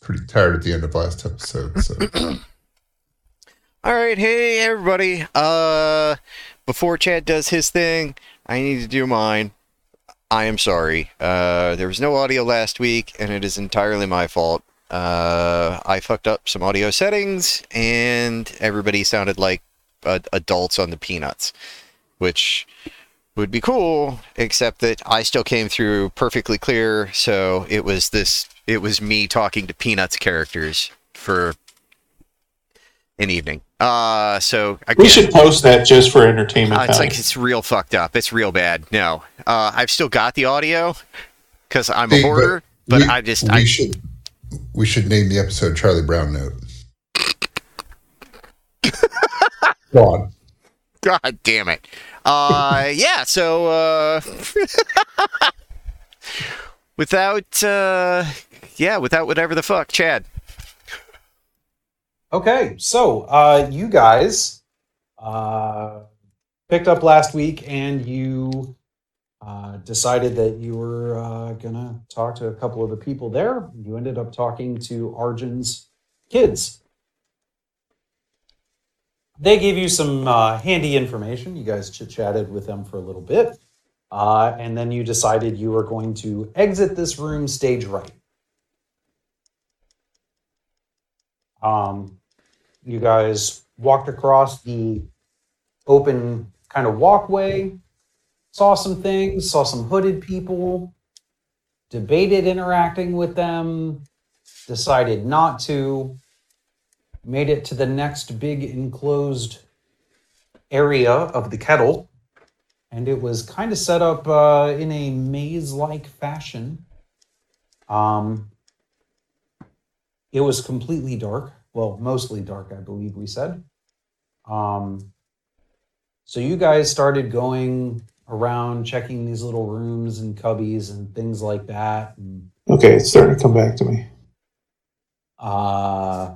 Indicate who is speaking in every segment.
Speaker 1: pretty tired at the end of last episode. So
Speaker 2: All right, hey everybody. Uh before Chad does his thing, I need to do mine. I am sorry. Uh there was no audio last week and it is entirely my fault. Uh I fucked up some audio settings and everybody sounded like uh, adults on the peanuts, which would be cool except that I still came through perfectly clear, so it was this it was me talking to peanuts characters for an evening. Uh, so I
Speaker 3: We should post that just for entertainment.
Speaker 2: uh, it's like
Speaker 3: value.
Speaker 2: it's real fucked up. It's real bad. No, uh, I've still got the audio because I'm a
Speaker 1: See, but
Speaker 2: hoarder, but
Speaker 1: we-
Speaker 2: I just
Speaker 1: we
Speaker 2: I
Speaker 1: should we should name the episode Charlie Brown Note. Go on.
Speaker 2: God damn it. Uh, yeah, so uh, without uh, yeah, without whatever the fuck, Chad.
Speaker 4: Okay, so uh, you guys uh, picked up last week and you uh, decided that you were uh, going to talk to a couple of the people there. You ended up talking to Arjun's kids. They gave you some uh, handy information. You guys chit chatted with them for a little bit. Uh, and then you decided you were going to exit this room stage right. Um, you guys walked across the open kind of walkway, saw some things, saw some hooded people, debated interacting with them, decided not to, made it to the next big enclosed area of the kettle. And it was kind of set up uh, in a maze like fashion. Um, it was completely dark well mostly dark i believe we said um so you guys started going around checking these little rooms and cubbies and things like that and
Speaker 3: okay, it's starting to come back to me.
Speaker 4: uh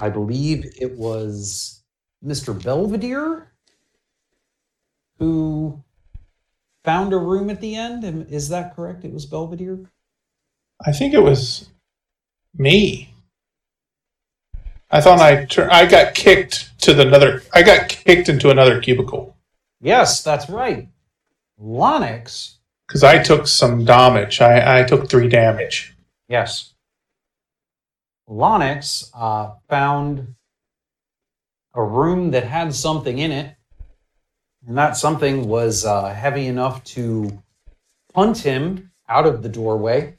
Speaker 4: i believe it was mr belvedere who found a room at the end Am- is that correct it was belvedere
Speaker 3: I think it was me. I thought I tur- I got kicked to the another. I got kicked into another cubicle
Speaker 4: yes that's right lonix
Speaker 3: because I took some damage. I, I took three damage.
Speaker 4: Yes. Lonix uh, found a room that had something in it, and that something was uh, heavy enough to punt him out of the doorway,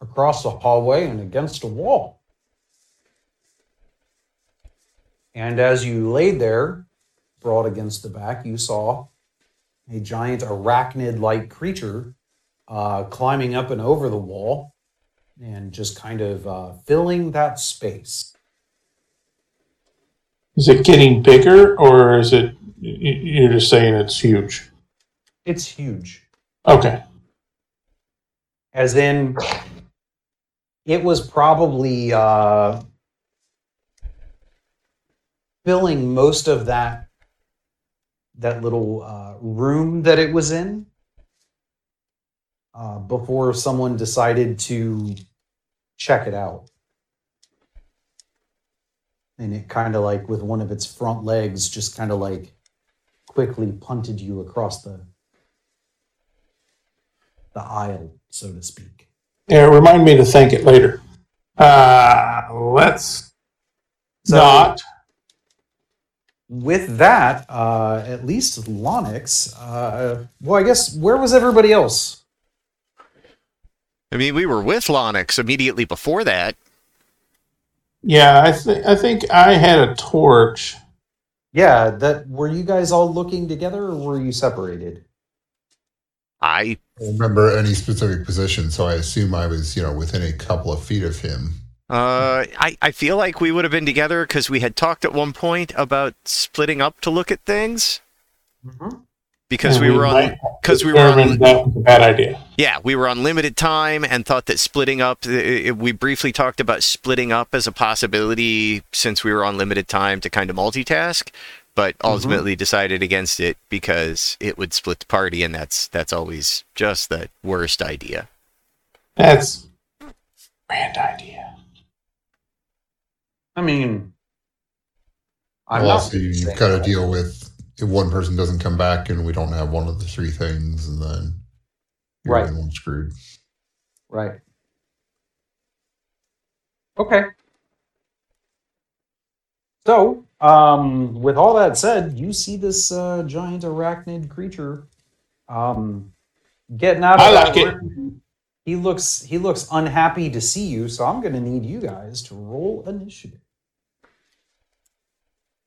Speaker 4: across the hallway, and against a wall. And as you laid there, brought against the back, you saw a giant arachnid like creature uh, climbing up and over the wall and just kind of uh, filling that space.
Speaker 3: Is it getting bigger or is it? y- y- You're just saying it's huge.
Speaker 4: It's huge.
Speaker 3: Okay.
Speaker 4: As in, it was probably uh, filling most of that that little uh, room that it was in uh, before someone decided to check it out. And it kind of like with one of its front legs just kind of like quickly punted you across the the aisle, so to speak.
Speaker 3: Yeah, remind me to thank it later. Uh, let's
Speaker 4: So-
Speaker 3: not.
Speaker 4: with that, uh, at least Lonix. Uh, well, I guess where was everybody else?
Speaker 2: I mean, we were with Lonix immediately before that.
Speaker 3: Yeah, I think I think I had a torch.
Speaker 4: Yeah, that were you guys all looking together, or were you separated?
Speaker 2: I
Speaker 1: I don't remember any specific position, so I assume I was, you know, within a couple of feet of him.
Speaker 2: uh I, I feel like we would have been together because we had talked at one point about splitting up to look at things
Speaker 4: Mm-hmm.
Speaker 2: because
Speaker 3: and
Speaker 2: we were on
Speaker 3: might
Speaker 2: because we were on
Speaker 3: determine that was a bad idea.
Speaker 2: Yeah, we were on limited time and thought that splitting up. i- i- We briefly talked about splitting up as a possibility since we were on limited time to kind of multitask, but
Speaker 3: Mm-hmm.
Speaker 2: ultimately decided against it because it would split the party, and that's that's always just the worst idea.
Speaker 3: That's grand idea.
Speaker 4: I mean, I'm
Speaker 1: Well,
Speaker 4: not
Speaker 1: also, you, you've
Speaker 4: saying
Speaker 1: got to
Speaker 4: that.
Speaker 1: deal with if one person doesn't come back and we don't have one of the three things, and then you're
Speaker 4: Right.
Speaker 1: in one screwed.
Speaker 4: Right. Okay. So, um, with all that said, you see this uh, giant arachnid creature um, getting out.
Speaker 3: I
Speaker 4: of
Speaker 3: like
Speaker 4: that
Speaker 3: it.
Speaker 4: room. He looks he looks unhappy to see you, so I'm going to need you guys to roll initiative.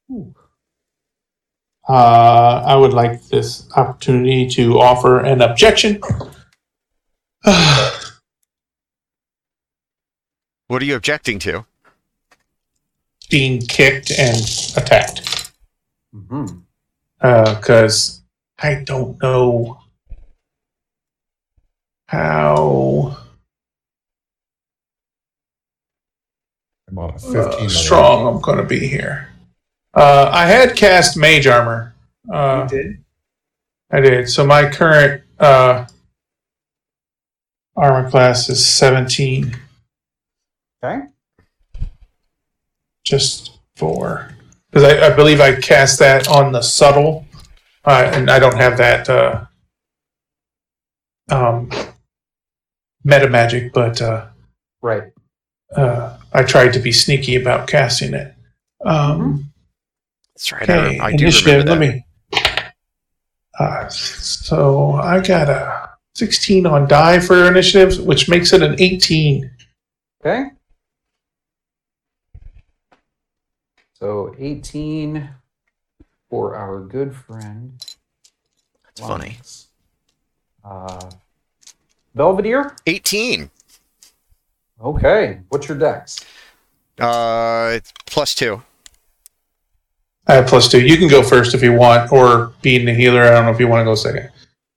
Speaker 4: Ooh.
Speaker 3: Uh, I would like this opportunity to offer an objection.
Speaker 2: What are you objecting to?
Speaker 3: Being kicked and attacked.
Speaker 4: Mhm.
Speaker 3: because I don't know how uh,
Speaker 1: I'm on a
Speaker 3: uh,
Speaker 1: 15. already.
Speaker 3: strong I'm going to be here. Uh, I had cast mage armor. Uh,
Speaker 4: did.
Speaker 3: I did. So my current uh, armor class is 17.
Speaker 4: Okay.
Speaker 3: Just four, because I, I believe I cast that on the subtle, uh, and I don't have that uh, um, meta magic, but uh,
Speaker 4: Right.
Speaker 3: uh, I tried to be sneaky about casting it. Um,
Speaker 2: That's right.
Speaker 3: okay,
Speaker 2: I, I do
Speaker 3: initiative.
Speaker 2: remember that.
Speaker 3: Let me. Uh, so I got a 16 on die for initiatives, which makes it an 18.
Speaker 4: Okay. So 18 for our good friend.
Speaker 2: That's funny.
Speaker 4: Lawrence. Uh, Belvedere?
Speaker 2: 18.
Speaker 4: Okay. What's your dex?
Speaker 2: Uh, it's plus two.
Speaker 3: I have plus two. You can go first if you want, or being the healer. I don't know if you want to go second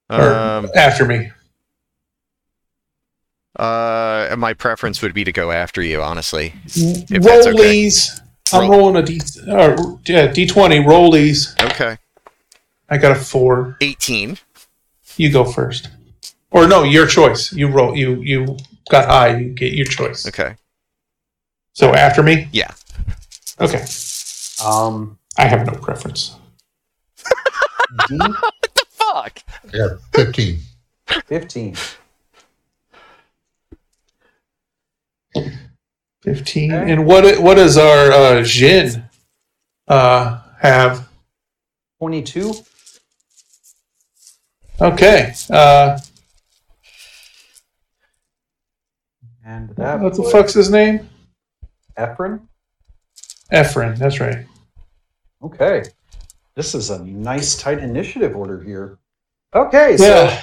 Speaker 3: or
Speaker 2: Um,
Speaker 3: after me.
Speaker 2: uh, my preference would be to go after you, honestly. if that's okay.
Speaker 3: Rollies. I'm
Speaker 2: Roll.
Speaker 3: rolling a d uh, yeah, d20 rollies.
Speaker 2: Okay.
Speaker 3: I got a four.
Speaker 2: 18.
Speaker 3: You go first, or no, your choice. You roll. You you got high. You get your choice.
Speaker 2: Okay.
Speaker 3: So after me.
Speaker 2: Yeah.
Speaker 3: Okay.
Speaker 4: Um,
Speaker 3: I have no preference.
Speaker 2: Fuck.
Speaker 1: I got 15.
Speaker 4: D15.
Speaker 3: Fifteen.
Speaker 4: Okay.
Speaker 3: And what what does our uh, Jin uh, have?
Speaker 4: 22.
Speaker 3: Okay. Uh,
Speaker 4: And that
Speaker 3: what the
Speaker 4: put
Speaker 3: fuck's his name?
Speaker 4: Efren.
Speaker 3: Efren. That's right.
Speaker 4: Okay. This is a nice tight initiative order here. Okay. So
Speaker 3: Yeah.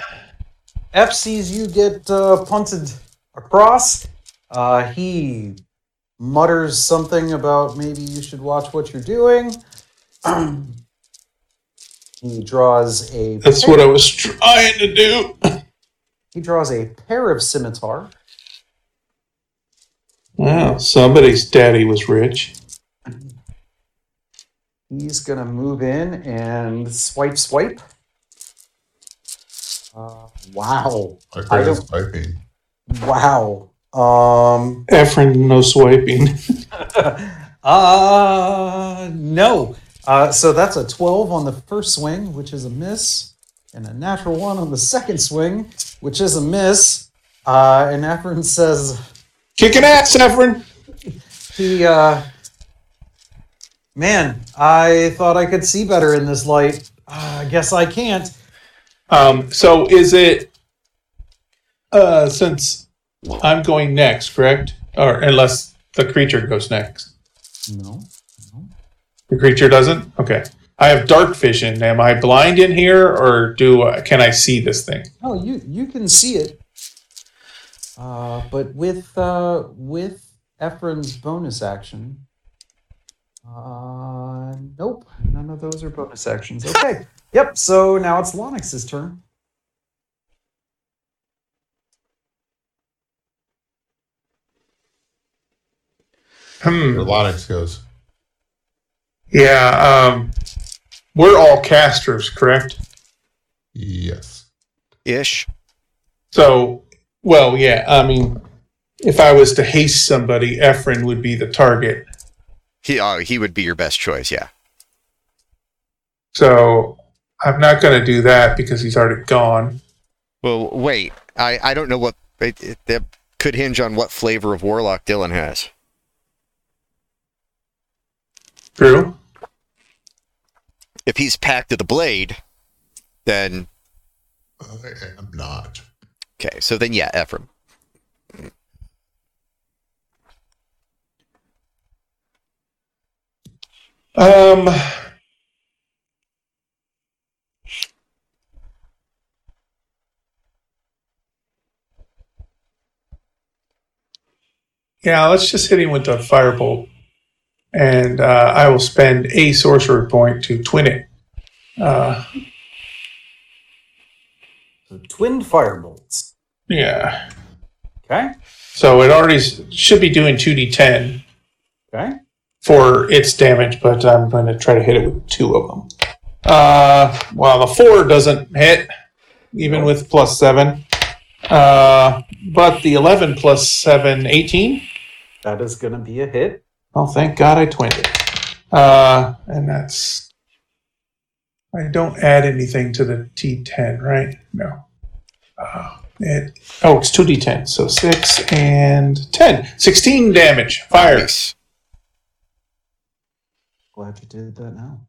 Speaker 4: F sees you get uh, punted across. Uh, he mutters something about maybe you should watch what you're doing. he draws a
Speaker 3: That's what I was trying to do.
Speaker 4: he draws a pair of scimitar.
Speaker 3: Wow, somebody's daddy was rich.
Speaker 4: He's gonna move in and swipe, swipe. Uh, wow,
Speaker 1: I
Speaker 4: I
Speaker 1: heard his
Speaker 4: don't-
Speaker 1: piping.
Speaker 4: wow. Um,
Speaker 3: Efren, no swiping.
Speaker 4: uh, no. Uh, so that's a 12 on the first swing, which is a miss, and a natural one on the second swing, which is a miss. Uh, and Efren says
Speaker 3: Kicking ass, Efren.
Speaker 4: he, uh, man, I thought I could see better in this light. Uh, I guess I can't.
Speaker 3: Um, so is it uh since I'm going next, correct? Or unless the creature goes next.
Speaker 4: No.
Speaker 3: The creature doesn't? Okay. I have dark vision. Am I blind in here or do uh, can I see this thing?
Speaker 4: No, you you can see it. Uh, but with uh, with Efren's bonus action, uh, nope, none of those are bonus actions. Okay, yep. So now it's Lonix's turn.
Speaker 3: Hmm.
Speaker 1: Relonix goes,
Speaker 3: Yeah, um we're all casters, correct?
Speaker 1: yes.
Speaker 2: Ish.
Speaker 3: So, well, yeah, I mean, If I was to haste somebody, Efren would be the target.
Speaker 2: He uh, he would be your best choice. Yeah.
Speaker 3: So I'm not going to do that because he's already gone.
Speaker 2: Well, wait. I I don't know what it, it, that could hinge on what flavor of warlock Dylan has.
Speaker 3: True.
Speaker 2: If he's packed to the blade, then
Speaker 1: I am not.
Speaker 2: okay. So then yeah, Ephraim.
Speaker 3: Um, yeah, let's just hit him with the firebolt, and uh, I will spend a sorcerer point to twin it. Uh,
Speaker 4: So twin firebolts.
Speaker 3: yeah,
Speaker 4: Okay.
Speaker 3: so it already s- should be doing two d ten
Speaker 4: Okay.
Speaker 3: for its damage, but I'm going to try to hit it with two of them. Uh, well, the four doesn't hit, even with plus seven. Uh, but the 11 plus 7, 18.
Speaker 4: That is going to be a hit.
Speaker 3: Oh, thank God I twinned it. Uh, and that's. I don't add anything to the T10, right? No. Uh, it, oh, it's 2D10. So 6 and 10. 16 damage. Fire.
Speaker 2: Nice.
Speaker 4: Glad you did that now.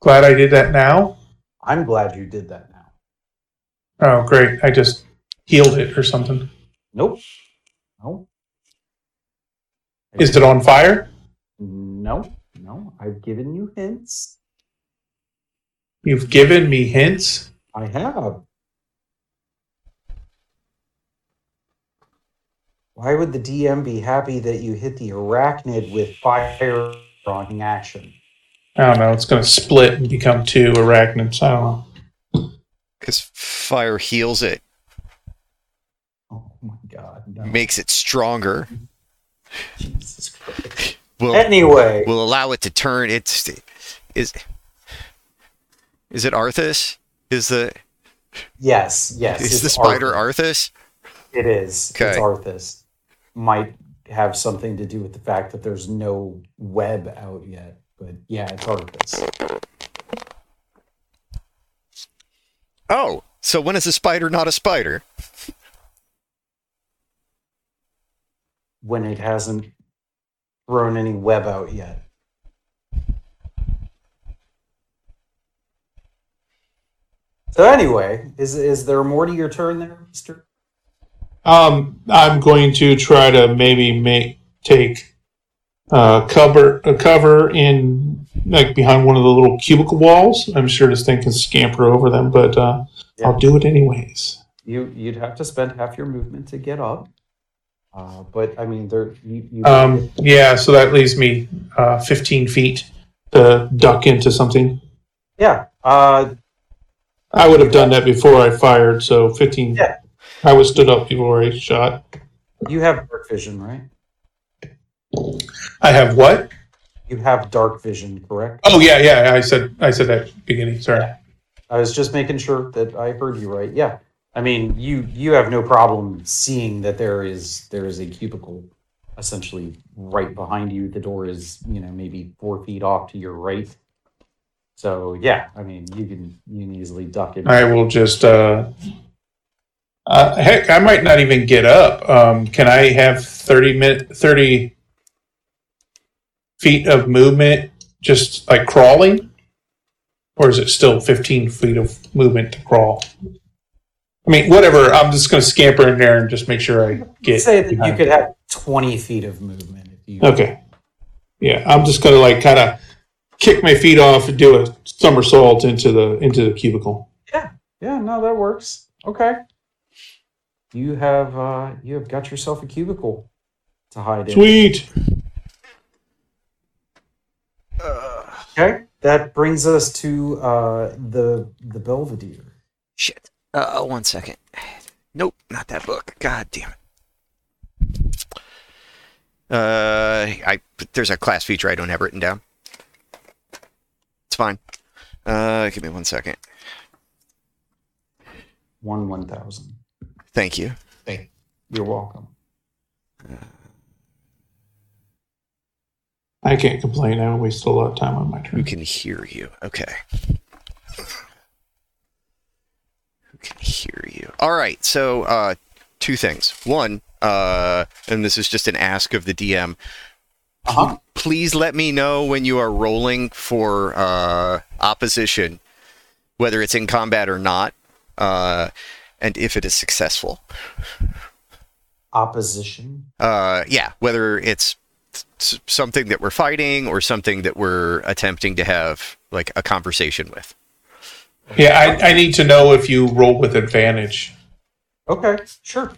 Speaker 3: Glad I did that now.
Speaker 4: I'm glad you did that now.
Speaker 3: Oh, great. I just healed it or something.
Speaker 4: Nope. No.
Speaker 3: Is it on fire?
Speaker 4: No. No. I've given you hints.
Speaker 3: You've given me hints.
Speaker 4: I have. Why would the DM be happy that you hit the arachnid with fire on action?
Speaker 3: I don't know. It's going to split and become two arachnids. I don't know.
Speaker 2: Because fire heals it,
Speaker 4: Oh my god. No.
Speaker 2: makes it stronger.
Speaker 4: Jesus Christ.
Speaker 2: Will
Speaker 4: Anyway,
Speaker 2: will allow it to turn. It's is is it Arthas? Is the
Speaker 4: yes, yes.
Speaker 2: is
Speaker 4: it's
Speaker 2: the spider Arthas?
Speaker 4: Arthas. It is. It's
Speaker 2: Okay.
Speaker 4: Arthas. Might have something to do with the fact that there's no web out yet. But yeah, it's Arthas.
Speaker 2: Oh, so when is a spider not a spider?
Speaker 4: When it hasn't thrown any web out yet. So anyway, is is there more to your turn there, Mister?
Speaker 3: Um, I'm going to try to maybe make take uh, cover a cover in like behind one of the little cubicle walls. I'm sure this thing can scamper over them, but uh, I'll do it anyways.
Speaker 4: You you'd have to spend half your movement to get up. Uh, but I mean, there you, you
Speaker 3: Um, yeah, so that leaves me uh, 15 feet to duck into something.
Speaker 4: yeah. Uh,
Speaker 3: I would have done that before I fired, so 15.
Speaker 4: Yeah.
Speaker 3: I was stood up before I shot.
Speaker 4: you have dark vision, right?
Speaker 3: I have what?
Speaker 4: You have dark vision, correct?
Speaker 3: Oh yeah, yeah. I said I said that at the beginning. Sorry.
Speaker 4: I was just making sure that I heard you right. Yeah. I mean, you you have no problem seeing that there is there is a cubicle essentially right behind you. The door is, you know, maybe 4 feet off to your right. So, yeah, I mean, you can you can easily duck it.
Speaker 3: I will just. Uh, uh, heck, I might not even get up. Um, can I have 30 minute 30 feet of movement just like crawling? Or is it still 15 feet of movement to crawl? I mean, whatever. I'm just going to scamper in there and just make sure I get.
Speaker 4: Say that you
Speaker 3: behind.
Speaker 4: could have 20 feet of movement if you
Speaker 3: Okay. Yeah, I'm just gonna like kind of kick my feet off and do a somersault into the into the cubicle.
Speaker 4: Yeah, no, that works. Okay. You have uh you have got yourself a cubicle to hide in.
Speaker 3: Sweet.
Speaker 4: Okay, that brings us to uh, the the Belvedere.
Speaker 2: Shit. Uh, one second. Nope, not that book. God damn it. Uh, I there's a class feature I don't have written down. It's fine. Uh, give me one second.
Speaker 4: One one thousand.
Speaker 2: Thank you.
Speaker 4: You're welcome.
Speaker 3: I can't complain. I waste a lot of time on my
Speaker 2: Who
Speaker 3: turn.
Speaker 2: can hear you? Okay. Who can hear you? All right. So, uh, two things. One, uh, and this is just an ask of the DM.
Speaker 4: Uh-huh.
Speaker 2: Please let me know when you are rolling for uh, opposition, whether it's in combat or not, uh, and if it is successful.
Speaker 4: Opposition.
Speaker 2: uh, yeah, whether it's s- something that we're fighting or something that we're attempting to have like a conversation with.
Speaker 3: Yeah, I, I need to know if you roll with advantage.
Speaker 4: Okay, sure.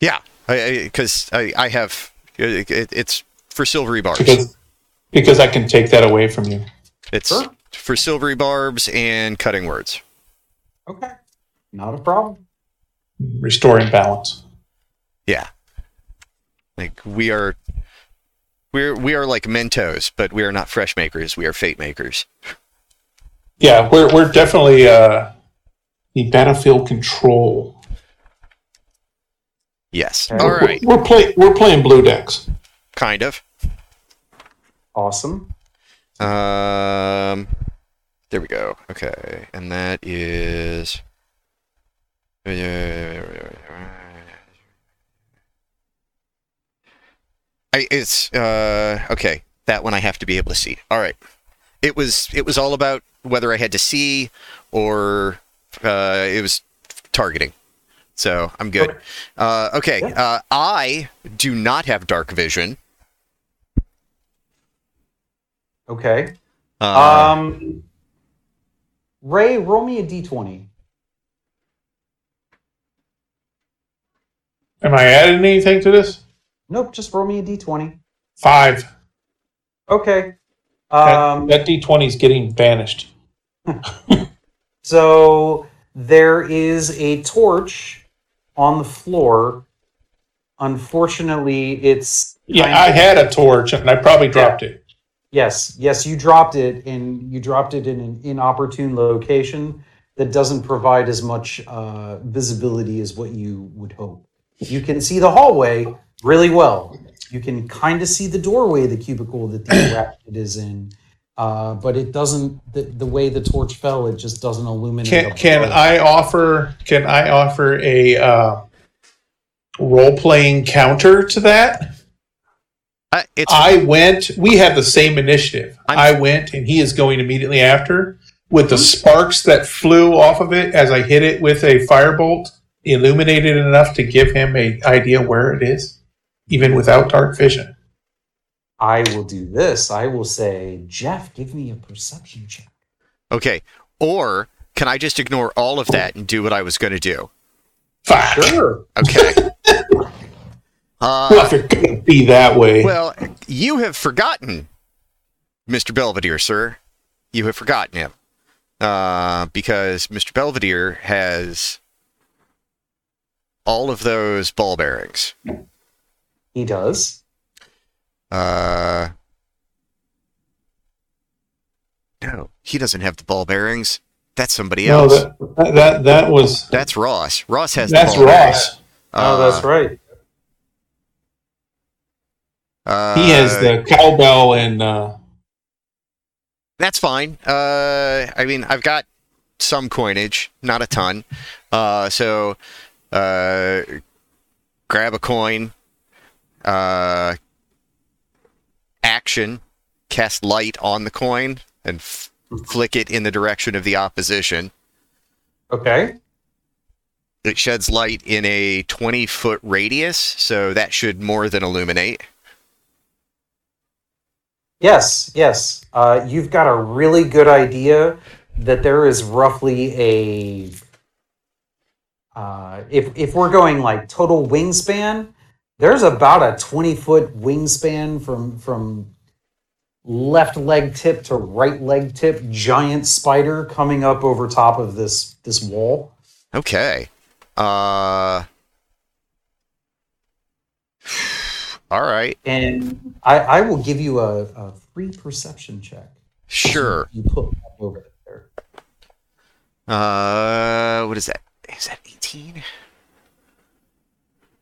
Speaker 2: Yeah, because I, I, I, have it, it- it's for silvery barbs.
Speaker 3: Because because I can take that away from you.
Speaker 2: It's
Speaker 4: Sure.
Speaker 2: for silvery barbs and cutting words.
Speaker 4: Okay, not a problem.
Speaker 3: Restoring balance.
Speaker 2: Yeah, like we are. We're, we are like Mentos, but we are not fresh makers. We are fate makers.
Speaker 3: Yeah, we're we're definitely uh the battlefield control.
Speaker 2: Yes.
Speaker 4: Okay.
Speaker 2: All right.
Speaker 3: We're, we're play we're playing blue decks.
Speaker 2: Kind of.
Speaker 4: Awesome.
Speaker 2: Um, there we go. Okay, and that is. I it's uh okay. That one I have to be able to see. All right. It was it was all about whether I had to see or uh, it was targeting. So I'm good.
Speaker 4: Okay.
Speaker 2: Uh, okay.
Speaker 4: Yeah.
Speaker 2: Uh, I do not have dark vision.
Speaker 4: Okay.
Speaker 2: Uh,
Speaker 4: Um, Ray, roll me a d20.
Speaker 3: Am I adding anything to this?
Speaker 4: Nope, just roll me a d20.
Speaker 3: Five.
Speaker 4: Okay.
Speaker 3: That,
Speaker 4: Um,
Speaker 3: that D twenty is getting banished.
Speaker 4: So there is a torch on the floor. Unfortunately, it's
Speaker 3: Yeah,
Speaker 4: kind
Speaker 3: I
Speaker 4: of-
Speaker 3: had a torch and I probably dropped it.
Speaker 4: yes, yes. You dropped it, and you dropped it in an inopportune location that doesn't provide as much uh, visibility as what you would hope. You can see the hallway really well. You can kind of see the doorway of the cubicle that the rabbit is in, uh, but it doesn't. The, the way the torch fell, it just doesn't illuminate.
Speaker 3: Can
Speaker 4: up
Speaker 3: can
Speaker 4: above.
Speaker 3: I offer can I offer a uh, role playing counter to that?
Speaker 2: I- it's
Speaker 3: I went. We have the same initiative.
Speaker 2: I'm- Hmm?
Speaker 3: i went, and he is going immediately after with the sparks that flew off of it as I hit it with a firebolt. Illuminated enough to give him a idea where it is, even without dark vision.
Speaker 4: I will do this. I will say, Jeff, give me a perception check.
Speaker 2: Okay. Or can I just ignore all of that and do what I was going to do?
Speaker 3: Fuck.
Speaker 4: Sure.
Speaker 2: Okay. uh,
Speaker 3: Well, if you're gonna be that way,
Speaker 2: well, you have forgotten Mr. Belvedere, sir. You have forgotten him. Uh, because Mr. Belvedere has all of those ball bearings.
Speaker 4: He does.
Speaker 2: Uh, no, he doesn't have the ball bearings. That's somebody
Speaker 3: no,
Speaker 2: else.
Speaker 3: that, that that was
Speaker 2: that's Ross. Ross has
Speaker 3: that's
Speaker 2: the ball bearings.
Speaker 3: Ross.
Speaker 4: oh, that's right.
Speaker 2: Uh,
Speaker 3: He has the cowbell and uh,
Speaker 2: That's fine. Uh, I mean, I've got some coinage, not a ton. Uh, so uh, grab a coin, uh, action, cast light on the coin, and f- flick it in the direction of the opposition.
Speaker 4: Okay.
Speaker 2: It sheds light in a 20 foot radius, so that should more than illuminate.
Speaker 4: Yes, yes. Uh, you've got a really good idea that there is roughly a. Uh, if if we're going like total wingspan, there's about a twenty foot wingspan from from left leg tip to right leg tip. Giant spider coming up over top of this this wall.
Speaker 2: Okay. Uh, all right.
Speaker 4: And I, I will give you a, a free perception check.
Speaker 2: Sure.
Speaker 4: You put that over there.
Speaker 2: Uh, what is that? Is that 18?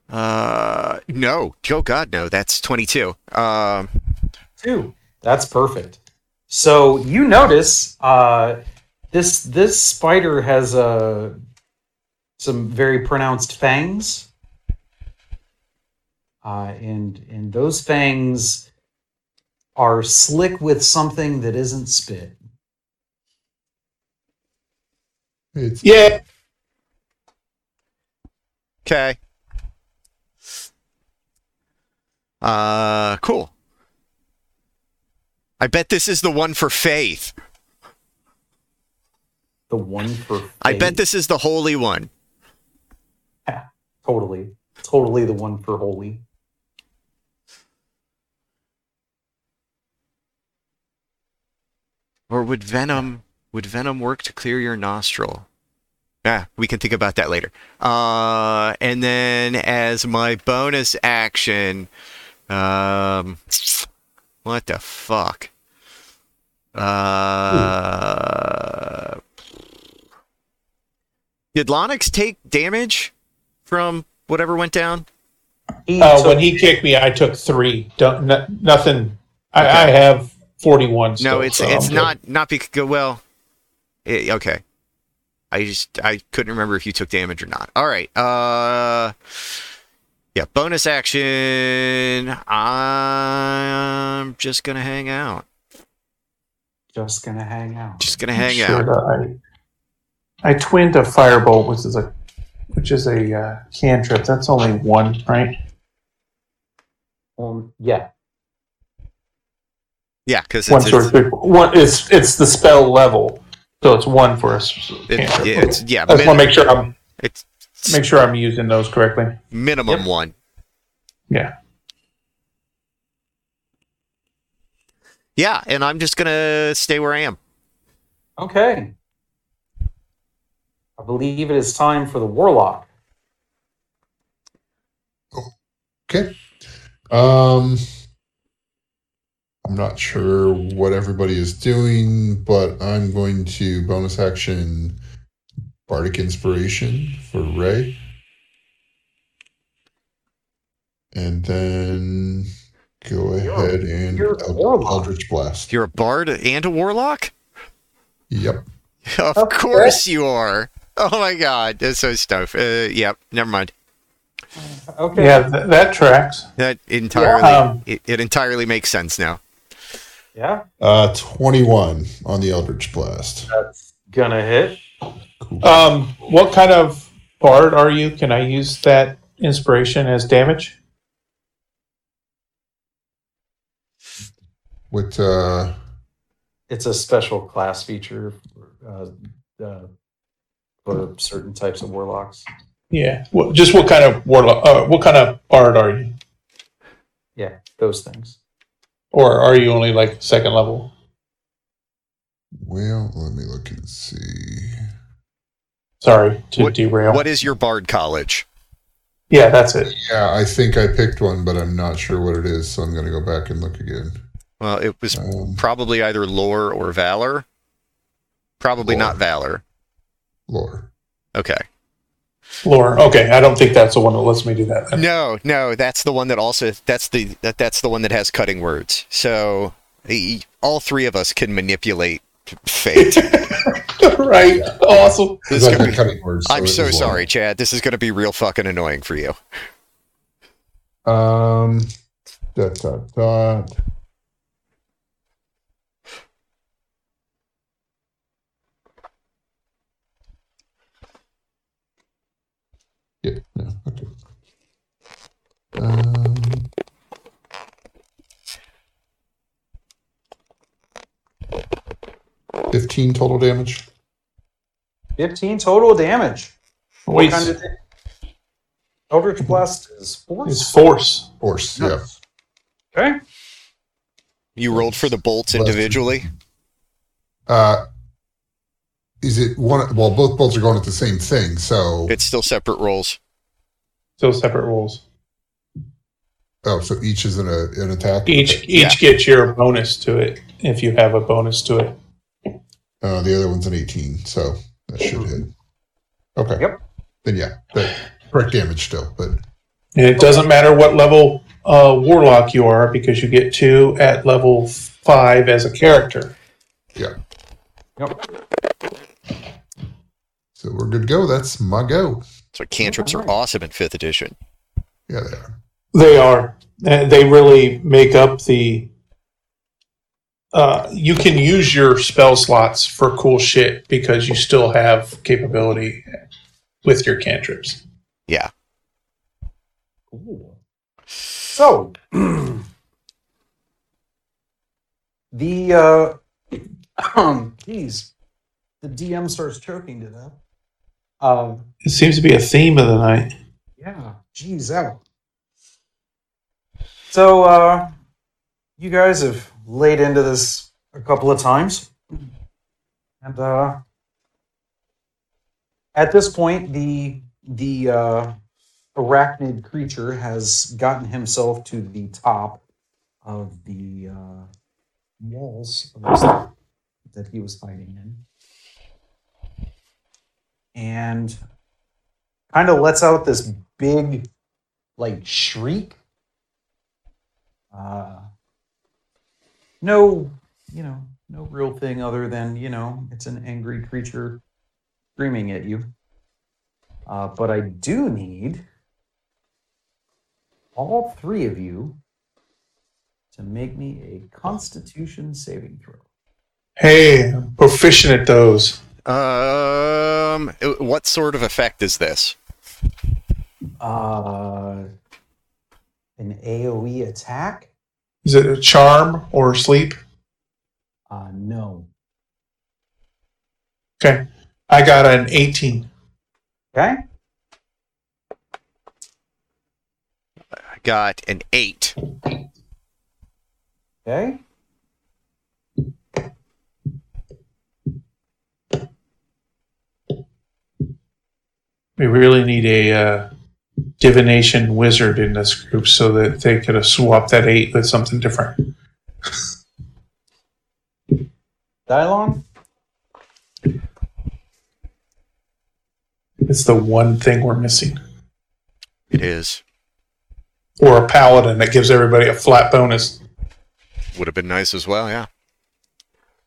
Speaker 2: Uh, no. Oh, God, no. That's 22. Um,
Speaker 4: Two. That's perfect. So you notice uh, this this spider has uh, some very pronounced fangs, uh, and and those fangs are slick with something that isn't spit.
Speaker 1: It's
Speaker 3: Yeah.
Speaker 2: okay. Uh, cool. I bet this is the one for faith.
Speaker 4: The one for
Speaker 2: I bet
Speaker 4: faith.
Speaker 2: this is the holy one.
Speaker 4: totally totally the one for holy.
Speaker 2: Or would venom would venom work to clear your nostril? Yeah, we can think about that later. Uh, and then as my bonus action, um, what the fuck? Uh, did Lonix take damage from whatever went down?
Speaker 4: He
Speaker 3: Uh,
Speaker 4: took-
Speaker 3: when he kicked me, I took three. Don't, n- nothing. I, I have 41.
Speaker 2: no,
Speaker 3: still,
Speaker 2: it's
Speaker 3: so I'm
Speaker 2: it's
Speaker 3: good.
Speaker 2: not not because well, it, okay. I just I couldn't remember if you took damage or not. All right. Uh, yeah. Bonus action. I'm just gonna hang out.
Speaker 4: just gonna hang out.
Speaker 2: Just gonna hang
Speaker 3: Sure,
Speaker 2: out.
Speaker 3: I, I twinned a firebolt, which is a which is a uh, cantrip. That's only one, right?
Speaker 4: Um, yeah,
Speaker 2: Yeah, because
Speaker 3: one
Speaker 2: it's,
Speaker 3: sort
Speaker 2: it's,
Speaker 3: of one. It's it's the spell level, so it's one for us.
Speaker 2: it's,
Speaker 3: cantrip.
Speaker 2: yeah, it's yeah
Speaker 3: I just want
Speaker 2: min-
Speaker 3: to make sure I'm
Speaker 2: it's
Speaker 3: make sure I'm using those correctly.
Speaker 2: minimum
Speaker 4: Yep.
Speaker 2: one.
Speaker 3: Yeah.
Speaker 2: Yeah, and I'm just gonna stay where I am.
Speaker 4: Okay. I believe it is time for the warlock.
Speaker 1: Okay. Um, I'm not sure what everybody is doing, but I'm going to bonus action Bardic Inspiration for Ray. And then go ahead and
Speaker 4: you're
Speaker 1: Eld-
Speaker 4: warlock.
Speaker 1: Eldritch Blast.
Speaker 2: You're a bard and a warlock.
Speaker 1: Yep.
Speaker 2: Of
Speaker 4: Of
Speaker 2: course you are. Oh my god, that's so stuff. Uh, yep, never mind.
Speaker 4: Okay.
Speaker 3: Yeah, th- that tracks.
Speaker 2: That entirely
Speaker 3: Um,
Speaker 2: it, it entirely makes sense now.
Speaker 4: Yeah,
Speaker 1: Uh, 21 on the Eldritch Blast.
Speaker 4: That's gonna hit. Uh,
Speaker 3: Um, what kind of bard are you? Can I use that inspiration as damage?
Speaker 1: With, uh,
Speaker 4: It's a special class feature for, uh, uh, for certain types of warlocks.
Speaker 3: Yeah. What, just what kind of warlock? Uh, what kind of bard are you?
Speaker 4: Yeah, those things.
Speaker 3: Or are you only like second level?
Speaker 1: well, let me look and see.
Speaker 3: Sorry to
Speaker 2: What-
Speaker 3: derail.
Speaker 2: What is your bard college?
Speaker 3: yeah, that's it.
Speaker 1: Yeah, I think I picked one, but I'm not sure what it is, so I'm going to go back and look again.
Speaker 2: Well, it was
Speaker 1: Um,
Speaker 2: probably either lore or valor. Probably not
Speaker 1: Lore.
Speaker 2: valor.
Speaker 1: lore.
Speaker 2: Okay.
Speaker 3: Lore. Okay, I don't think that's the one that lets me do that. then.
Speaker 2: No, no, that's the one that also that's the that, that's the one that has cutting words. So e- all three of us can manipulate fate.
Speaker 3: right. Awesome.
Speaker 2: This is
Speaker 1: Like
Speaker 2: gonna
Speaker 1: the
Speaker 2: be-
Speaker 1: cutting words,
Speaker 2: I'm
Speaker 1: it
Speaker 2: so
Speaker 1: was
Speaker 2: sorry, Chad. This is going to be real fucking annoying for you.
Speaker 1: lore. Um, dot, dot, dot. Yeah, no, okay. Um, Fifteen total damage.
Speaker 4: 15 total damage.
Speaker 3: Wait,
Speaker 4: Kind of- Eldritch Blast is force.
Speaker 3: it's force.
Speaker 1: Force, yeah.
Speaker 4: Okay.
Speaker 2: You rolled for the bolts
Speaker 1: Bless you.
Speaker 2: individually.
Speaker 1: Uh, is it one? Well, both bolts are going at the same thing, so
Speaker 2: It's still separate rolls.
Speaker 3: Still separate rules.
Speaker 1: oh, so each is in a, an attack.
Speaker 3: Each each gets your bonus to it if you have a bonus to it.
Speaker 1: Uh, the other one's an eighteen, so that should hit. Okay.
Speaker 4: Yep.
Speaker 1: Then yeah, that, correct damage still, but
Speaker 3: And it doesn't matter what level uh, warlock you are because you get two at level five as a character.
Speaker 1: Yeah.
Speaker 4: Yep.
Speaker 1: So we're good to go. That's my go.
Speaker 2: So cantrips are
Speaker 4: Alright.
Speaker 2: awesome in fifth edition.
Speaker 1: Yeah, they are.
Speaker 3: They are. And they really make up the. Uh, you can use your spell slots for cool shit because you still have capability with your cantrips.
Speaker 4: Cool. So, the uh, um, geez, the DM starts choking to death. Um,
Speaker 3: It seems to be a theme of the night.
Speaker 4: yeah, geez, out. So, uh, you guys have laid into this a couple of times, and uh, at this point, the the uh, arachnid creature has gotten himself to the top of the uh, walls of this thing that he was hiding in, and kind of lets out this big, like shriek. Uh, no, you know, no real thing other than you know, it's an angry creature screaming at you. Uh, but I do need all three of you to make me a Constitution saving throw.
Speaker 3: Hey, I'm proficient at those.
Speaker 2: Um, what sort of effect is this?
Speaker 4: Uh, an AOE attack.
Speaker 3: Is it a charm or sleep?
Speaker 4: Uh, no.
Speaker 3: Okay. I got an 18.
Speaker 4: Okay.
Speaker 2: I got an eight.
Speaker 4: Okay.
Speaker 3: We really need a uh, divination wizard in this group so that they could have swapped that 8 with something different.
Speaker 4: Dylon?
Speaker 3: It's the one thing we're missing.
Speaker 2: It is.
Speaker 3: Or a paladin that gives everybody a flat bonus.
Speaker 2: Would have been nice as well. Yeah.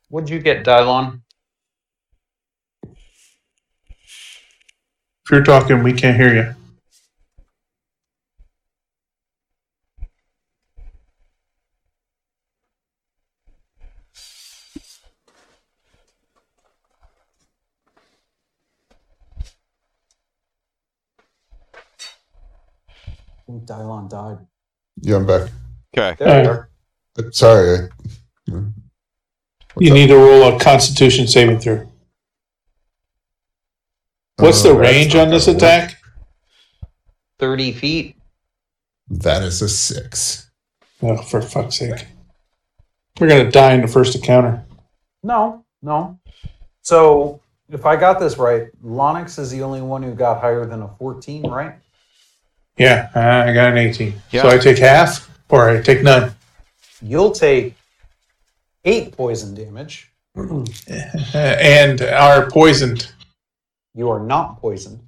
Speaker 4: What'd you get, Dylon?
Speaker 3: If you're talking, we can't hear you.
Speaker 4: I think Dylon died.
Speaker 1: Yeah, I'm back.
Speaker 2: Okay.
Speaker 4: There we
Speaker 3: Uh,
Speaker 4: are.
Speaker 1: Uh, Sorry. I, hmm. What's
Speaker 3: you need to roll a constitution saving throw. What's
Speaker 1: uh,
Speaker 3: the
Speaker 1: that's
Speaker 3: range
Speaker 1: not
Speaker 3: on this
Speaker 1: gonna work.
Speaker 3: attack?
Speaker 4: 30 feet.
Speaker 1: That is a six.
Speaker 3: Oh, for fuck's sake. We're going to die in the first encounter.
Speaker 4: No, no. So if I got this right, Lonix is the only one who got higher than a 14, right?
Speaker 3: Yeah, I got an 18.
Speaker 2: Yeah.
Speaker 3: So I take half or I take none.
Speaker 4: You'll take eight poison damage.
Speaker 3: Uh, and are poisoned.
Speaker 4: You are not poisoned.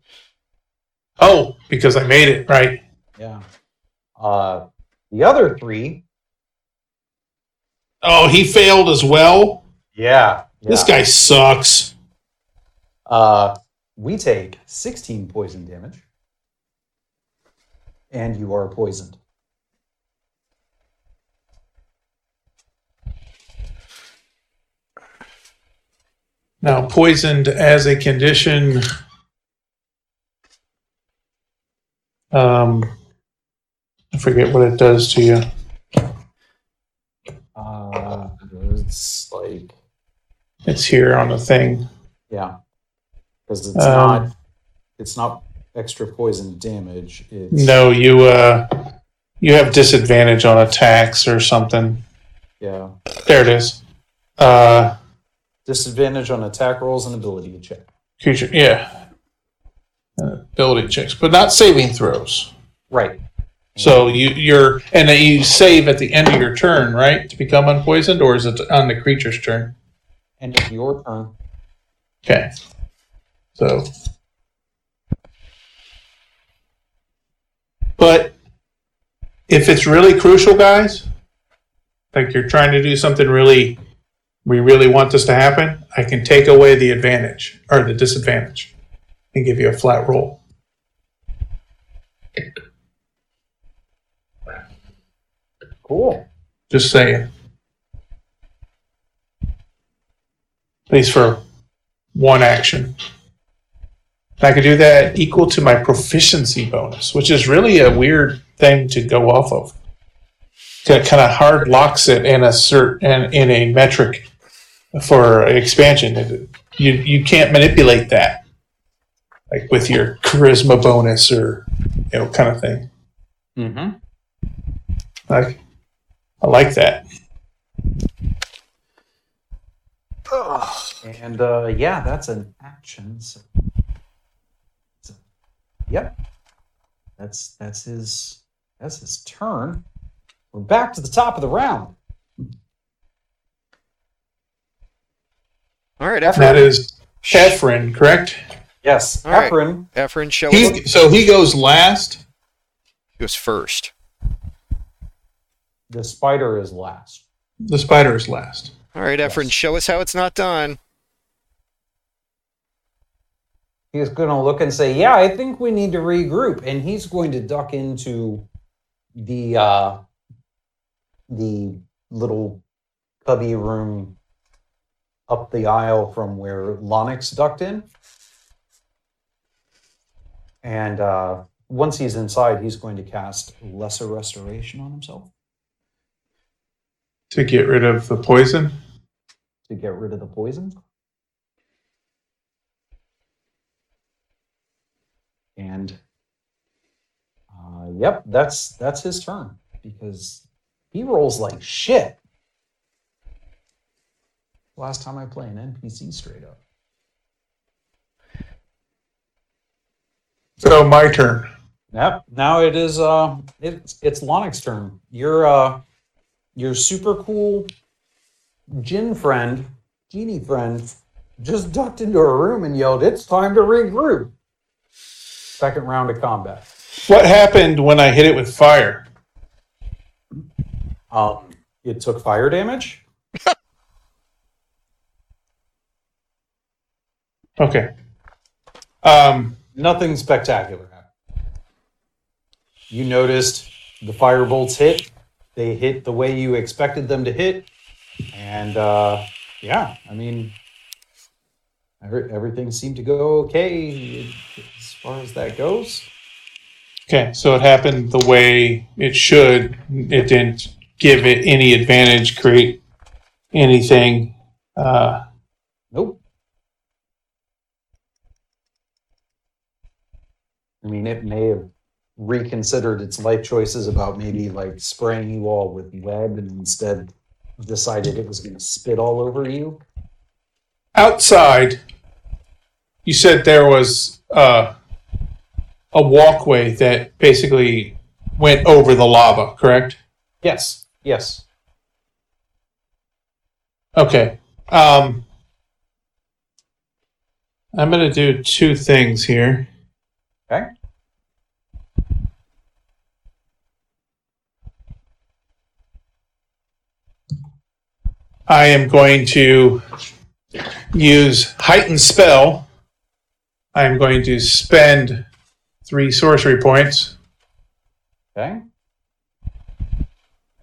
Speaker 3: Oh, because I made it right.
Speaker 4: Yeah. Uh, the other three.
Speaker 3: Oh, he failed as well.
Speaker 4: Yeah.
Speaker 3: This guy sucks.
Speaker 4: Uh, we take 16 poison damage. And you are poisoned.
Speaker 3: Now, poisoned as a condition. Um, I forget what it does to you.
Speaker 4: Uh, it's like,
Speaker 3: It's here on the thing.
Speaker 4: yeah. Because it's not
Speaker 3: Um,
Speaker 4: it's not extra poison damage. It's,
Speaker 3: no, you uh, you have disadvantage on attacks or something.
Speaker 4: Yeah.
Speaker 3: There it is. Uh,
Speaker 4: Disadvantage on attack rolls and ability to check.
Speaker 3: creature, yeah. Uh, ability checks, but not saving throws.
Speaker 4: Right.
Speaker 3: So you, you're, and then you save at the end of your turn, right, to become unpoisoned, or is it on the creature's turn?
Speaker 4: And it's your turn.
Speaker 3: Okay. So. But if it's really crucial, guys, like you're trying to do something really, we really want this to happen, I can take away the advantage or the disadvantage and give you a flat roll.
Speaker 4: Cool.
Speaker 3: Just saying. At least for one action. And I could do that equal to my proficiency bonus, which is really a weird thing to go off of. That kind of hard locks it in a cert and in a metric for expansion. It- You you can't manipulate that, like with your charisma bonus or you know kind of thing.
Speaker 4: Mm-hmm.
Speaker 3: Like I like that.
Speaker 4: And uh, yeah, that's an action. So. so- Yep. That's that's his that's his turn. We're back to the top of the round.
Speaker 2: All right,
Speaker 3: That
Speaker 2: Efren.
Speaker 3: is Efren, correct?
Speaker 4: Yes,
Speaker 2: All right.
Speaker 4: Efren.
Speaker 2: Efren shall
Speaker 3: He, so he goes last.
Speaker 2: goes first.
Speaker 4: The spider is last.
Speaker 3: The spider is last.
Speaker 2: All right, Efren,
Speaker 4: Yes.
Speaker 2: show us how it's not done.
Speaker 4: He's going to look and say, "Yeah, I think we need to regroup," and he's going to duck into the uh, the little cubby room up the aisle from where Lonix ducked in. And uh, once he's inside, he's going to cast Lesser Restoration on himself
Speaker 3: To get rid of the poison.
Speaker 4: to get rid of the poison. And uh, yep, that's that's his turn because he rolls like shit. Last time I play an NPC straight up.
Speaker 3: So my turn.
Speaker 4: Yep. Now it is uh it's it's Lonix's turn. Your uh your super cool gin friend, genie friend, just ducked into a room and yelled, It's time to regroup. Second round of combat.
Speaker 3: What happened when I hit it with fire?
Speaker 4: Um it took fire damage.
Speaker 3: Okay. Um,
Speaker 4: Nothing spectacular happened. You noticed the fire bolts hit. They hit the way you expected them to hit. And uh, yeah, I mean, every, everything seemed to go okay as far as that goes.
Speaker 3: okay, so it happened the way it should. It didn't give it any advantage, create anything. Uh,
Speaker 4: Nope. I mean, it may have reconsidered its life choices about maybe like spraying you all with lead and instead decided it was going to spit all over you.
Speaker 3: outside, you said there was uh, a walkway that basically went over the lava, correct?
Speaker 4: Yes. Yes.
Speaker 3: Okay. Um, I'm going to do two things here.
Speaker 4: Okay.
Speaker 3: I am going to use heightened spell. I am going to spend three sorcery points,
Speaker 4: Okay.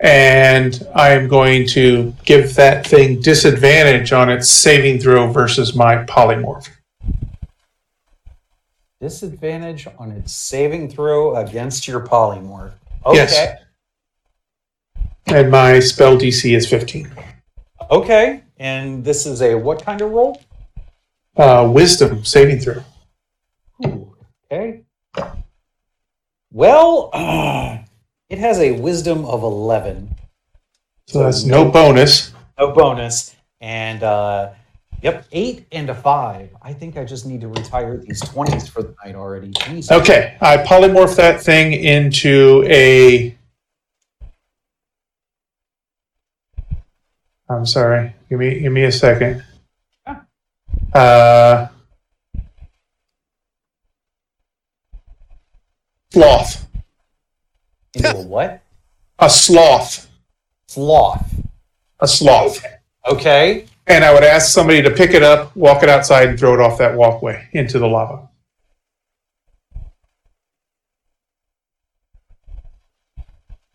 Speaker 3: and I am going to give that thing disadvantage on its saving throw versus my polymorph.
Speaker 4: Disadvantage on its saving throw against your polymorph. Okay.
Speaker 3: Yes. And my spell DC is 15.
Speaker 4: Okay. And this is a what kind of roll?
Speaker 3: Uh, wisdom saving throw.
Speaker 4: Ooh, okay. Well, uh, it has a wisdom of 11,
Speaker 3: So that's no bonus.
Speaker 4: a bonus, and uh, yep, 8 and a 5. I think I just need to retire these 20s for the night already. Jesus.
Speaker 3: Okay, I polymorph that thing into a. I'm sorry. Give me give me a second. Uh, sloth.
Speaker 4: Into a what?
Speaker 3: A sloth.
Speaker 4: Sloth.
Speaker 3: A sloth.
Speaker 4: Okay.
Speaker 3: And I would ask somebody to pick it up, walk it outside, and throw it off that walkway into the lava.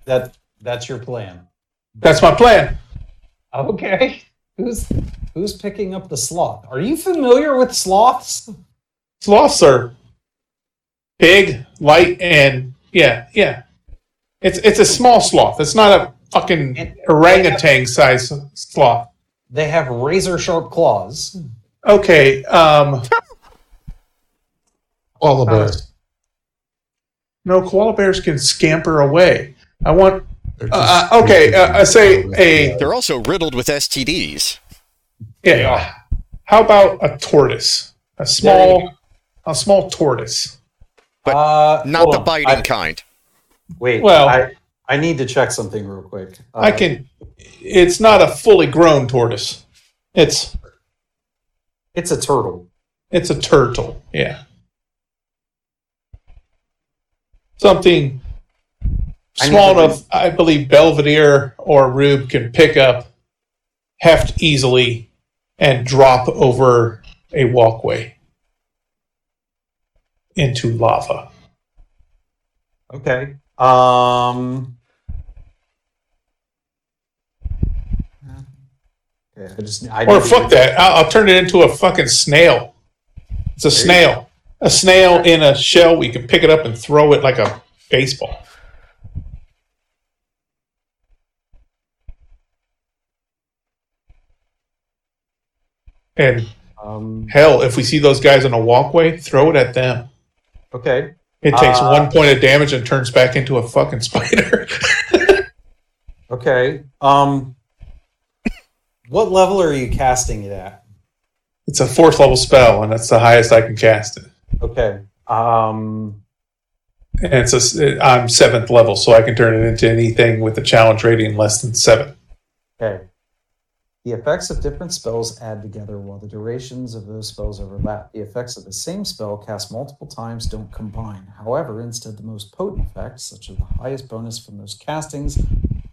Speaker 4: That that's your plan.
Speaker 3: That's my plan.
Speaker 4: Okay. Who's who's picking up the sloth? Are you familiar with sloths?
Speaker 3: Sloths are big, light, and yeah, yeah. It's it's a small sloth. It's not a fucking
Speaker 4: And-
Speaker 3: orangutan size sloth.
Speaker 4: They have razor sharp claws.
Speaker 3: Okay. Um,
Speaker 1: All of
Speaker 3: Uh, no, koala bears can scamper away. I want.
Speaker 1: They're
Speaker 3: Uh,
Speaker 1: just-
Speaker 3: uh, okay,
Speaker 1: they're-
Speaker 3: uh, I say a-
Speaker 2: They're also riddled with STDs.
Speaker 3: Yeah. How about a tortoise? A small, a small tortoise.
Speaker 2: But
Speaker 4: uh,
Speaker 2: Not
Speaker 4: hold
Speaker 3: Oh,
Speaker 2: the
Speaker 4: on.
Speaker 2: biting
Speaker 4: I-
Speaker 2: kind.
Speaker 4: wait.
Speaker 3: Well-
Speaker 4: I, I need to check something real quick. Uh,
Speaker 3: I can. It's not a fully grown tortoise. It's
Speaker 4: It's a turtle.
Speaker 3: it's a turtle. Yeah. Something
Speaker 4: I need
Speaker 3: small
Speaker 4: to-
Speaker 3: enough, I believe, Belvedere or Rube can pick up, heft easily, and drop over a walkway into lava.
Speaker 4: Okay. Um. Okay, I just. I
Speaker 3: Or
Speaker 4: need to-
Speaker 3: fuck that. I'll, I'll turn it into a fucking snail. It's a
Speaker 4: you
Speaker 3: snail. A snail in a shell. We can pick it up and throw it like a baseball. And
Speaker 4: Um,
Speaker 3: hell, if we see those guys on a walkway, throw it at them.
Speaker 4: okay.
Speaker 3: It takes
Speaker 4: Uh,
Speaker 3: one point of damage and turns back into a fucking spider.
Speaker 4: Okay. Um. What level are you casting it at?
Speaker 3: it's a fourth level spell, and that's the highest I can cast it.
Speaker 4: Okay. Um.
Speaker 3: And it's a, I'm seventh level, so I can turn it into anything with a challenge rating less than seven.
Speaker 4: Okay. The effects of different spells add together while the durations of those spells overlap. The effects of the same spell cast multiple times don't combine. However, instead, the most potent effect, such as the highest bonus from those castings,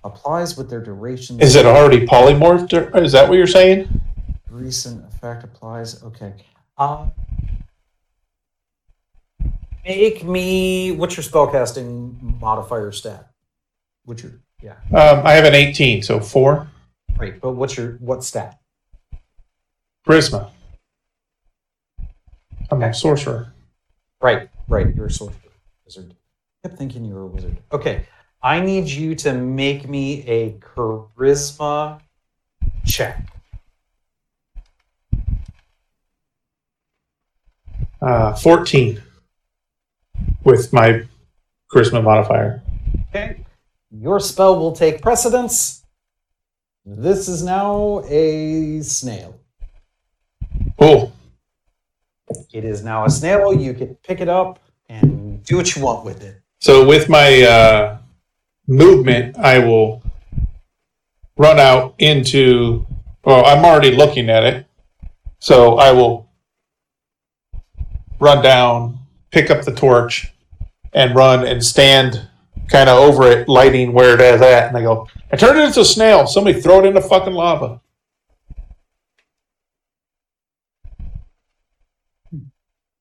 Speaker 4: applies with their durations.
Speaker 3: Is it already polymorphed? Or is that what you're saying?
Speaker 4: Recent effect applies. Okay. Uh, make me. What's your spellcasting modifier stat? What's your. Yeah.
Speaker 3: Um, I have an 18, so four.
Speaker 4: Right. But what's your. What stat?
Speaker 3: Charisma. I'm a sorcerer.
Speaker 4: Right, right. You're a sorcerer wizard. I kept thinking you were a wizard. Okay. I need you to make me a charisma check.
Speaker 3: Uh, 14 with my charisma modifier.
Speaker 4: Okay. Your spell will take precedence. This is now a snail.
Speaker 3: Cool.
Speaker 4: It is now a snail. You can pick it up and do what you want with it.
Speaker 3: So with my uh, movement, I will run out into. Well, I'm already looking at it, so I will run down, pick up the torch, and run and stand kind of over it, lighting where it is at. And I go, I turned it into a snail. Somebody throw it in the fucking lava.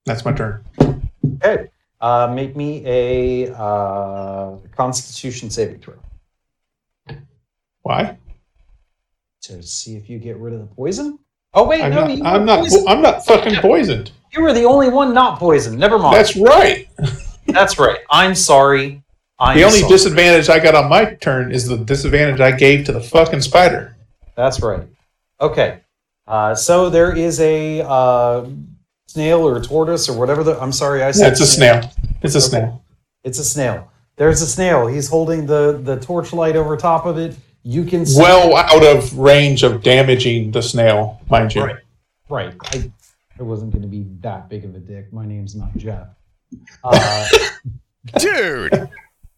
Speaker 3: That's my turn.
Speaker 4: Okay. Uh, make me a uh, constitution saving throw
Speaker 3: Why?
Speaker 4: to see if you get rid of the poison. Oh, wait.
Speaker 3: I'm
Speaker 4: no,
Speaker 3: not.
Speaker 4: you
Speaker 3: I'm
Speaker 4: were
Speaker 3: not.
Speaker 4: poisoned.
Speaker 3: po- I'm not fucking poisoned.
Speaker 4: You were the only one not poisoned. Never mind. That's,
Speaker 3: That's right.
Speaker 4: right. I'm sorry. I'm
Speaker 3: the only
Speaker 4: sorry.
Speaker 3: disadvantage I got on my turn is the disadvantage I gave to the fucking spider.
Speaker 4: That's right. Okay. Uh, so there is a uh, snail or tortoise or whatever the. I'm sorry. I said.
Speaker 3: That's a snail. It's a snail.
Speaker 4: It's a snail. There's a snail. He's holding the the torchlight over top of it. You can see.
Speaker 3: Well out of range of damaging the snail, mind you.
Speaker 4: Right. right. I, I wasn't going to be that big of a dick. My name's not Jeff. Uh,
Speaker 2: Dude,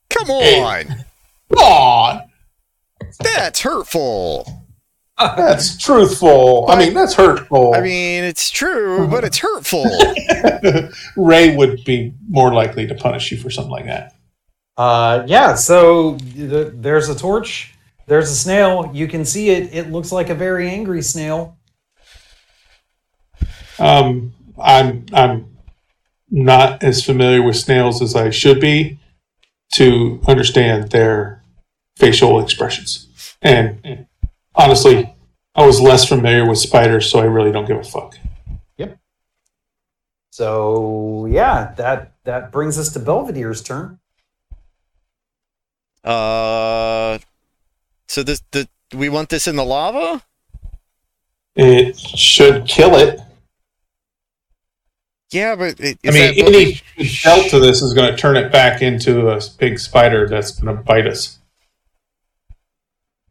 Speaker 2: come on.
Speaker 3: Aw,
Speaker 2: That's hurtful.
Speaker 3: that's truthful. I mean, that's hurtful.
Speaker 2: I mean, it's true, but it's hurtful.
Speaker 3: Ray would be more likely to punish you for something like that.
Speaker 4: Uh, yeah, so th- there's a torch. There's a snail. You can see it. It looks like a very angry snail.
Speaker 3: Um, I'm I'm not as familiar with snails as I should be to understand their facial expressions. And, and honestly, I was less familiar with spiders, so I really don't give a fuck.
Speaker 4: So yeah, that that brings us to Belvedere's turn.
Speaker 2: Uh, so this the we want this in the lava?
Speaker 3: It should kill it.
Speaker 2: Yeah, but it,
Speaker 3: I
Speaker 2: is
Speaker 3: mean,
Speaker 2: that what we-
Speaker 3: any delta to this is going to turn it back into a big spider that's going to bite us.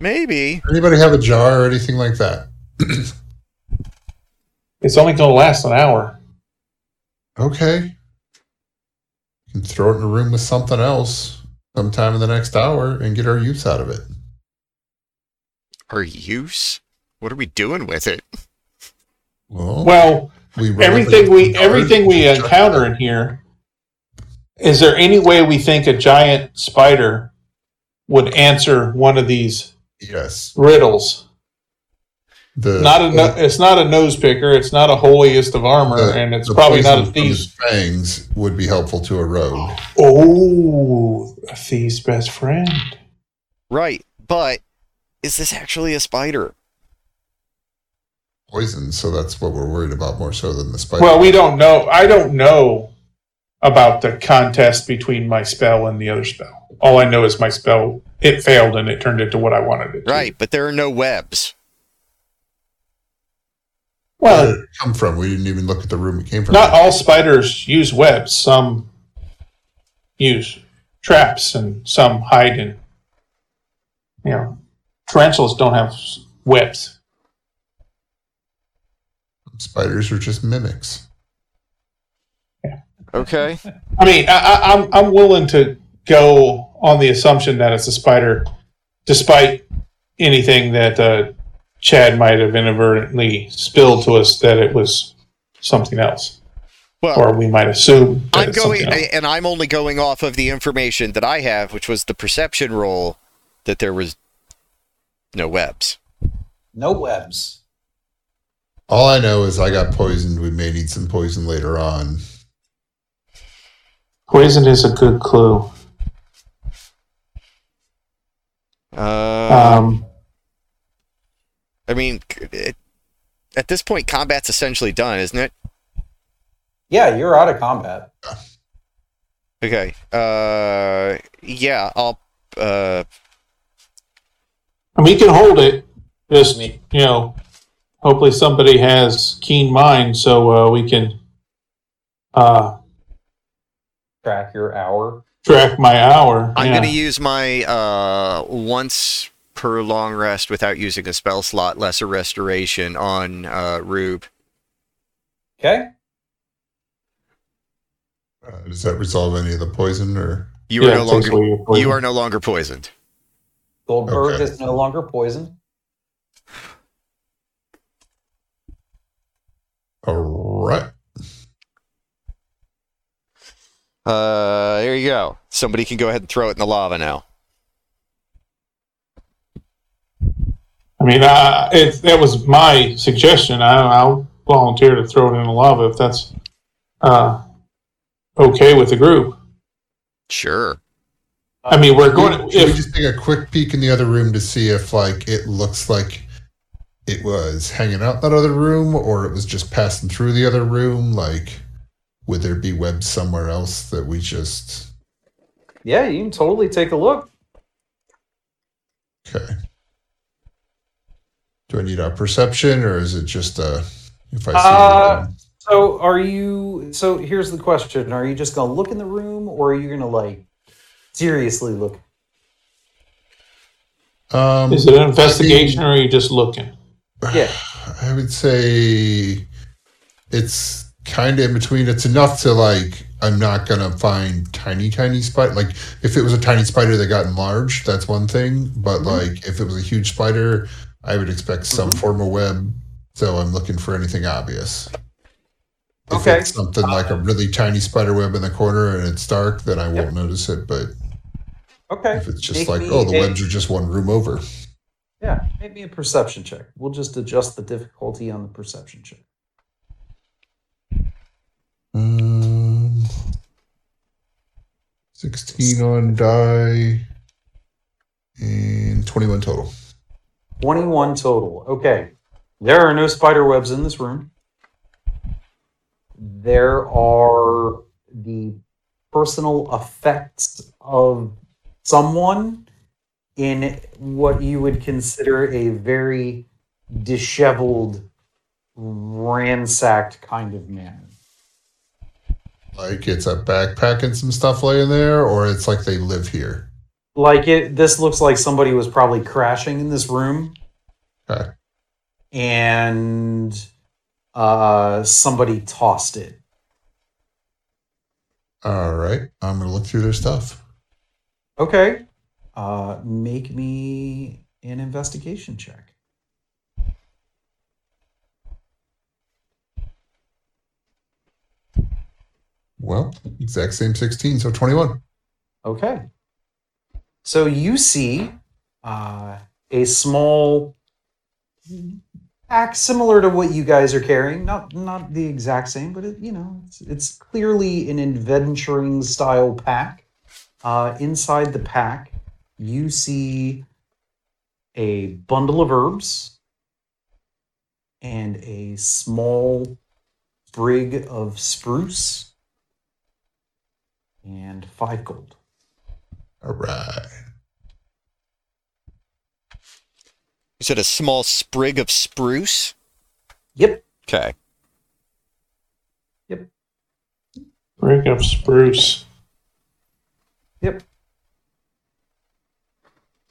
Speaker 2: maybe.
Speaker 1: Anybody have a jar or anything like that?
Speaker 3: It's only going to last an hour.
Speaker 1: Okay. You can throw it in a room with something else sometime in the next hour and get our use out of it.
Speaker 2: Our use? What are we doing with it?
Speaker 1: Well,
Speaker 3: Well,
Speaker 1: we run
Speaker 3: everything
Speaker 1: over
Speaker 3: we
Speaker 1: the yard,
Speaker 3: everything we
Speaker 1: just chuck it
Speaker 3: encounter in here is there any way we think a giant spider would answer one of these
Speaker 1: Yes.
Speaker 3: riddles
Speaker 1: The,
Speaker 3: not a no, it's not a nose picker it's not a holiest of armor
Speaker 1: the-
Speaker 3: and it's
Speaker 1: the
Speaker 3: probably
Speaker 1: poison
Speaker 3: not a
Speaker 1: from
Speaker 3: thief
Speaker 1: his Fangs would be helpful to a rogue.
Speaker 3: oh a thief's best friend
Speaker 2: Right, but is this actually a spider?
Speaker 1: Poison, so that's what we're worried about more so than the spider.
Speaker 3: well we don't know i don't know about the contest between my spell and the other spell all i know is my spell it failed and it turned into what i wanted it to
Speaker 2: Right, but there are no webs.
Speaker 1: Where
Speaker 3: well
Speaker 1: did it come from? We didn't even look at the room it came from.
Speaker 3: Not all spiders use webs. Some use traps, and some hide in. You know, tarantulas don't have s- webs.
Speaker 1: Spiders are just mimics.
Speaker 2: Okay.
Speaker 3: I mean, I, I, I'm I'm willing to go on the assumption that it's a spider, despite anything that uh, Chad might have inadvertently spilled to us that it was something else,
Speaker 2: Well,
Speaker 3: or we might assume. that
Speaker 2: I'm
Speaker 3: it's something
Speaker 2: going,
Speaker 3: else.
Speaker 2: and I'm only going off of the information that I have, which was the perception roll that there was no webs.
Speaker 4: No webs.
Speaker 1: All I know is I got poisoned. We may need some poison later on.
Speaker 3: Poison is a good clue.
Speaker 2: Uh,
Speaker 3: Um,
Speaker 2: I mean, c- it, at this point, combat's essentially done, isn't it?
Speaker 4: Yeah, you're out of combat.
Speaker 2: Okay. Uh, yeah, I'll. Uh,
Speaker 3: And we can hold it. Just you know, hopefully somebody has keen mind, so uh, we can uh,
Speaker 4: Track your hour.
Speaker 3: track my hour.
Speaker 2: I'm
Speaker 3: Yeah.
Speaker 2: going to use my uh, once per long rest without using a spell slot, lesser restoration on uh, Rube.
Speaker 4: Okay.
Speaker 1: Uh, does that resolve any of the poison or?
Speaker 2: You are
Speaker 3: Yeah,
Speaker 2: no
Speaker 3: it
Speaker 2: longer
Speaker 3: takes away your poison.
Speaker 2: you are no longer poisoned.
Speaker 4: Goldberg
Speaker 1: Okay.
Speaker 4: is no longer poisoned.
Speaker 1: All right.
Speaker 2: Uh, there you go. Somebody can go ahead and throw it in the lava now.
Speaker 3: I mean, uh, it, that was my suggestion. I, I'll volunteer to throw it in the lava if that's uh, okay with the group.
Speaker 2: Sure.
Speaker 3: I mean, we're going.
Speaker 1: Should we
Speaker 3: If,
Speaker 1: just take a quick peek in the other room to see if like it looks like it was hanging out in that other room or it was just passing through the other room? Like, would there be webs somewhere else that we just
Speaker 4: Yeah, you can totally take a look.
Speaker 1: okay? Do I need our perception or is it just a if I see
Speaker 4: Uh,
Speaker 1: anything?
Speaker 4: So are you so here's the question. Are you just gonna look in the room or are you gonna like seriously look?
Speaker 1: Um,
Speaker 3: is it an investigation or are you just looking?
Speaker 4: Yeah.
Speaker 1: I would say it's kind of in between. It's enough to like. I'm not gonna find tiny, tiny spider. Like if it was a tiny spider that got enlarged, that's one thing. But
Speaker 4: Mm-hmm.
Speaker 1: like if it was a huge spider, I would expect some form of web. So I'm looking for anything obvious. If
Speaker 4: Okay.
Speaker 1: it's something like a really tiny spider web in the corner and it's dark, then I won't notice it. But
Speaker 4: Okay.
Speaker 1: If it's just
Speaker 4: Make
Speaker 1: like,
Speaker 4: me
Speaker 1: oh, the
Speaker 4: a-
Speaker 1: webs are just one room over.
Speaker 4: Yeah, make me a perception check. We'll just adjust the difficulty on the perception check.
Speaker 1: Um, 16 on die and 21 total.
Speaker 4: 21 total. Okay. There are no spider webs in this room. There are the personal effects of someone in what you would consider a very disheveled, ransacked kind of manner.
Speaker 1: Like it's a backpack and some stuff laying there, or it's like they live here.
Speaker 4: Like it this looks like somebody was probably crashing in this room
Speaker 1: Okay.
Speaker 4: and uh somebody tossed it.
Speaker 1: All right. I'm going to look through their stuff.
Speaker 4: Okay. Uh, make me an investigation check.
Speaker 1: Well, exact same 16, so 21.
Speaker 4: Okay. So you see uh, a small axe similar to what you guys are carrying. Not not the exact same, but it, you know, it's, it's clearly an adventuring style pack. Uh, inside the pack, you see a bundle of herbs and a small sprig of spruce and five gold.
Speaker 1: All right.
Speaker 2: You said a small sprig of spruce?
Speaker 4: Yep.
Speaker 2: Okay.
Speaker 3: Break up spruce.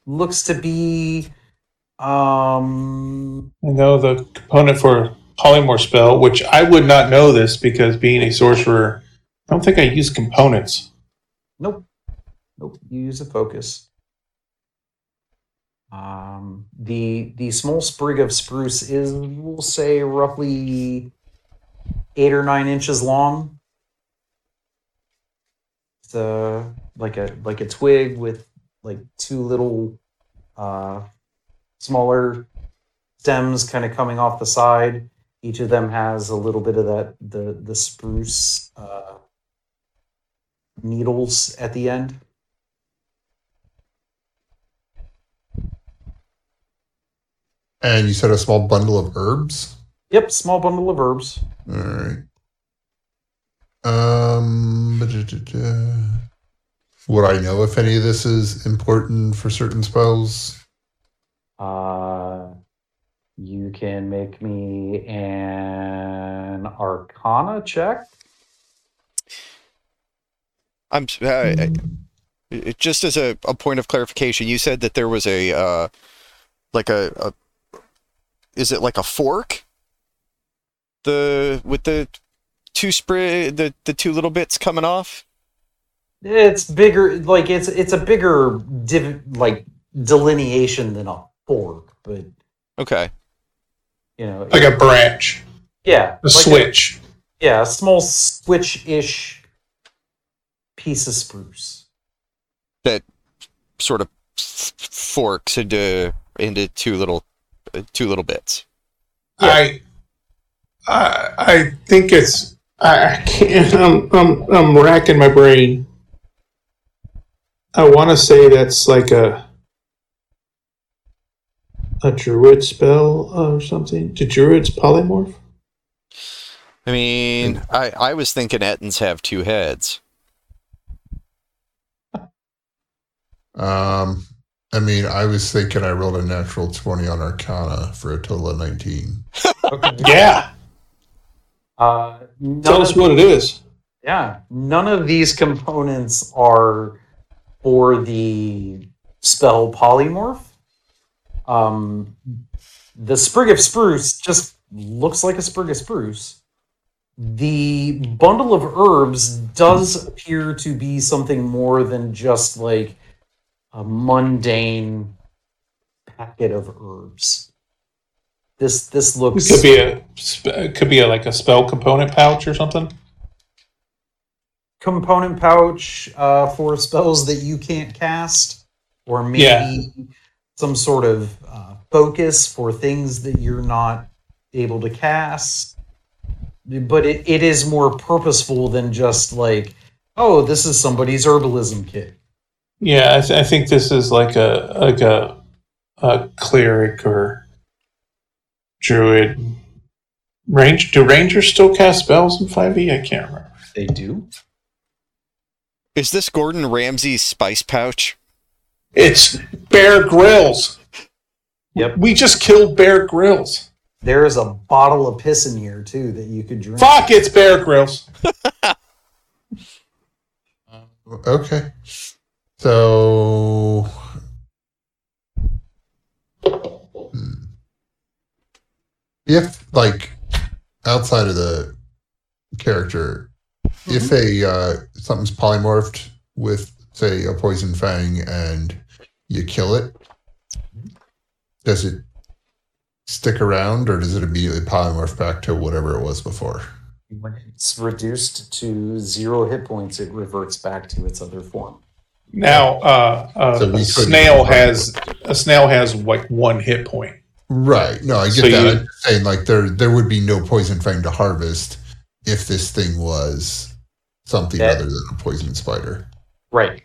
Speaker 4: looks to be um
Speaker 3: I know the component for polymorph spell, which I would not know this because being a sorcerer, I don't think I use components.
Speaker 4: nope nope you use a focus um the the small sprig of spruce is we'll say roughly eight or nine inches long it's uh like a like a twig with like two little uh smaller stems kind of coming off the side each of them has a little bit of that the the spruce uh needles at the end.
Speaker 1: And you said a small bundle of herbs?
Speaker 4: Yep, small bundle of herbs.
Speaker 1: All right. Um, ba-da-da-da. would I know if any of this is important for certain spells?
Speaker 4: Uh, you can make me an Arcana check.
Speaker 2: I'm s- uh, I- I- just as a, a point of clarification. You said that there was a uh, like a, a is it like a fork? The with the two spray the the two little bits coming off.
Speaker 4: It's bigger, like it's it's a bigger div, like delineation than a fork, but
Speaker 2: Okay.
Speaker 4: you know,
Speaker 3: Like a branch,
Speaker 4: yeah,
Speaker 3: a
Speaker 4: like
Speaker 3: switch.
Speaker 4: yeah, a small switch ish piece of spruce.
Speaker 2: Sort of f- f- forks into into two little uh, two little bits.
Speaker 3: I, I, I think it's. I, I can't. I'm, I'm, I'm racking my brain. I want to say that's like a a druid spell or something. Do druids polymorph?
Speaker 2: I mean, I I was thinking Ettins have two heads.
Speaker 1: Um, I mean, I was thinking I rolled a natural 20 on Arcana for a total of 19.
Speaker 4: Okay.
Speaker 3: Yeah.
Speaker 4: Uh, none
Speaker 3: Tell
Speaker 4: of
Speaker 3: us what it is.
Speaker 4: Yeah, none of these components are for the spell polymorph. Um, the sprig of spruce just looks like a sprig of spruce. The bundle of herbs does appear to be something more than just like a mundane packet of herbs. This this looks
Speaker 3: It could be a. sp- It could be a, like a spell component pouch or something.
Speaker 4: component pouch uh, for spells that you can't cast, or maybe
Speaker 3: Yeah.
Speaker 4: some sort of uh, focus for things that you're not able to cast. But it, it is more purposeful than just like, oh, this is somebody's herbalism kit.
Speaker 3: Yeah, I, th- I think this is like a like a a cleric or druid. Range do rangers still cast spells in five E? I can't remember.
Speaker 4: They do.
Speaker 2: Is this Gordon Ramsay's spice pouch?
Speaker 3: It's Bear Grylls.
Speaker 4: Yep.
Speaker 3: We just killed Bear Grylls.
Speaker 4: There is a bottle of piss in here too that you could drink.
Speaker 3: Fuck, it's Bear Grylls.
Speaker 1: Okay. So. Hmm. If, like, outside of the character, if a uh, something's polymorphed with, say, a poison fang and you kill it, does it stick around or does it immediately polymorph back to whatever it was before?
Speaker 4: When it's reduced to zero hit points, it reverts back to its other form.
Speaker 3: Now, uh, uh,
Speaker 1: So we couldn't-
Speaker 3: a snail has a snail has like one hit point.
Speaker 1: Right. No, I get
Speaker 3: So
Speaker 1: that.
Speaker 3: you-
Speaker 1: I'm just saying like there there would be no poison fang to harvest if this thing was something
Speaker 4: That-
Speaker 1: other than a poison spider.
Speaker 4: Right.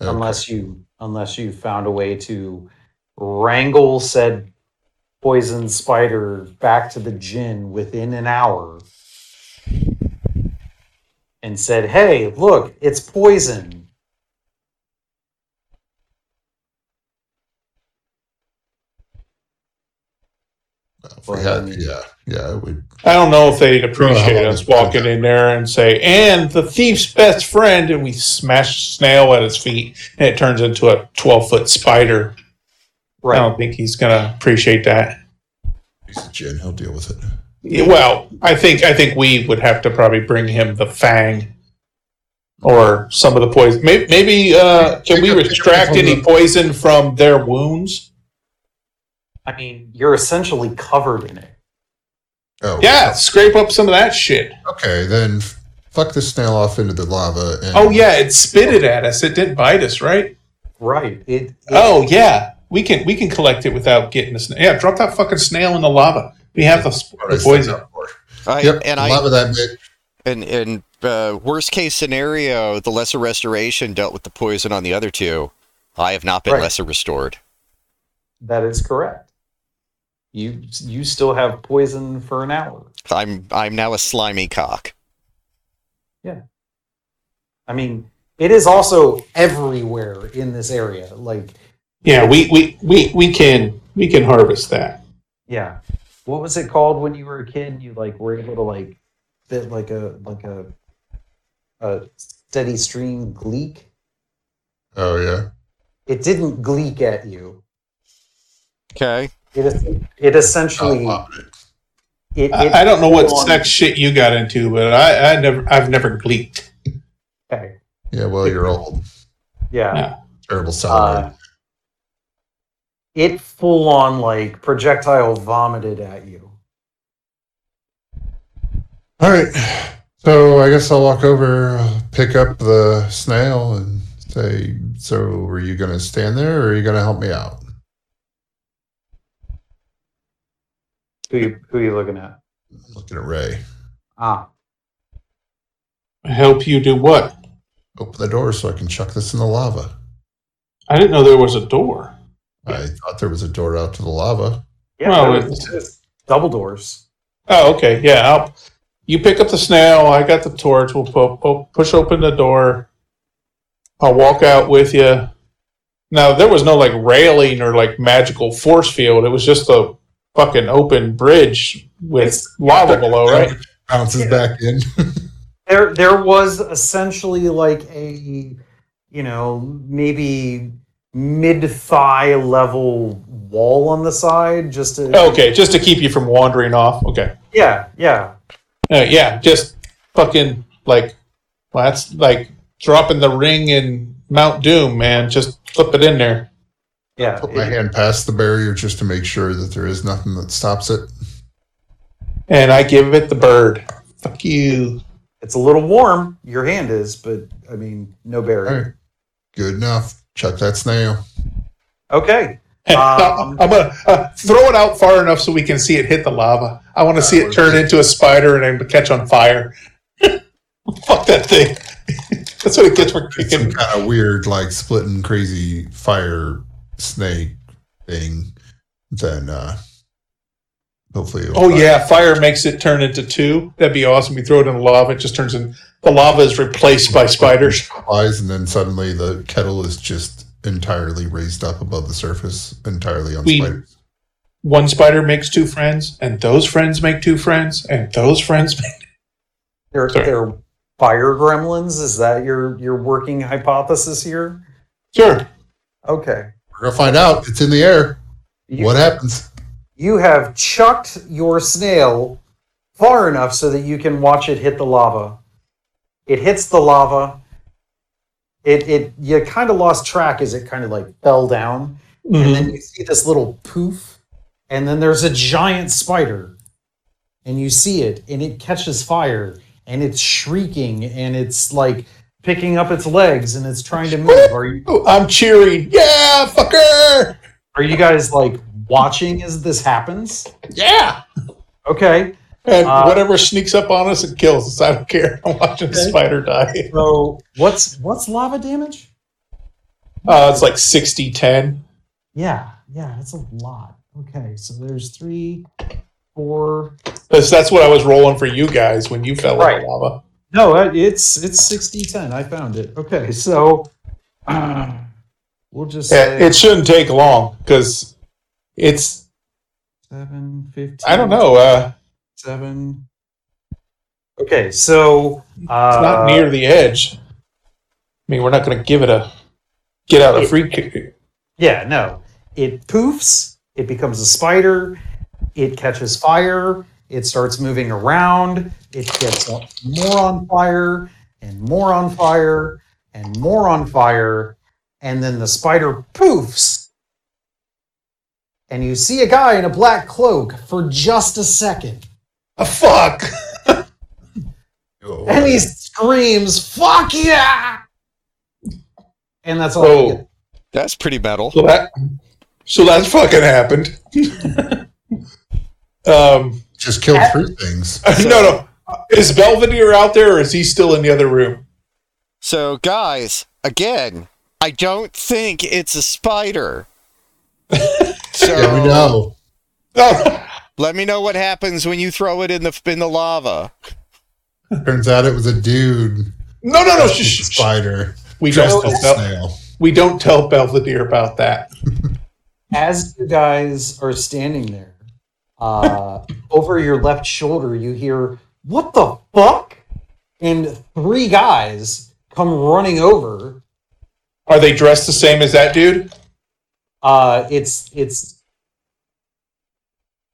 Speaker 1: Okay.
Speaker 4: Unless you unless you found a way to wrangle said poison spider back to the gin within an hour and said, "Hey, look, it's poison."
Speaker 1: If we had- yeah, yeah, it would
Speaker 3: I don't know if they'd
Speaker 1: I don't
Speaker 3: appreciate
Speaker 1: know.
Speaker 3: us walking in there and say, "And the thief's best friend," and we smash snail at his feet, and it turns into a twelve foot spider.
Speaker 4: Right.
Speaker 3: I don't think he's gonna appreciate that.
Speaker 1: he's a gin, he'll deal with it.
Speaker 3: Yeah, Well, I think I think we would have to probably bring him the fang or some of the poison. Maybe, maybe uh, can we extract any poison from their wounds?
Speaker 4: I mean, you're essentially covered in it.
Speaker 1: Oh
Speaker 3: Yeah, scrape up some of that shit.
Speaker 1: Okay, then f- fuck the snail off into the lava and
Speaker 3: Oh yeah, it spit it at us. It didn't bite us, right?
Speaker 4: Right. It, it-
Speaker 3: Oh yeah, we can we can collect it without getting the snail. Yeah, drop that fucking snail in the lava. We have the, sp-
Speaker 1: what
Speaker 3: the
Speaker 1: is that
Speaker 3: poison.
Speaker 1: for?
Speaker 2: I,
Speaker 1: Yep,
Speaker 2: and I
Speaker 1: lava that bit.
Speaker 2: and and uh, worst case scenario, the lesser restoration dealt with the poison on the other two. I have not been
Speaker 4: Right.
Speaker 2: lesser restored.
Speaker 4: That is correct. You you still have poison for an hour.
Speaker 2: I'm I'm now a slimy cock.
Speaker 4: I mean, it is also everywhere in this area. Like,
Speaker 3: Yeah, we, we we we can we can harvest that.
Speaker 4: yeah. What was it called when you were a kid? and You like were able to like fit like a like a a steady stream gleek.
Speaker 1: Oh yeah.
Speaker 4: It didn't gleek at you.
Speaker 2: Okay.
Speaker 4: It is it essentially
Speaker 1: Oh,
Speaker 4: it, it
Speaker 3: I, I don't know what
Speaker 4: on-
Speaker 3: sex shit you got into, but I, I never I've never gleeked.
Speaker 4: okay.
Speaker 1: yeah, well you're old.
Speaker 4: Yeah.
Speaker 1: Terrible salad.
Speaker 4: Uh, it full on like projectile vomited at you.
Speaker 1: All right. So I guess I'll walk over, uh, pick up the snail, and say, "So, are you going to stand there, or are you going to help me out?"
Speaker 4: Who you who you looking at?
Speaker 1: Looking at Ray.
Speaker 4: Ah,
Speaker 3: Help you do what?
Speaker 1: Open the door so I can chuck this in the lava.
Speaker 3: I didn't know there was a door.
Speaker 1: I thought there was a door out to the lava.
Speaker 4: yeah,
Speaker 3: Well,
Speaker 4: that was- double doors.
Speaker 3: Oh, okay. Yeah, I'll, you pick up the snail. I got the torch. We'll pu- pu- push open the door. I'll walk out with you. Now there was no like railing or like magical force field. It was just a fucking open bridge with
Speaker 4: It's-
Speaker 3: lava below, right?
Speaker 1: Bounces back in.
Speaker 4: There there was essentially like a you know maybe mid thigh level wall on the side just to
Speaker 3: Okay, just to keep you from wandering off. Okay.
Speaker 4: yeah yeah
Speaker 3: Uh, yeah, just fucking like well, that's like dropping the ring in Mount Doom, man. Just flip it in there.
Speaker 4: yeah
Speaker 1: Put my hand past the barrier just to make sure that there is nothing that stops it.
Speaker 3: And I give it the bird. Fuck you.
Speaker 4: It's a little warm, your hand is, but I mean, no
Speaker 1: All
Speaker 4: barrier.
Speaker 1: right. Good enough. Chuck that snail.
Speaker 4: Okay.
Speaker 3: Hey,
Speaker 4: Um,
Speaker 3: I'm gonna uh, throw it out far enough so we can see it hit the lava. I want to see it turn into a spider and then catch on fire. Fuck that thing. That's what it gets for
Speaker 1: It's some
Speaker 3: kicking.
Speaker 1: kind of weird, like splitting crazy fire snake thing. Then uh hopefully it'll
Speaker 3: Oh yeah, fire makes it turn into two. That'd be awesome. We throw it in the lava, it just turns in. The lava is replaced by spiders.
Speaker 1: flies, and then suddenly the kettle is just entirely raised up above the surface, entirely on
Speaker 3: We-
Speaker 1: spiders.
Speaker 3: One spider makes two friends, and those friends make two friends, and those friends make.
Speaker 4: they're,
Speaker 3: Sorry.
Speaker 4: they're fire gremlins. Is that your, your working hypothesis here?
Speaker 3: Sure.
Speaker 4: Okay.
Speaker 1: We're gonna find out. It's in the air.
Speaker 4: You-
Speaker 1: What happens?
Speaker 4: You have chucked your snail far enough so that you can watch it hit the lava. It hits the lava. It it you kind of lost track as it kind of like fell down, and
Speaker 3: Mhm.
Speaker 4: then you see this little poof, and then there's a giant spider, and you see it, and it catches fire, and it's shrieking, and it's like picking up its legs, and it's trying to move. Are you
Speaker 3: Oh, I'm cheering. Yeah, fucker.
Speaker 4: are you guys like watching as this happens?
Speaker 3: Yeah.
Speaker 4: Okay.
Speaker 3: And
Speaker 4: Uh,
Speaker 3: whatever sneaks up on us and kills us, I don't care. I'm watching the
Speaker 4: Okay.
Speaker 3: spider die.
Speaker 4: So what's what's lava damage?
Speaker 3: Uh, it's like 60 10.
Speaker 4: Yeah, yeah, that's a lot. Okay, so there's three, four.
Speaker 3: That's, that's what I was rolling for you guys when you fell in
Speaker 4: Right.
Speaker 3: the lava.
Speaker 4: No, uh, it's it's sixty ten. I found it. Okay, so uh, we'll just
Speaker 3: Yeah,
Speaker 4: say
Speaker 3: it shouldn't take long because it's,
Speaker 4: seven fifteen.
Speaker 3: I don't know, uh,
Speaker 4: seven. Okay, so uh,
Speaker 3: it's not near the edge. I mean, we're not going to give it a get out of free kick.
Speaker 4: Yeah, no. It poofs, it becomes a spider, it catches fire, it starts moving around, it gets more on fire, and more on fire, and more on fire, and then the spider poofs. And you see a guy in a black cloak for just a second.
Speaker 3: Ah, fuck.
Speaker 1: Oh,
Speaker 4: And he screams, Fuck yeah! And that's all you
Speaker 3: Oh,
Speaker 4: get.
Speaker 2: That's pretty metal.
Speaker 3: so that, so that fucking happened. um,
Speaker 1: just killed three things.
Speaker 3: no, no. Is Belvedere out there, or is he still in the other room?
Speaker 2: So, guys, again, I don't think it's a spider. so,
Speaker 1: Yeah, we know.
Speaker 3: No.
Speaker 2: let me know what happens when you throw it in the in the lava.
Speaker 1: Turns out it was a dude.
Speaker 3: No, no, no.
Speaker 1: It's a
Speaker 3: Shh, shh, shh.
Speaker 1: spider.
Speaker 3: We
Speaker 1: Dressed
Speaker 3: don't,
Speaker 1: as a
Speaker 3: tell,
Speaker 1: snail.
Speaker 3: we don't tell Belvedere about that.
Speaker 4: as you guys are standing there, uh, over your left shoulder, you hear, What the fuck? And three guys come running over.
Speaker 3: Are they dressed the same as that dude?
Speaker 4: Uh, it's, it's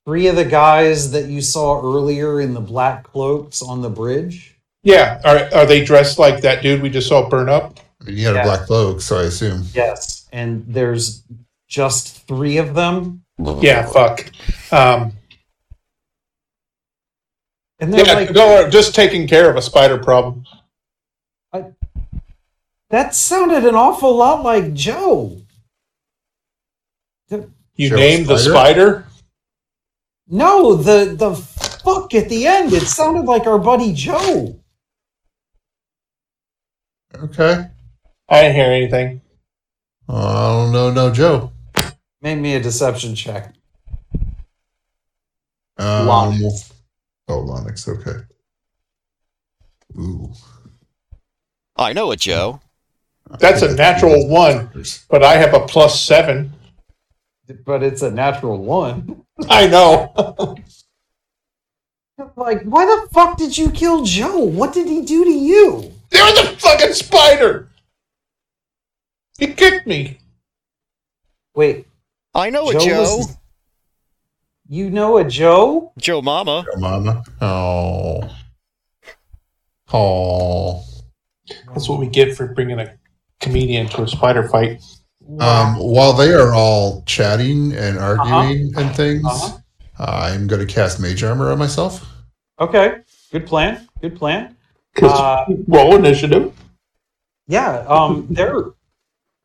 Speaker 4: three of the guys that you saw earlier in the black cloaks on the bridge.
Speaker 3: Yeah. Are, are they dressed like that dude we just saw burn up?
Speaker 1: I mean, he had
Speaker 4: Yeah.
Speaker 1: a black cloak, so I assume.
Speaker 4: Yes. And there's just three of them.
Speaker 3: Yeah. Fuck. Um,
Speaker 4: And they're
Speaker 3: yeah.
Speaker 4: like,
Speaker 3: no, we're just taking care of a spider problem.
Speaker 4: That sounded an awful lot like Joe.
Speaker 3: You
Speaker 1: Sure,
Speaker 3: named the
Speaker 1: spider?
Speaker 3: spider?
Speaker 4: No, the the fuck at the end. It sounded like our buddy Joe.
Speaker 1: Okay.
Speaker 3: I didn't hear anything.
Speaker 1: I don't know, Uh, no Joe.
Speaker 4: Make me a deception check.
Speaker 1: Um,
Speaker 4: Lonix.
Speaker 1: Oh, Lonix. Okay. Ooh.
Speaker 2: I know it, Joe.
Speaker 3: That's a natural one, but I have a plus seven.
Speaker 4: But it's a natural one.
Speaker 3: I know.
Speaker 4: Like, why the fuck did you kill Joe? What did he do to you?
Speaker 3: There was a fucking spider. He kicked me.
Speaker 4: Wait,
Speaker 2: I know it,
Speaker 4: Joe
Speaker 2: Joe.
Speaker 4: was- you know a Joe?
Speaker 2: Joe Mama.
Speaker 1: Your mama. Oh. Oh.
Speaker 3: That's what we get for bringing a comedian to a spider fight.
Speaker 1: Um, while they are all chatting and arguing and things,
Speaker 4: Uh-huh.
Speaker 1: I'm going to cast Mage Armor on myself.
Speaker 4: Okay, good plan. Good plan.
Speaker 3: 'Cause
Speaker 4: Uh,
Speaker 3: roll initiative.
Speaker 4: Yeah, um, they're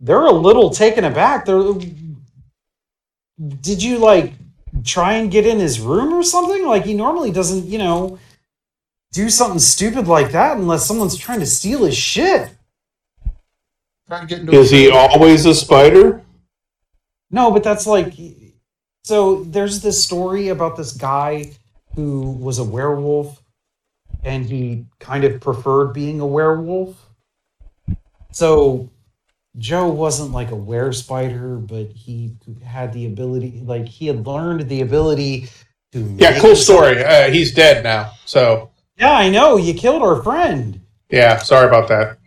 Speaker 4: they're a little taken aback. They're, did you like try and get in his room or something? Like he normally doesn't, you know, do something stupid like that unless someone's trying to steal his shit.
Speaker 1: Trying to get into a
Speaker 3: Is he always a spider?
Speaker 4: No, but that's like so there's this story about this guy who was a werewolf and he kind of preferred being a werewolf. So Joe wasn't like a were spider, but he had the ability like he had learned the ability to
Speaker 3: Yeah,
Speaker 4: make-
Speaker 3: cool story. Uh, he's dead now. So
Speaker 4: Yeah, I know, you killed our friend.
Speaker 3: yeah, sorry about that.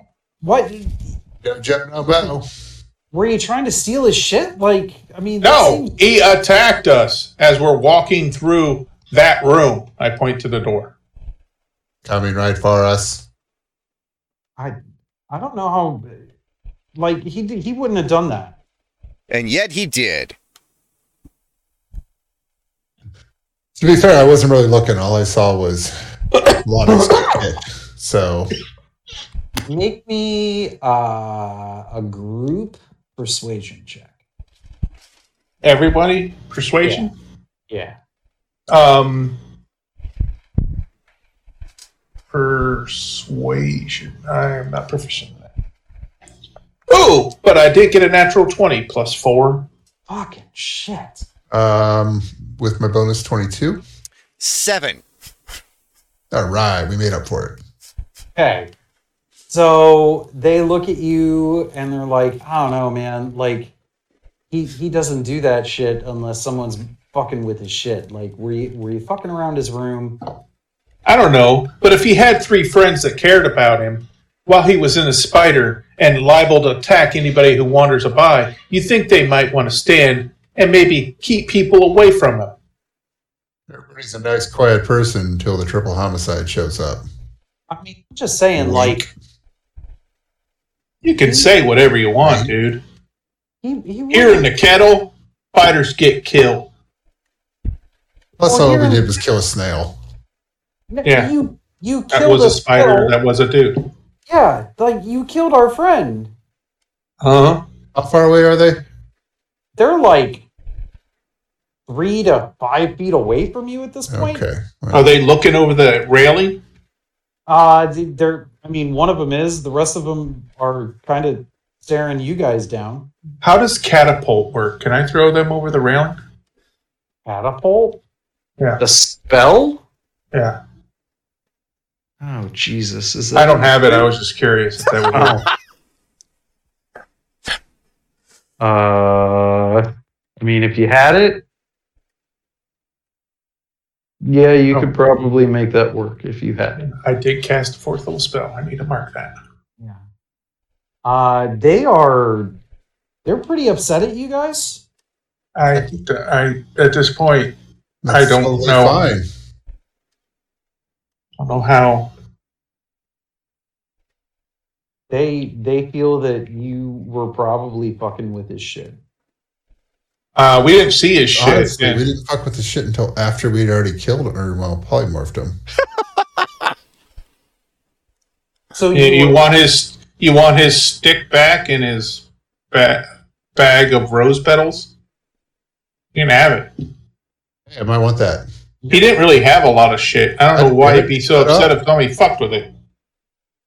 Speaker 4: What
Speaker 1: Yeah, Jet- no, no.
Speaker 4: were you trying to steal his shit? Like, I mean, that
Speaker 3: No,
Speaker 4: seems-
Speaker 3: he attacked us as we're walking through that room. I point to the door.
Speaker 1: Coming right for us.
Speaker 4: I I don't know how like he d- he wouldn't have done that.
Speaker 2: And yet he did.
Speaker 1: To be fair, I wasn't really looking. All I saw was Lonnie's hit. So
Speaker 4: Make me uh, a group persuasion check.
Speaker 3: Everybody, persuasion.
Speaker 4: Yeah.
Speaker 3: Um, persuasion. I'm not proficient in that. Oh, but I did get a natural 20 plus four.
Speaker 4: Fucking shit.
Speaker 1: um, with my bonus 22.
Speaker 2: Seven.
Speaker 1: All right, we made up for it.
Speaker 4: Okay. So they look at you and they're like, I don't know, man. Like, he he doesn't do that shit unless someone's fucking with his shit. Like, were you were you fucking around his room?
Speaker 3: I don't know, but if he had three friends that cared about him while he was in a spider and liable to attack anybody who wanders by, you think they might want to stand and maybe keep people away from him.
Speaker 1: Everybody's a nice, quiet person until the triple homicide shows up.
Speaker 4: I mean, I'm just saying, like,
Speaker 3: You can say whatever you want, dude.
Speaker 4: he he
Speaker 3: Here
Speaker 4: really
Speaker 3: in the kettle, fighters get killed.
Speaker 1: Plus,
Speaker 4: Well,
Speaker 1: all we
Speaker 4: you're-
Speaker 1: did was kill a snail.
Speaker 3: Yeah.
Speaker 4: You you killed
Speaker 3: That was a
Speaker 4: us
Speaker 3: spider,
Speaker 4: both.
Speaker 3: that was a dude.
Speaker 4: yeah, like you killed our friend.
Speaker 3: Huh?
Speaker 1: How far away are they?
Speaker 4: They're like three to five feet away from you at this point.
Speaker 1: Okay.
Speaker 3: Are they looking over the railing?
Speaker 4: Uh they- they're. I mean, one of them is. The rest of them are kind of staring you guys down.
Speaker 3: How does catapult work? Can I throw them over the railing?
Speaker 4: Catapult.
Speaker 3: Yeah.
Speaker 4: The spell.
Speaker 3: Yeah.
Speaker 4: Oh Jesus! Is
Speaker 3: I don't have it. I was just curious if that would work.
Speaker 4: Uh, I mean, if you had it, yeah, you
Speaker 3: could
Speaker 4: probably make that work if you had it.
Speaker 3: I did cast a fourth level spell. I need to mark that.
Speaker 4: Yeah. Uh, they are, they're pretty upset at you guys.
Speaker 3: I, I at this point, I don't
Speaker 1: totally
Speaker 3: know.
Speaker 1: Fine.
Speaker 3: I don't know how.
Speaker 4: They they feel that you were probably fucking with his shit.
Speaker 3: Uh, we didn't see his shit.
Speaker 1: Honestly,
Speaker 3: and-
Speaker 1: we didn't fuck with the shit until after we'd already killed him, or well, polymorphed him.
Speaker 4: So
Speaker 3: you, you
Speaker 4: were-
Speaker 3: want his you want his stick back and his ba- bag of rose petals. You can have it.
Speaker 1: Hey, I might want that.
Speaker 3: He didn't really have a lot of shit. I don't know why he'd be so upset if somebody fucked with it.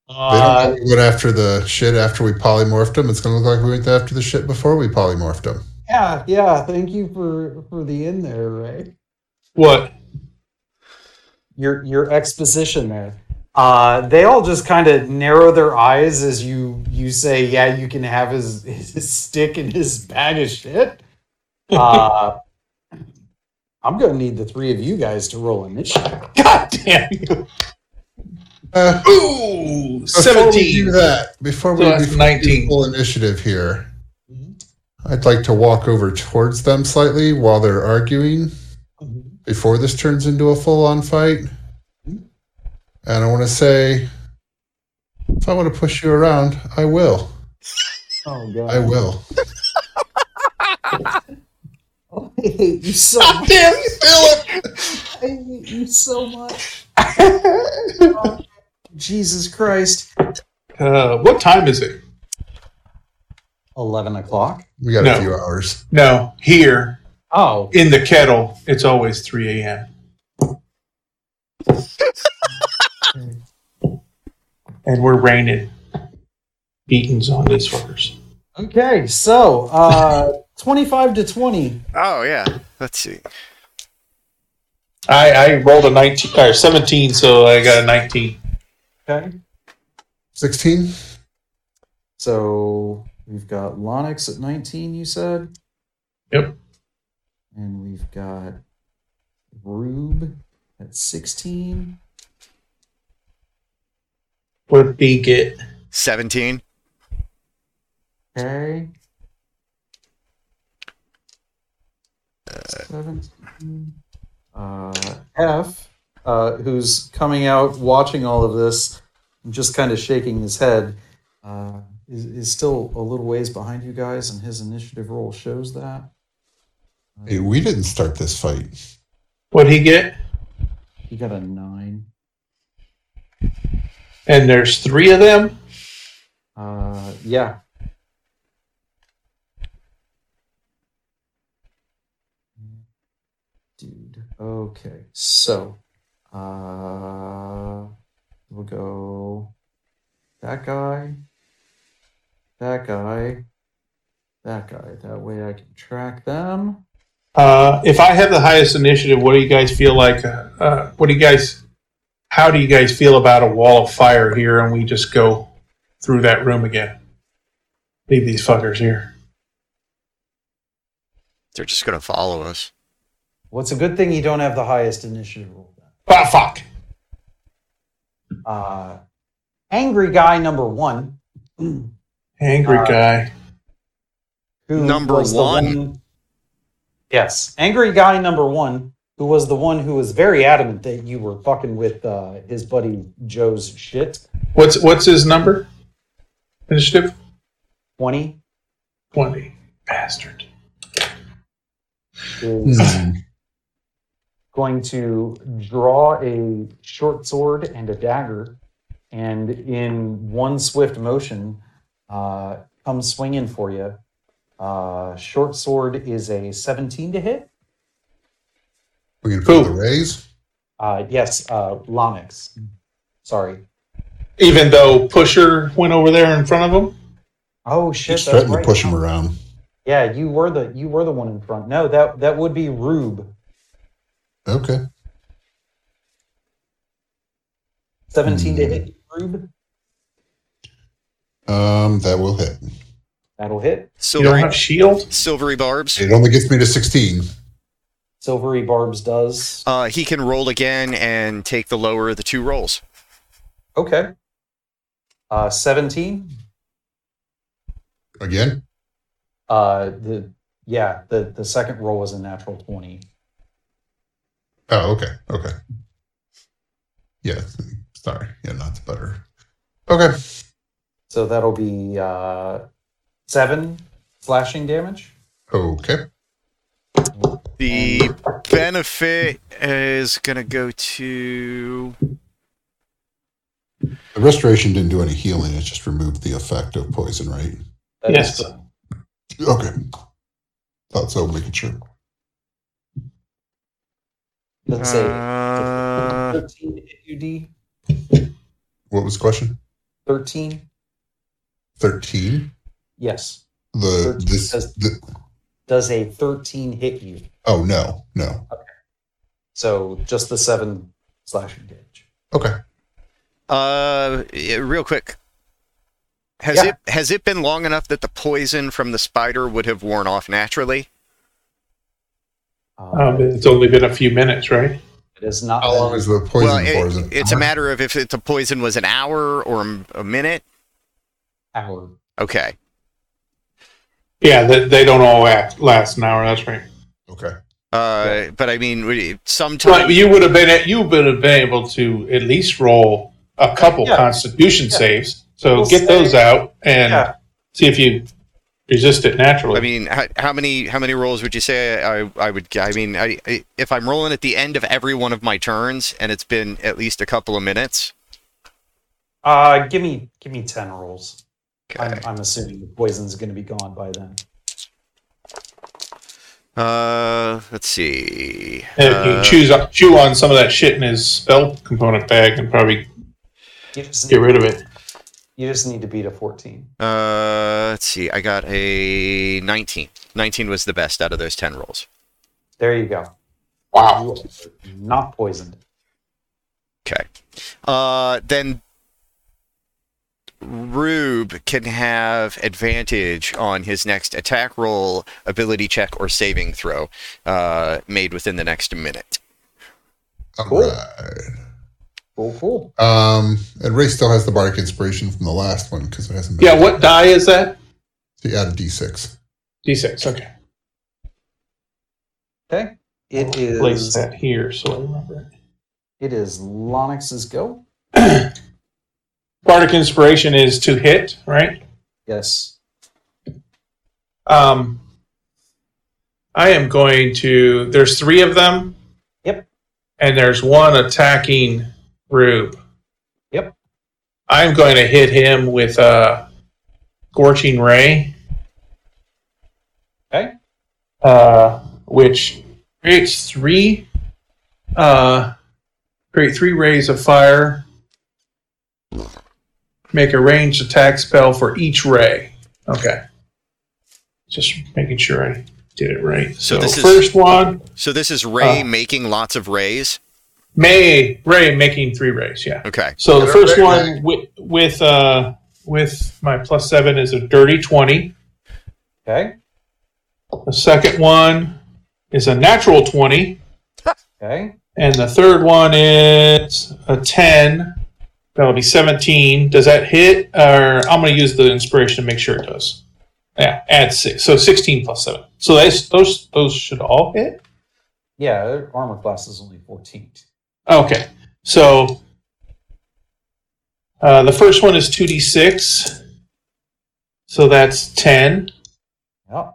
Speaker 1: They
Speaker 4: uh,
Speaker 1: don't know we went after the shit after we polymorphed him. It's gonna look like we went after the shit before we polymorphed him.
Speaker 4: yeah yeah. Thank you for for the in there, Ray.
Speaker 3: What?
Speaker 4: Your your exposition there. Uh, they all just kind of narrow their eyes as you you say, yeah, you can have his his stick and his bag of shit. Uh, I'm gonna need the three of you guys to roll initiative.
Speaker 3: God damn you!
Speaker 1: Uh,
Speaker 3: Ooh,
Speaker 1: before we do
Speaker 3: seventeen.
Speaker 1: that, before we
Speaker 3: So that's
Speaker 1: before we do
Speaker 3: 19.
Speaker 1: full initiative here,
Speaker 4: Mhm.
Speaker 1: I'd like to walk over towards them slightly while they're arguing before this turns into a full-on fight. And I want to say, if I want to push you around, I will.
Speaker 4: Oh god,
Speaker 1: I will.
Speaker 4: I hate you so.
Speaker 3: God
Speaker 4: Much.
Speaker 3: damn you, Philip!
Speaker 4: I hate you so much. Jesus Christ.
Speaker 3: Uh, what time is it?
Speaker 4: 11 o'clock.
Speaker 1: We got
Speaker 3: No.
Speaker 1: a few hours.
Speaker 3: No, here
Speaker 4: Oh,
Speaker 3: in the kettle, it's always 3 a.m. and we're raining beatings on these fuckers.
Speaker 4: okay. So uh, 25 to 20.
Speaker 2: Oh yeah. Let's see.
Speaker 3: I, I rolled a 19 or 17, so I got a 19.
Speaker 4: Okay.
Speaker 1: 16?
Speaker 4: So we've got Lonix at 19, you said?
Speaker 3: Yep.
Speaker 4: And we've got Rube at 16.
Speaker 3: What did B get?
Speaker 2: Seventeen.
Speaker 4: Okay. 17. Uh, F, uh, who's coming out watching all of this and just kind of shaking his head, uh, is, is still a little ways behind you guys, and his initiative roll shows that.
Speaker 1: Hey, we didn't start this fight.
Speaker 3: What did he get?
Speaker 4: He got a nine.
Speaker 3: And there's three of them.
Speaker 4: Uh, yeah. Dude. Okay. So, uh, we'll go that guy, that guy, that guy. That way I can track them.
Speaker 3: Uh, if I have the highest initiative, what do you guys feel like? Uh, uh, what do you guys? How do you guys feel about a wall of fire here? And we just go through that room again. Leave these fuckers here.
Speaker 2: They're just gonna follow us.
Speaker 4: Well, it's a good thing you don't have the highest initiative roll.
Speaker 3: Ah, fuck.
Speaker 4: Uh, angry guy number one.
Speaker 3: Angry
Speaker 4: Uh,
Speaker 3: guy.
Speaker 4: who
Speaker 2: Number
Speaker 4: was the
Speaker 2: one?
Speaker 4: Yes, angry guy number one, who was the one who was very adamant that you were fucking with uh, his buddy Joe's shit.
Speaker 3: What's what's his number? Initiative
Speaker 4: Twenty
Speaker 3: twenty. Bastard.
Speaker 4: is going to draw a short sword and a dagger, and in one swift motion, uh, come swinging for you. Uh, short sword is a seventeen to hit.
Speaker 1: We gonna put
Speaker 3: Who?
Speaker 1: the raise?
Speaker 4: Uh, yes, uh, Lonix. Sorry.
Speaker 3: Even though Pusher went over there in front of him.
Speaker 4: Oh shit!
Speaker 1: Just
Speaker 4: That's
Speaker 1: threaten to
Speaker 4: right.
Speaker 1: push him around.
Speaker 4: Yeah, you were the you were the one in front. No, that that would be Rube.
Speaker 1: Okay.
Speaker 4: Seventeen to
Speaker 1: Hmm.
Speaker 4: hit Rube.
Speaker 1: Um, that will hit.
Speaker 4: That'll hit.
Speaker 3: You don't
Speaker 2: Silvery,
Speaker 3: have shield.
Speaker 2: silvery barbs.
Speaker 1: It only gets me to 16.
Speaker 4: Silvery Barbs does.
Speaker 2: Uh, he can roll again and take the lower of the two rolls.
Speaker 4: Okay. Uh, seventeen.
Speaker 1: Again?
Speaker 4: Uh, the yeah the the second roll was a natural twenty.
Speaker 1: Oh, okay. Okay. Yeah. Sorry. Yeah, not better. Okay.
Speaker 4: So that'll be uh, seven slashing damage.
Speaker 1: Okay.
Speaker 2: The benefit is gonna go to
Speaker 1: The restoration didn't do any healing. It just removed the effect of poison, right?
Speaker 4: That is
Speaker 3: Yes.
Speaker 4: correct.
Speaker 1: Okay. Thought so, making sure.
Speaker 4: Let's say
Speaker 2: uh,
Speaker 4: thirteen. UD
Speaker 1: What was the question?
Speaker 4: thirteen.
Speaker 1: 13?
Speaker 4: Yes.
Speaker 1: The,
Speaker 4: 13
Speaker 1: this,
Speaker 4: says-
Speaker 1: the,
Speaker 4: Does a thirteen hit you?
Speaker 1: oh, no, no.
Speaker 4: So just the seven slashing damage.
Speaker 1: Okay.
Speaker 2: uh, yeah, real quick. Has
Speaker 4: Yeah.
Speaker 2: it has it been long enough that the poison from the spider would have worn off naturally?
Speaker 4: Uh,
Speaker 3: Um, it's only been a few minutes, right?
Speaker 4: it is not.
Speaker 1: How long is the poison Uh-huh.
Speaker 2: Well,
Speaker 1: for? Is it
Speaker 2: it,
Speaker 1: an
Speaker 2: it's a
Speaker 1: hour?
Speaker 2: matter of if it, the poison was an hour or m- a minute.
Speaker 4: hour?
Speaker 2: Okay.
Speaker 3: Yeah, they, they don't all act last an hour. That's right.
Speaker 1: Okay.
Speaker 2: Uh, but I mean, we-
Speaker 3: Right,
Speaker 2: sometime.
Speaker 3: but you would have been you would have been able to at least roll a couple
Speaker 4: Yeah.
Speaker 3: Constitution
Speaker 4: Yeah.
Speaker 3: saves. So
Speaker 4: We'll
Speaker 3: get
Speaker 4: say-
Speaker 3: those out and
Speaker 4: Yeah.
Speaker 3: see if you resist it naturally.
Speaker 2: I mean, how, how many how many rolls would you say I I would? I mean, I, I if I'm rolling at the end of every one of my turns and it's been at least a couple of minutes,
Speaker 4: Uh, give me give me ten rolls.
Speaker 2: Okay.
Speaker 4: I'm, I'm assuming the poison's going to be gone by then.
Speaker 2: Uh, let's see.
Speaker 3: And if
Speaker 2: Uh,
Speaker 3: you choose chew on some of that shit in his spell component bag and probably
Speaker 4: You just
Speaker 3: get rid of it.
Speaker 4: You just need to beat a fourteen.
Speaker 2: Uh, let's see. I got a 19. 19 was the best out of those 10 rolls.
Speaker 4: There you go.
Speaker 3: Wow.
Speaker 4: Not poisoned.
Speaker 2: Okay. Uh, then Rube can have advantage on his next attack roll, ability check, or saving throw uh, made within the next minute.
Speaker 1: All right.
Speaker 4: Cool. Cool, cool.
Speaker 1: Um, and Ray still has the bardic inspiration from the last one because it hasn't. Been
Speaker 3: Yeah, what die is that?
Speaker 1: He added D6.
Speaker 3: D6, okay.
Speaker 4: Okay. It
Speaker 3: Place
Speaker 4: is.
Speaker 3: that here so I remember it.
Speaker 4: It is Lonix's go.
Speaker 3: Bardic Inspiration is to hit, right?
Speaker 4: Yes.
Speaker 3: Um, I am going to. There's three of them.
Speaker 4: Yep.
Speaker 3: And there's one attacking Rube.
Speaker 4: Yep.
Speaker 3: I'm going to hit him with a Scorching Ray.
Speaker 4: Okay.
Speaker 3: Uh, which creates three. Uh, create three rays of fire. Make a ranged attack spell for each ray. Okay. Just making sure I did it right.
Speaker 2: So
Speaker 3: So,
Speaker 2: this is-
Speaker 3: first one,
Speaker 2: So this is Ray
Speaker 3: Uh.
Speaker 2: making lots of rays.
Speaker 3: May Ray making three rays. Yeah.
Speaker 2: Okay.
Speaker 3: So the
Speaker 1: Got a
Speaker 3: first
Speaker 1: ray
Speaker 3: one with with uh with my plus seven is a dirty twenty.
Speaker 4: Okay.
Speaker 3: The second one is a natural twenty,
Speaker 4: Okay.
Speaker 3: and the third one is a ten. That'll be seventeen. Does that hit? Or I'm going to use the inspiration to make sure it does. Yeah, add six. So sixteen plus seven. So those those those should all hit.
Speaker 4: Yeah. their Armor class is only fourteen.
Speaker 3: Okay. So uh, the first one is 2d6. So that's 10.
Speaker 4: Yep.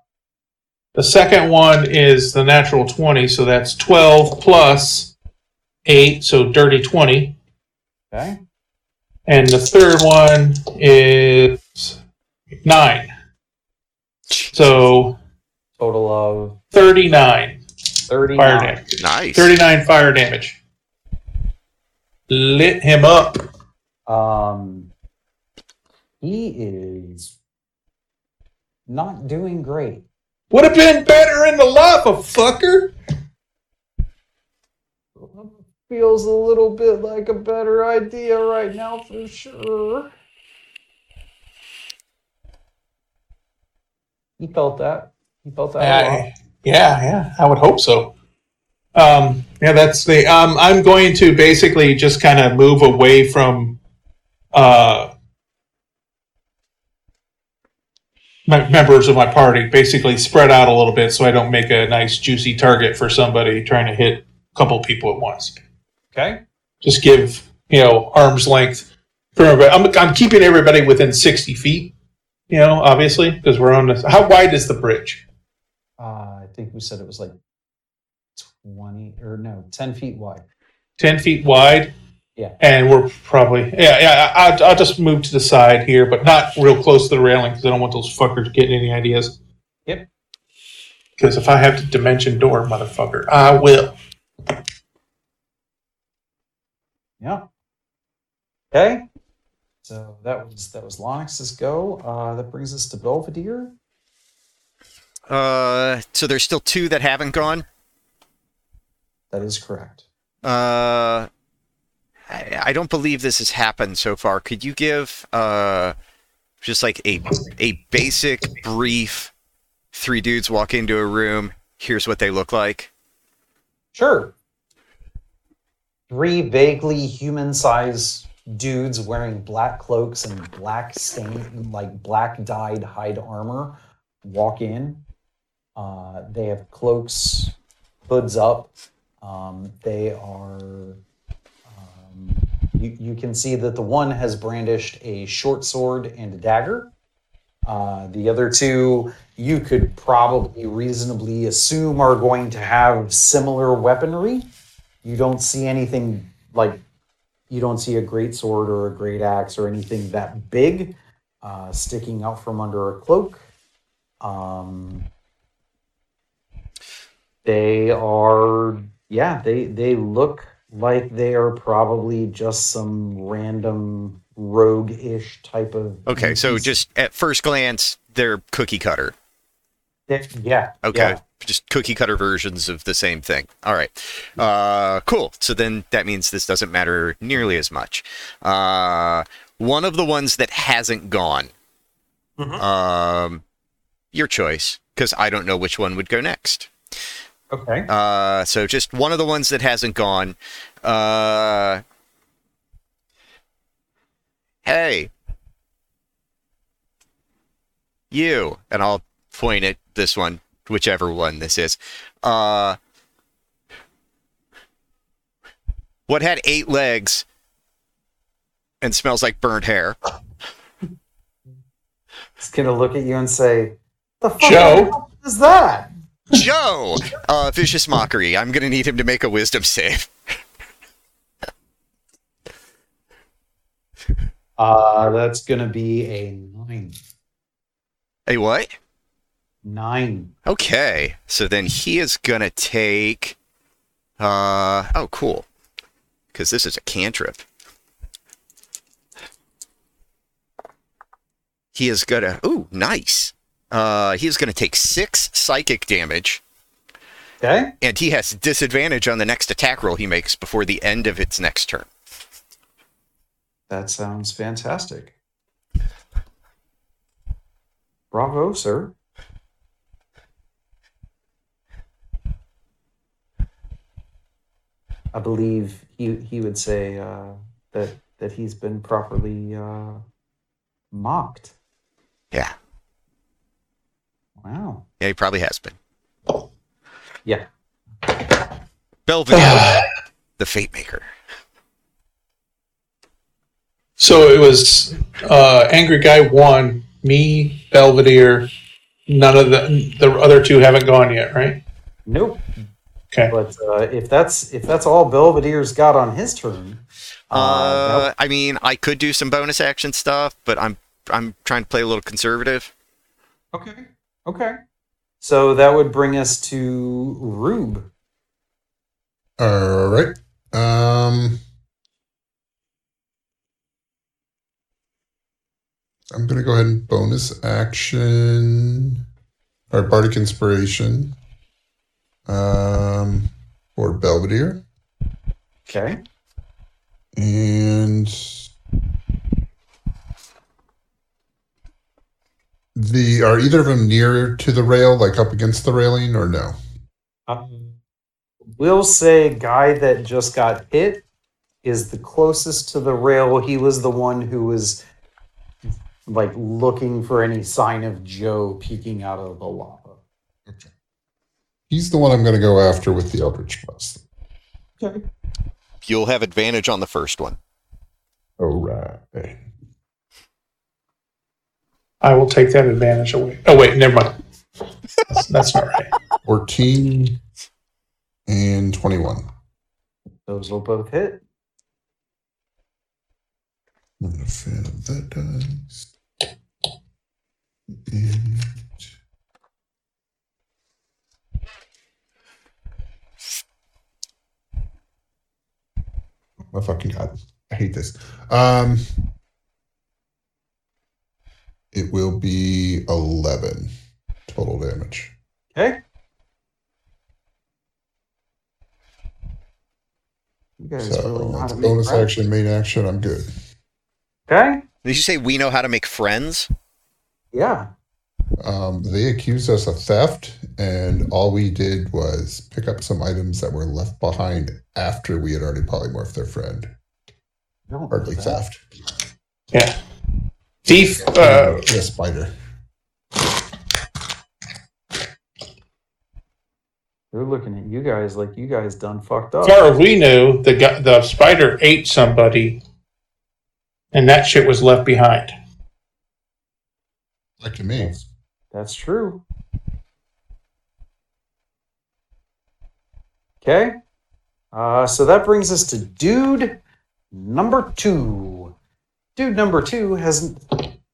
Speaker 3: The second one is the natural 20. So that's 12 plus 8. So dirty 20.
Speaker 4: Okay.
Speaker 3: And the third one is 9. So
Speaker 4: Total of
Speaker 3: 39 fire
Speaker 4: thirty-nine.
Speaker 3: damage.
Speaker 2: Nice.
Speaker 3: 39 fire damage. Lit him up.
Speaker 4: Um, he is not doing great.
Speaker 3: Would have been better in the lava, fucker.
Speaker 4: Feels a little bit like a better idea right now for sure. He felt that. He felt that. a lot.
Speaker 3: I- yeah, yeah, I would hope so. Um, yeah, that's the. Um, I'm going to basically just kind of move away from. Uh, me- members of my party basically spread out a little bit so I don't make a nice juicy target for somebody trying to hit a couple people at once.
Speaker 4: Okay.
Speaker 3: Just give you know arm's length for everybody. I'm, I'm keeping everybody within sixty feet. You know, obviously, because we're on this. How wide is the bridge?
Speaker 4: Uh, I think we said it was like 20 or no, 10 feet wide.
Speaker 3: 10 feet wide.
Speaker 4: Yeah.
Speaker 3: And we're probably, yeah, yeah, I, I'll, I'll just move to the side here, but not real close to the railing because I don't want those fuckers getting any ideas.
Speaker 4: Yep.
Speaker 3: Because if I have to dimension door, motherfucker, I will.
Speaker 4: Yeah. Okay. So that was that was Lonix's go. Uh, that brings us to Belvedere.
Speaker 2: Uh, so there's still two that haven't gone.
Speaker 4: That is correct.
Speaker 2: Uh, I, I don't believe this has happened so far. Could you give uh, just like a a basic brief? Three dudes walk into a room. Here's what they look like.
Speaker 4: Sure. Three vaguely human-sized dudes wearing black cloaks and black stained, like black dyed hide armor, walk in. Uh, they have cloaks, hoods up. Um, they are. Um, you, you can see that the one has brandished a short sword and a dagger. Uh, the other two, you could probably reasonably assume are going to have similar weaponry. You don't see anything like you don't see a great sword or a great axe or anything that big uh, sticking out from under a cloak. Um, they are, yeah, they they look like they are probably just some random rogue-ish type of.
Speaker 2: Okay, so
Speaker 3: Mm-hmm.
Speaker 4: NPC.
Speaker 2: just at first glance, they're cookie cutter.
Speaker 4: They- yeah.
Speaker 2: Okay.
Speaker 4: yeah.
Speaker 2: Just cookie cutter versions of the same thing. All right. Uh, cool. So then that means this doesn't matter nearly as much. Uh, one of the ones that hasn't gone,
Speaker 4: Mhm.
Speaker 2: um, your choice, because I don't know which one would go next.
Speaker 4: Okay.
Speaker 2: Uh, so just one of the ones that hasn't gone. Uh, hey, you, and I'll point at this one, whichever one this is. Uh, what had eight legs and smells like burnt hair?
Speaker 4: It's gonna look at you and say, "The fuck
Speaker 3: Joe?
Speaker 4: is that?"
Speaker 2: Joe, uh, vicious mockery. I'm gonna need him to make a wisdom save.
Speaker 4: Uh, that's gonna be a nine.
Speaker 2: A what?
Speaker 4: Nine.
Speaker 2: Okay, so then he is gonna take. Uh oh, cool, because this is a cantrip. He is gonna. Ooh, nice. Uh, he is gonna take six psychic damage,
Speaker 4: Okay.
Speaker 2: and he has disadvantage on the next attack roll he makes before the end of its next turn.
Speaker 4: That sounds fantastic. Bravo, sir. I believe he he would say uh, that that he's been properly uh, mocked.
Speaker 2: Yeah,
Speaker 4: Wow.
Speaker 2: yeah, he probably has been.
Speaker 4: Yeah.
Speaker 2: Belvin, the Fate Maker.
Speaker 3: So it was uh, Angry Guy one, me, Belvedere. None of the the other two haven't gone yet, right?
Speaker 4: Nope.
Speaker 3: Okay.
Speaker 4: But uh, if that's if that's all Belvedere's got on his turn, uh, that-
Speaker 2: Uh, I mean, I could do some bonus action stuff, but I'm I'm trying to play a little conservative.
Speaker 4: Okay. Okay. So that would bring us to Rube.
Speaker 1: All right. Um, I'm gonna go ahead and bonus action or bardic inspiration. Um, for Belvedere
Speaker 4: Okay.
Speaker 1: and the are either of them near to the rail, like up against the railing, or no?
Speaker 4: Um, we'll say guy that just got hit is the closest to the rail. He was the one who was like looking for any sign of Joe peeking out of the lava.
Speaker 1: He's the one I'm gonna go after with the Eldritch Blast.
Speaker 4: Okay.
Speaker 2: You'll have advantage on the first one.
Speaker 1: All right.
Speaker 3: I will take that advantage away. Oh wait, never mind. That's, that's not right.
Speaker 1: 14 and 21.
Speaker 4: Those will both hit.
Speaker 1: I'm not a fan of that dice. And my fucking god, I hate this. Um, it will be 11 total damage.
Speaker 4: Okay. You guys
Speaker 1: So
Speaker 4: really know how
Speaker 1: that's
Speaker 4: to make
Speaker 1: bonus
Speaker 4: friends.
Speaker 1: action, main action. I'm good.
Speaker 4: Okay.
Speaker 2: Did you say we know how to make friends?
Speaker 4: Yeah.
Speaker 1: Um, they accused us of theft, and all we did was pick up some items that were left behind after we had already polymorphed their friend.
Speaker 4: I don't
Speaker 1: Hardly
Speaker 4: know that.
Speaker 1: theft.
Speaker 3: Yeah. Thief. Uh,
Speaker 1: yeah, spider.
Speaker 4: They're looking at you guys like you guys done fucked up.
Speaker 3: as far as we knew, the gu- the spider ate somebody, and that shit was left behind.
Speaker 1: Like to me.
Speaker 4: That's true. Okay. Uh, so that brings us to dude. number two. Dude number two hasn't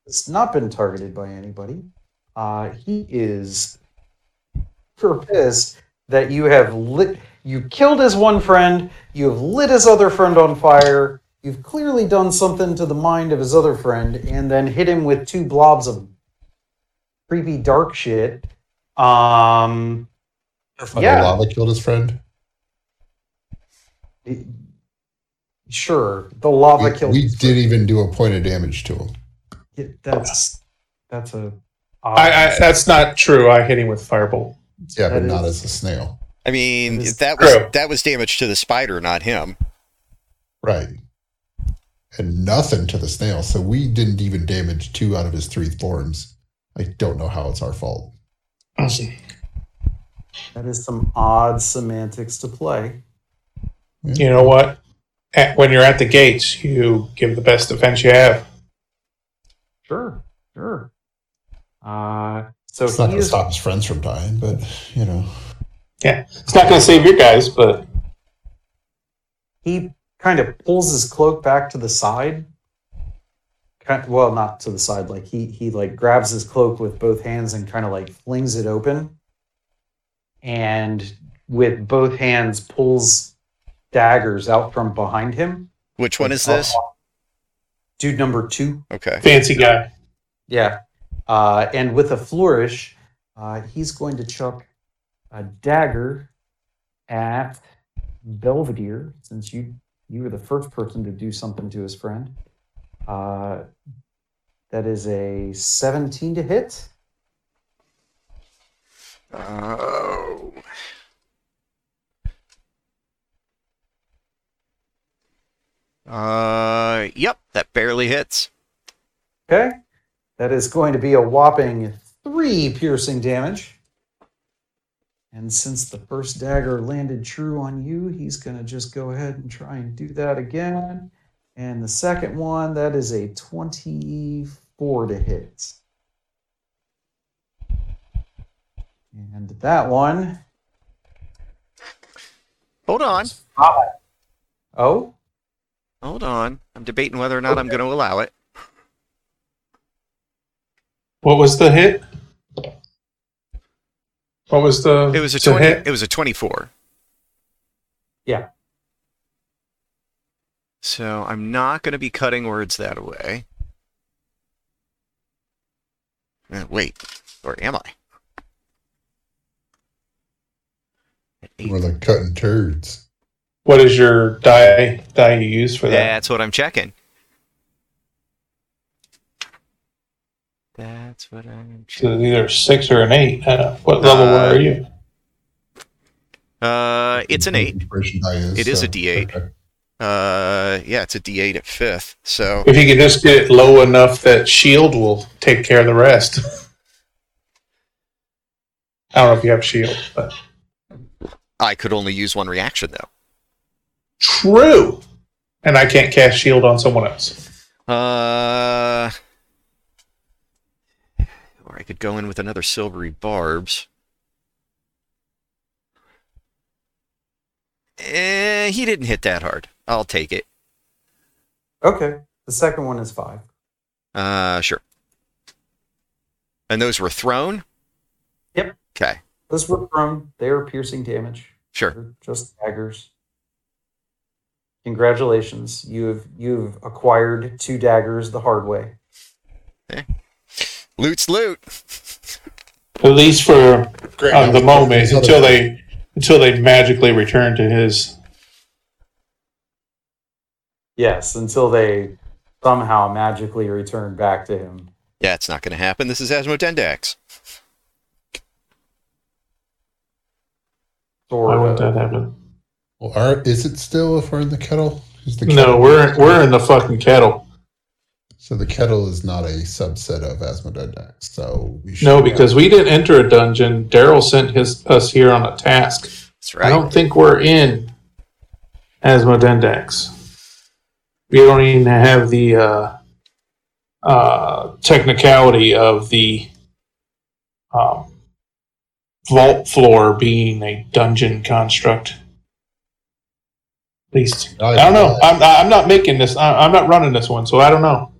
Speaker 4: has not been targeted by anybody. Uh, he is super pissed that you have lit you killed his one friend, you have lit his other friend on fire, you've clearly done something to the mind of his other friend, and then hit him with two blobs of creepy dark shit. Um
Speaker 1: Like
Speaker 4: Yeah.
Speaker 1: Lava killed his friend.
Speaker 4: it- sure, the lava
Speaker 1: We,
Speaker 4: killed
Speaker 1: we
Speaker 4: his
Speaker 1: didn't even do a point of damage to him.
Speaker 4: friend. Yeah, that's that's a
Speaker 3: I, I, that's not true. I hit him with firebolt.
Speaker 1: Yeah, but
Speaker 4: That
Speaker 1: not
Speaker 4: is-
Speaker 1: as a snail.
Speaker 2: I mean,
Speaker 4: That is
Speaker 2: that was
Speaker 3: true.
Speaker 2: that was damage to the spider, not him.
Speaker 1: Right. And nothing to the snail. So we didn't even damage two out of his three forms. I don't know how it's our fault.
Speaker 4: that is some odd semantics to play.
Speaker 3: You know what? At, when you're at the gates, you give the best defense you have.
Speaker 4: Sure, sure. Uh, so
Speaker 1: It's not
Speaker 4: he
Speaker 1: going to
Speaker 4: is
Speaker 1: stop his friends from dying, but, you know.
Speaker 3: It's not going to save your guys, but
Speaker 4: he kind of pulls his cloak back to the side. Kind well, not to the side. Like he he like grabs his cloak with both hands and kind of like flings it open, and with both hands pulls daggers out from behind him.
Speaker 2: Which one is this?
Speaker 4: Uh-huh. Dude number two.
Speaker 2: Okay.
Speaker 3: fancy guy.
Speaker 4: Yeah. Uh, and with a flourish, uh, he's going to chuck a dagger at Belvedere, since you you were the first person to do something to his friend. Uh, that is a 17 to hit.
Speaker 2: Oh. Uh, yep, that barely hits.
Speaker 4: Okay. That is going to be a whopping three piercing damage. And since the first dagger landed true on you, he's going to just go ahead and try and do that again. And the second one, that is a 24 to hit. And that one,
Speaker 2: Hold on.
Speaker 4: oh,
Speaker 2: Hold on. I'm debating whether or not I'm going to allow it.
Speaker 3: What was the hit? What was the?
Speaker 2: It was a
Speaker 3: the
Speaker 2: 20
Speaker 3: hit?
Speaker 2: it was a 24.
Speaker 4: Yeah.
Speaker 2: So, I'm not going to be cutting words that away. Uh, wait. Or am I? At eight-
Speaker 1: We're like cutting turds.
Speaker 3: What is your die die you use for that?
Speaker 2: That's what I'm checking. That's what I'm
Speaker 3: So
Speaker 2: checking.
Speaker 3: it's either a six or an eight. Uh, what level
Speaker 2: Uh,
Speaker 3: are you?
Speaker 2: Uh, it's an 8.
Speaker 1: Inspiration die is,
Speaker 2: It is a
Speaker 1: so-
Speaker 2: D8.
Speaker 1: okay.
Speaker 2: Uh, yeah, it's a D8 at 5th. So,
Speaker 3: If you can just get it low enough that shield will take care of the rest. I don't know if you have shield, but
Speaker 2: I could only use one reaction though.
Speaker 3: true. And I can't cast shield on someone else.
Speaker 2: Uh, or I could go in with another silvery barbs. Eh, he didn't hit that hard. I'll take it.
Speaker 4: okay. The second one is five.
Speaker 2: Uh, sure. And those were thrown.
Speaker 4: Yep.
Speaker 2: Okay.
Speaker 4: Those were from their piercing damage.
Speaker 2: Sure.
Speaker 4: They're just daggers. Congratulations, you've you've acquired two daggers the hard way.
Speaker 2: Loot's loot.
Speaker 3: At least for
Speaker 1: Great.
Speaker 3: uh, the moment
Speaker 1: These other-
Speaker 3: until they until they magically return to his.
Speaker 4: Yes, until they somehow magically return back to him.
Speaker 2: Yeah, it's not going to happen. This is Asmodendax.
Speaker 4: Sort
Speaker 3: Why would
Speaker 4: of.
Speaker 3: that happen?
Speaker 1: Well, are, is it still if we're in the kettle? Is the
Speaker 3: No, we're we're in the fucking kettle.
Speaker 1: So the kettle is not a subset of Asmodedax. So we should
Speaker 3: No, because we didn't enter a dungeon. Daryl sent his us here on a task.
Speaker 2: That's
Speaker 3: I
Speaker 2: right.
Speaker 3: don't think we're in Asmodendax. We don't even have the uh, uh, technicality of the um, vault floor being a dungeon construct. least.
Speaker 1: I
Speaker 3: I don't know. I'm, I'm not making this. I- I'm not running this one, so I don't know.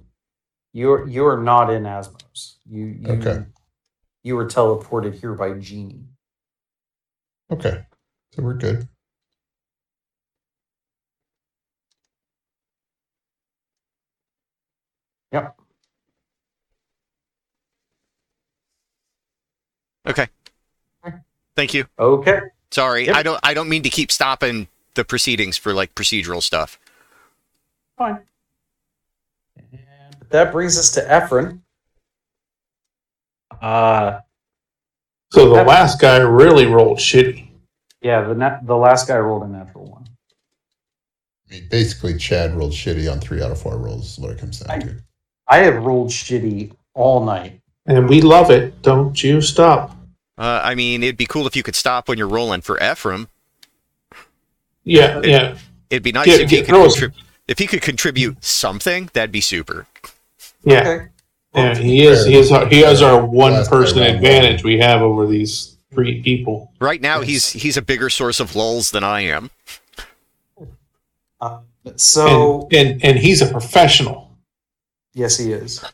Speaker 4: You're you are not in Asmos. You, you
Speaker 1: Okay.
Speaker 4: You were teleported here by genie.
Speaker 1: Okay. So we're good.
Speaker 2: Okay. Thank you.
Speaker 4: Okay.
Speaker 2: Sorry,
Speaker 4: Yep.
Speaker 2: I don't. I don't mean to keep stopping the proceedings for like procedural stuff.
Speaker 4: Fine. And that brings us to Efren. Uh,
Speaker 3: So the last guy really rolled shitty.
Speaker 4: yeah, the na- the last guy rolled a natural one.
Speaker 1: I mean, basically, Chad rolled shitty on three out of four rolls, is what it comes down to.
Speaker 4: I have rolled shitty all night.
Speaker 3: And we love it. Don't you stop.
Speaker 2: Uh, I mean, it'd be cool if you could stop when you're rolling for Ephraim.
Speaker 3: Yeah, yeah.
Speaker 2: It'd be nice
Speaker 3: Yeah,
Speaker 2: if he
Speaker 3: yeah,
Speaker 2: could
Speaker 3: throw us-
Speaker 2: contrib- if he could contribute something. That'd be super.
Speaker 3: Yeah.
Speaker 4: Okay.
Speaker 3: Yeah, he is. He is. Our, he has our one
Speaker 1: Last
Speaker 3: person
Speaker 1: guy rolled
Speaker 3: advantage we have over these three people.
Speaker 2: Right now,
Speaker 4: Yes.
Speaker 2: he's he's a bigger source of lulls than I am.
Speaker 4: Um, so
Speaker 3: and, and and he's a professional.
Speaker 4: yes, he is.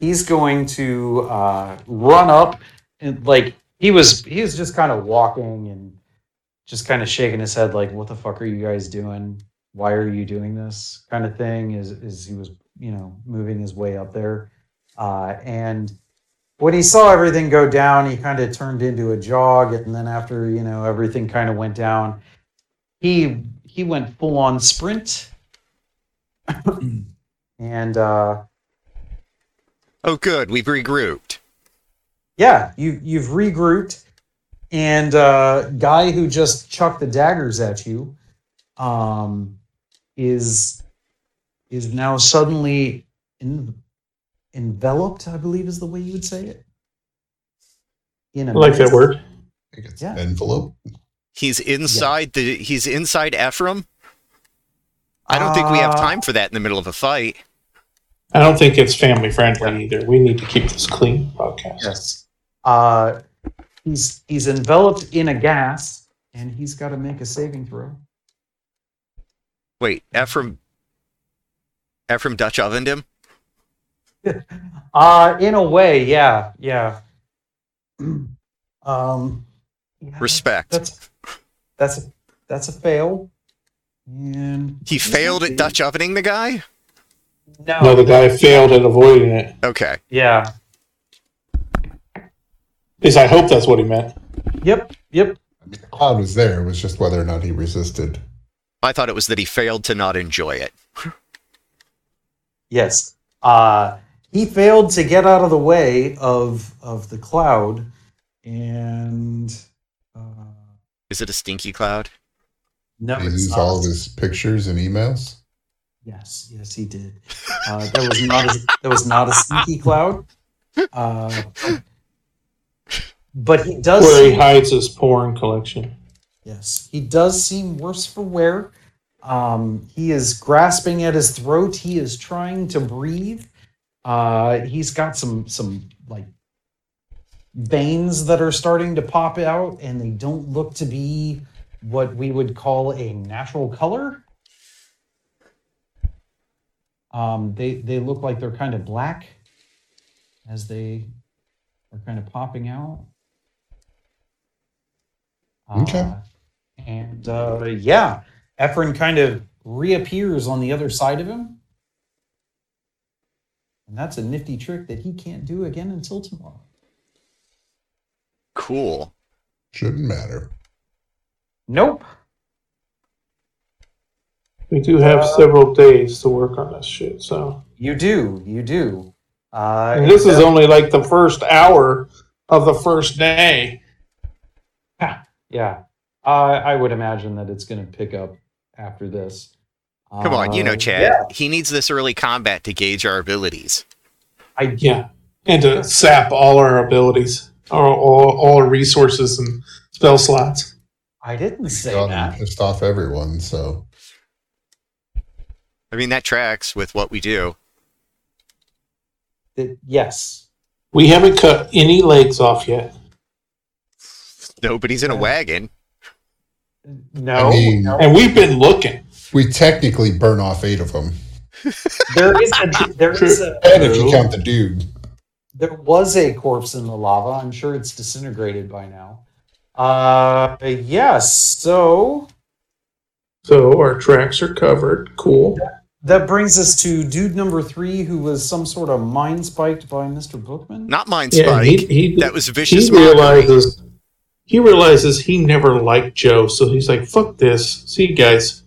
Speaker 4: He's going to uh, run up and like he was. He was just kind of walking and just kind of shaking his head, like, "What the fuck are you guys doing? Why are you doing this?" Kind of thing. Is is he was you know moving his way up there, uh, and when he saw everything go down, he kind of turned into a jog, and then after you know everything kind of went down, he he went full on sprint and uh
Speaker 2: Oh, good, we've regrouped.
Speaker 4: yeah you you've regrouped and uh guy who just chucked the daggers at you um is is now suddenly in, enveloped i believe is the way you would say it in a
Speaker 3: I like that
Speaker 4: mist.
Speaker 3: word.
Speaker 1: I think it's
Speaker 4: Yeah.
Speaker 1: envelope.
Speaker 2: He's inside the he's inside Ephraim. I don't think we have
Speaker 4: Ah.
Speaker 2: time for that in the middle of a fight.
Speaker 3: I don't think it's family friendly either. We need to keep this clean podcast.
Speaker 4: Yes. Uh, he's he's enveloped in a gas, and he's got to make a saving throw.
Speaker 2: Wait, Ephraim. Ephraim Dutch ovened him.
Speaker 4: Uh, in a way, yeah, yeah. um, yeah,
Speaker 2: Respect.
Speaker 4: That's that's a, that's a fail. And
Speaker 2: He failed at Dutch ovening the guy.
Speaker 4: No,
Speaker 3: No, the guy failed at avoiding it.
Speaker 2: Okay.
Speaker 4: yeah,
Speaker 3: Is I hope that's what he meant.
Speaker 4: yep, yep.
Speaker 1: I mean, the cloud was there. It was just whether or not he resisted.
Speaker 2: I thought it was that he failed to not enjoy it.
Speaker 4: Yes. Uh, he failed to get out of the way of of the cloud, and uh,
Speaker 2: Is it a stinky cloud?
Speaker 4: no,
Speaker 1: He
Speaker 4: it's
Speaker 1: lose
Speaker 4: not.
Speaker 1: all of his pictures and emails.
Speaker 4: Yes, yes, he did. Uh, that was not a, that was not a sneaky cloud. Uh, but he does.
Speaker 3: Where he
Speaker 4: seem-
Speaker 3: hides his porn collection.
Speaker 4: Yes, he does seem worse for wear. Um, he is grasping at his throat. He is trying to breathe. Uh, he's got some some like veins that are starting to pop out, and they don't look to be what we would call a natural color. Um, they they look like they're kind of black as they are kind of popping out.
Speaker 1: Okay.
Speaker 4: Uh, and uh, yeah, Efren kind of reappears on the other side of him. And that's a nifty trick that he can't do again until tomorrow.
Speaker 2: Cool.
Speaker 1: Shouldn't matter.
Speaker 4: Nope.
Speaker 3: We do have
Speaker 4: Uh,
Speaker 3: several days to work on this shit. So
Speaker 4: You do. You do. Uh,
Speaker 3: and this is
Speaker 4: except-
Speaker 3: only like the first hour of the first day.
Speaker 4: yeah. Uh, I would imagine that it's going to pick up after this.
Speaker 2: Come on, you know,
Speaker 4: Uh,
Speaker 2: Chad.
Speaker 4: yeah,
Speaker 2: He needs this early combat to gauge our abilities.
Speaker 4: I
Speaker 3: Yeah, and to sap all our abilities, our all, all our resources and spell slots.
Speaker 4: I didn't say
Speaker 1: Gone and
Speaker 3: uh,
Speaker 4: that.
Speaker 1: pissed off everyone. So
Speaker 2: I mean, that tracks with what we do.
Speaker 4: That- yes.
Speaker 3: We haven't cut any legs off yet.
Speaker 2: Nobody's in a
Speaker 4: Yeah.
Speaker 2: wagon.
Speaker 4: No,
Speaker 1: I mean-
Speaker 4: no.
Speaker 3: And we've been looking.
Speaker 1: We technically burn off eight of them.
Speaker 4: there is a, there is a
Speaker 1: And if you count the dude,
Speaker 4: there was a corpse in the lava. I'm sure it's disintegrated by now. Uh, yes. So
Speaker 3: So our tracks are covered. Cool.
Speaker 4: that brings us to dude number three, who was some sort of mind spiked by Mr. Bookman.
Speaker 2: Not Mind
Speaker 3: Yeah,
Speaker 2: Spike.
Speaker 3: he, he,
Speaker 2: that was vicious.
Speaker 3: he
Speaker 2: mockery.
Speaker 3: realizes he realizes he never liked Joe, so he's like, "Fuck this, see you guys."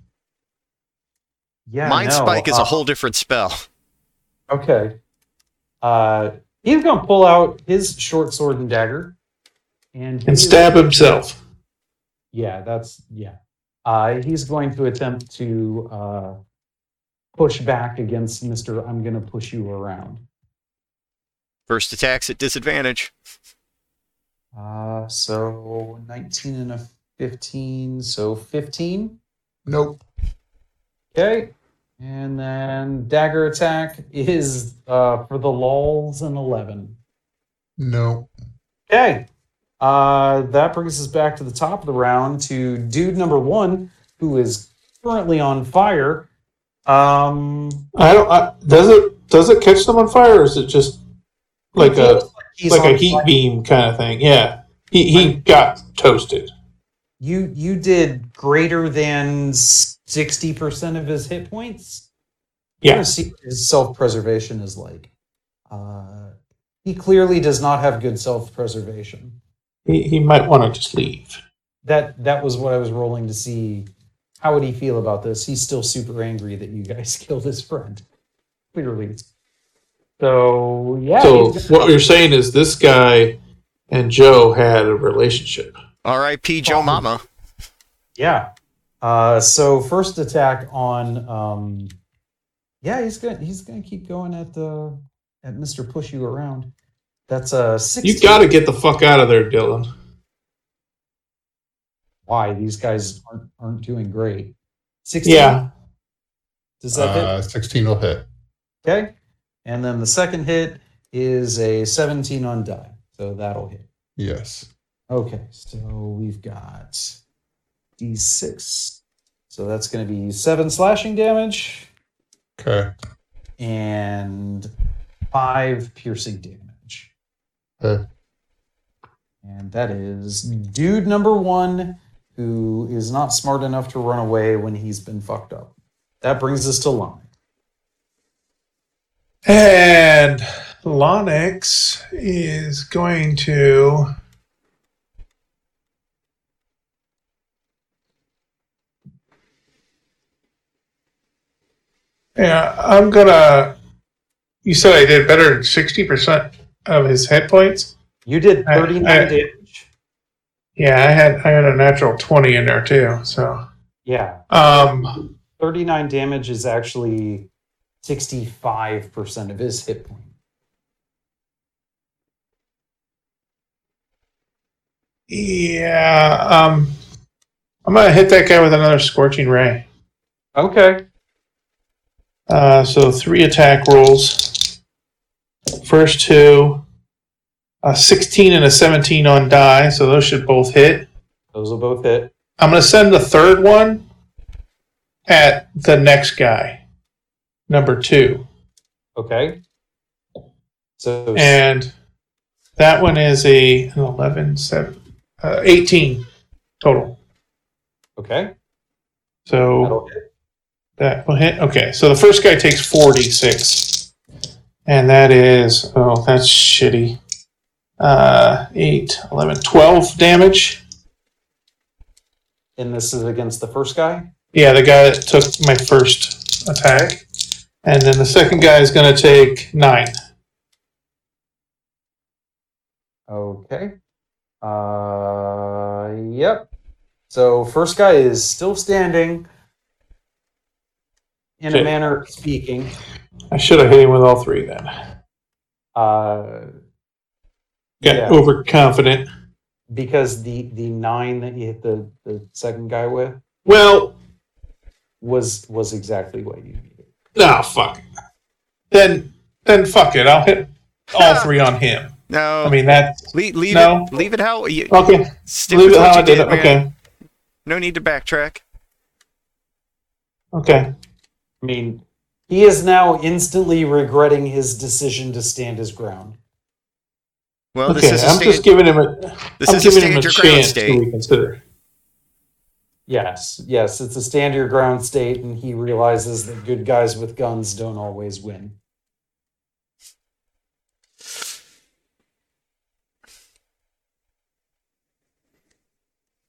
Speaker 4: Yeah,
Speaker 2: Mind
Speaker 4: no,
Speaker 2: Spike is
Speaker 4: uh,
Speaker 2: a whole different spell.
Speaker 4: Okay. Uh, he's gonna pull out his short sword and dagger, and he
Speaker 3: And
Speaker 4: is-
Speaker 3: stab himself.
Speaker 4: Yeah, that's yeah. Uh, he's going to attempt to uh, push back against Mister. I'm gonna push you around.
Speaker 2: First attacks at disadvantage.
Speaker 4: Uh, so 19 and a 15, so 15.
Speaker 1: nope.
Speaker 4: Okay. And then dagger attack is uh, for the lols an 11.
Speaker 1: No.
Speaker 4: Okay. Uh, that brings us back to the top of the round to dude number one, who is currently on fire. Um,
Speaker 3: I don't. I, does it does it catch them on fire, or is it just like a
Speaker 4: he's
Speaker 3: like
Speaker 4: on
Speaker 3: a heat
Speaker 4: fire.
Speaker 3: beam kind of thing? Yeah, he he got toasted.
Speaker 4: You you did greater than 60% of his hit points. I'm
Speaker 3: Yeah,
Speaker 4: gonna see what his self-preservation is like. Uh, he clearly does not have good self-preservation.
Speaker 3: he, he might want to just leave.
Speaker 4: That that was what I was rolling to see. How would he feel about this? He's still super angry that you guys killed his friend. Clearly. So yeah.
Speaker 3: So
Speaker 4: he's-
Speaker 3: what you're saying is this guy and Joe had a relationship.
Speaker 2: R.I.P. Joe
Speaker 4: Oh.
Speaker 2: Mama.
Speaker 4: yeah. Uh, so first attack on. Um, yeah, he's gonna he's gonna keep going at the at Mister Push You Around. That's a sixteen.
Speaker 3: You got to get the fuck out of there, Dylan.
Speaker 4: why these guys aren't aren't doing great. 16.
Speaker 3: Yeah,
Speaker 4: Does that
Speaker 1: Uh, 16 will hit.
Speaker 4: hit? Okay. And then the second hit is a 17 on die. So that'll hit.
Speaker 1: Yes.
Speaker 4: Okay. So we've got D6. So that's going to be seven slashing damage
Speaker 1: Okay.
Speaker 4: and five piercing damage.
Speaker 1: Okay.
Speaker 4: And that is dude number one who is not smart enough to run away when he's been fucked up. That brings us to Lon.
Speaker 3: and Lonix is going to. Yeah, I'm gonna. You said I did better than sixty percent of his hit points.
Speaker 4: You did
Speaker 3: I-
Speaker 4: 39
Speaker 3: I-
Speaker 4: damage.
Speaker 3: Yeah, I had I had a natural twenty in there too. So
Speaker 4: Yeah.
Speaker 3: um
Speaker 4: 39 damage is actually 65% of his hit point.
Speaker 3: yeah, um I'm gonna hit that guy with another scorching ray.
Speaker 4: Okay.
Speaker 3: Uh so three attack rolls. First two a 16 and a 17 on die, so those should both hit.
Speaker 4: Those will both hit.
Speaker 3: I'm gonna send the third one at the next guy. Number two.
Speaker 4: Okay. So
Speaker 3: And that one is a an 11, 7, uh, 18 total.
Speaker 4: okay.
Speaker 3: So
Speaker 4: That'll hit.
Speaker 3: that will hit. Okay, so the first guy takes 46. And that is, oh, that's shitty. Uh, 8, 11, 12 damage.
Speaker 4: And this is against the first guy.
Speaker 3: Yeah, the guy that took my first attack. And then the second guy is going to take 9.
Speaker 4: Okay. Uh yep. So first guy is still standing in a
Speaker 3: Okay.
Speaker 4: manner of speaking.
Speaker 3: I should have hit him with all three then. Got
Speaker 4: Uh Yeah.
Speaker 3: overconfident.
Speaker 4: because the the nine that you hit the, the second guy with
Speaker 3: Well,
Speaker 4: was was exactly what you needed.
Speaker 3: ah, fuck. Then, then fuck it. I'll hit all three on him.
Speaker 2: No.
Speaker 3: I mean, that.
Speaker 2: le- leave
Speaker 3: no.
Speaker 2: it. Leave it how. You,
Speaker 3: Okay.
Speaker 2: stick
Speaker 3: Leave
Speaker 2: with
Speaker 3: it
Speaker 2: what
Speaker 3: how
Speaker 2: you
Speaker 3: I did
Speaker 2: did,
Speaker 3: it.
Speaker 2: man.
Speaker 3: Okay.
Speaker 2: No need to backtrack.
Speaker 3: Okay.
Speaker 4: I mean, he is now instantly regretting his decision to stand his ground.
Speaker 2: Well,
Speaker 3: okay.
Speaker 2: Oh, this is a
Speaker 3: I'm
Speaker 2: sta-
Speaker 3: just giving him a.
Speaker 2: this
Speaker 3: I'm
Speaker 2: is a
Speaker 3: giving him a
Speaker 2: stand your ground
Speaker 3: chance to
Speaker 2: state.
Speaker 3: reconsider.
Speaker 4: Yes, yes, it's a stand your ground state, and he realizes that good guys with guns don't always win.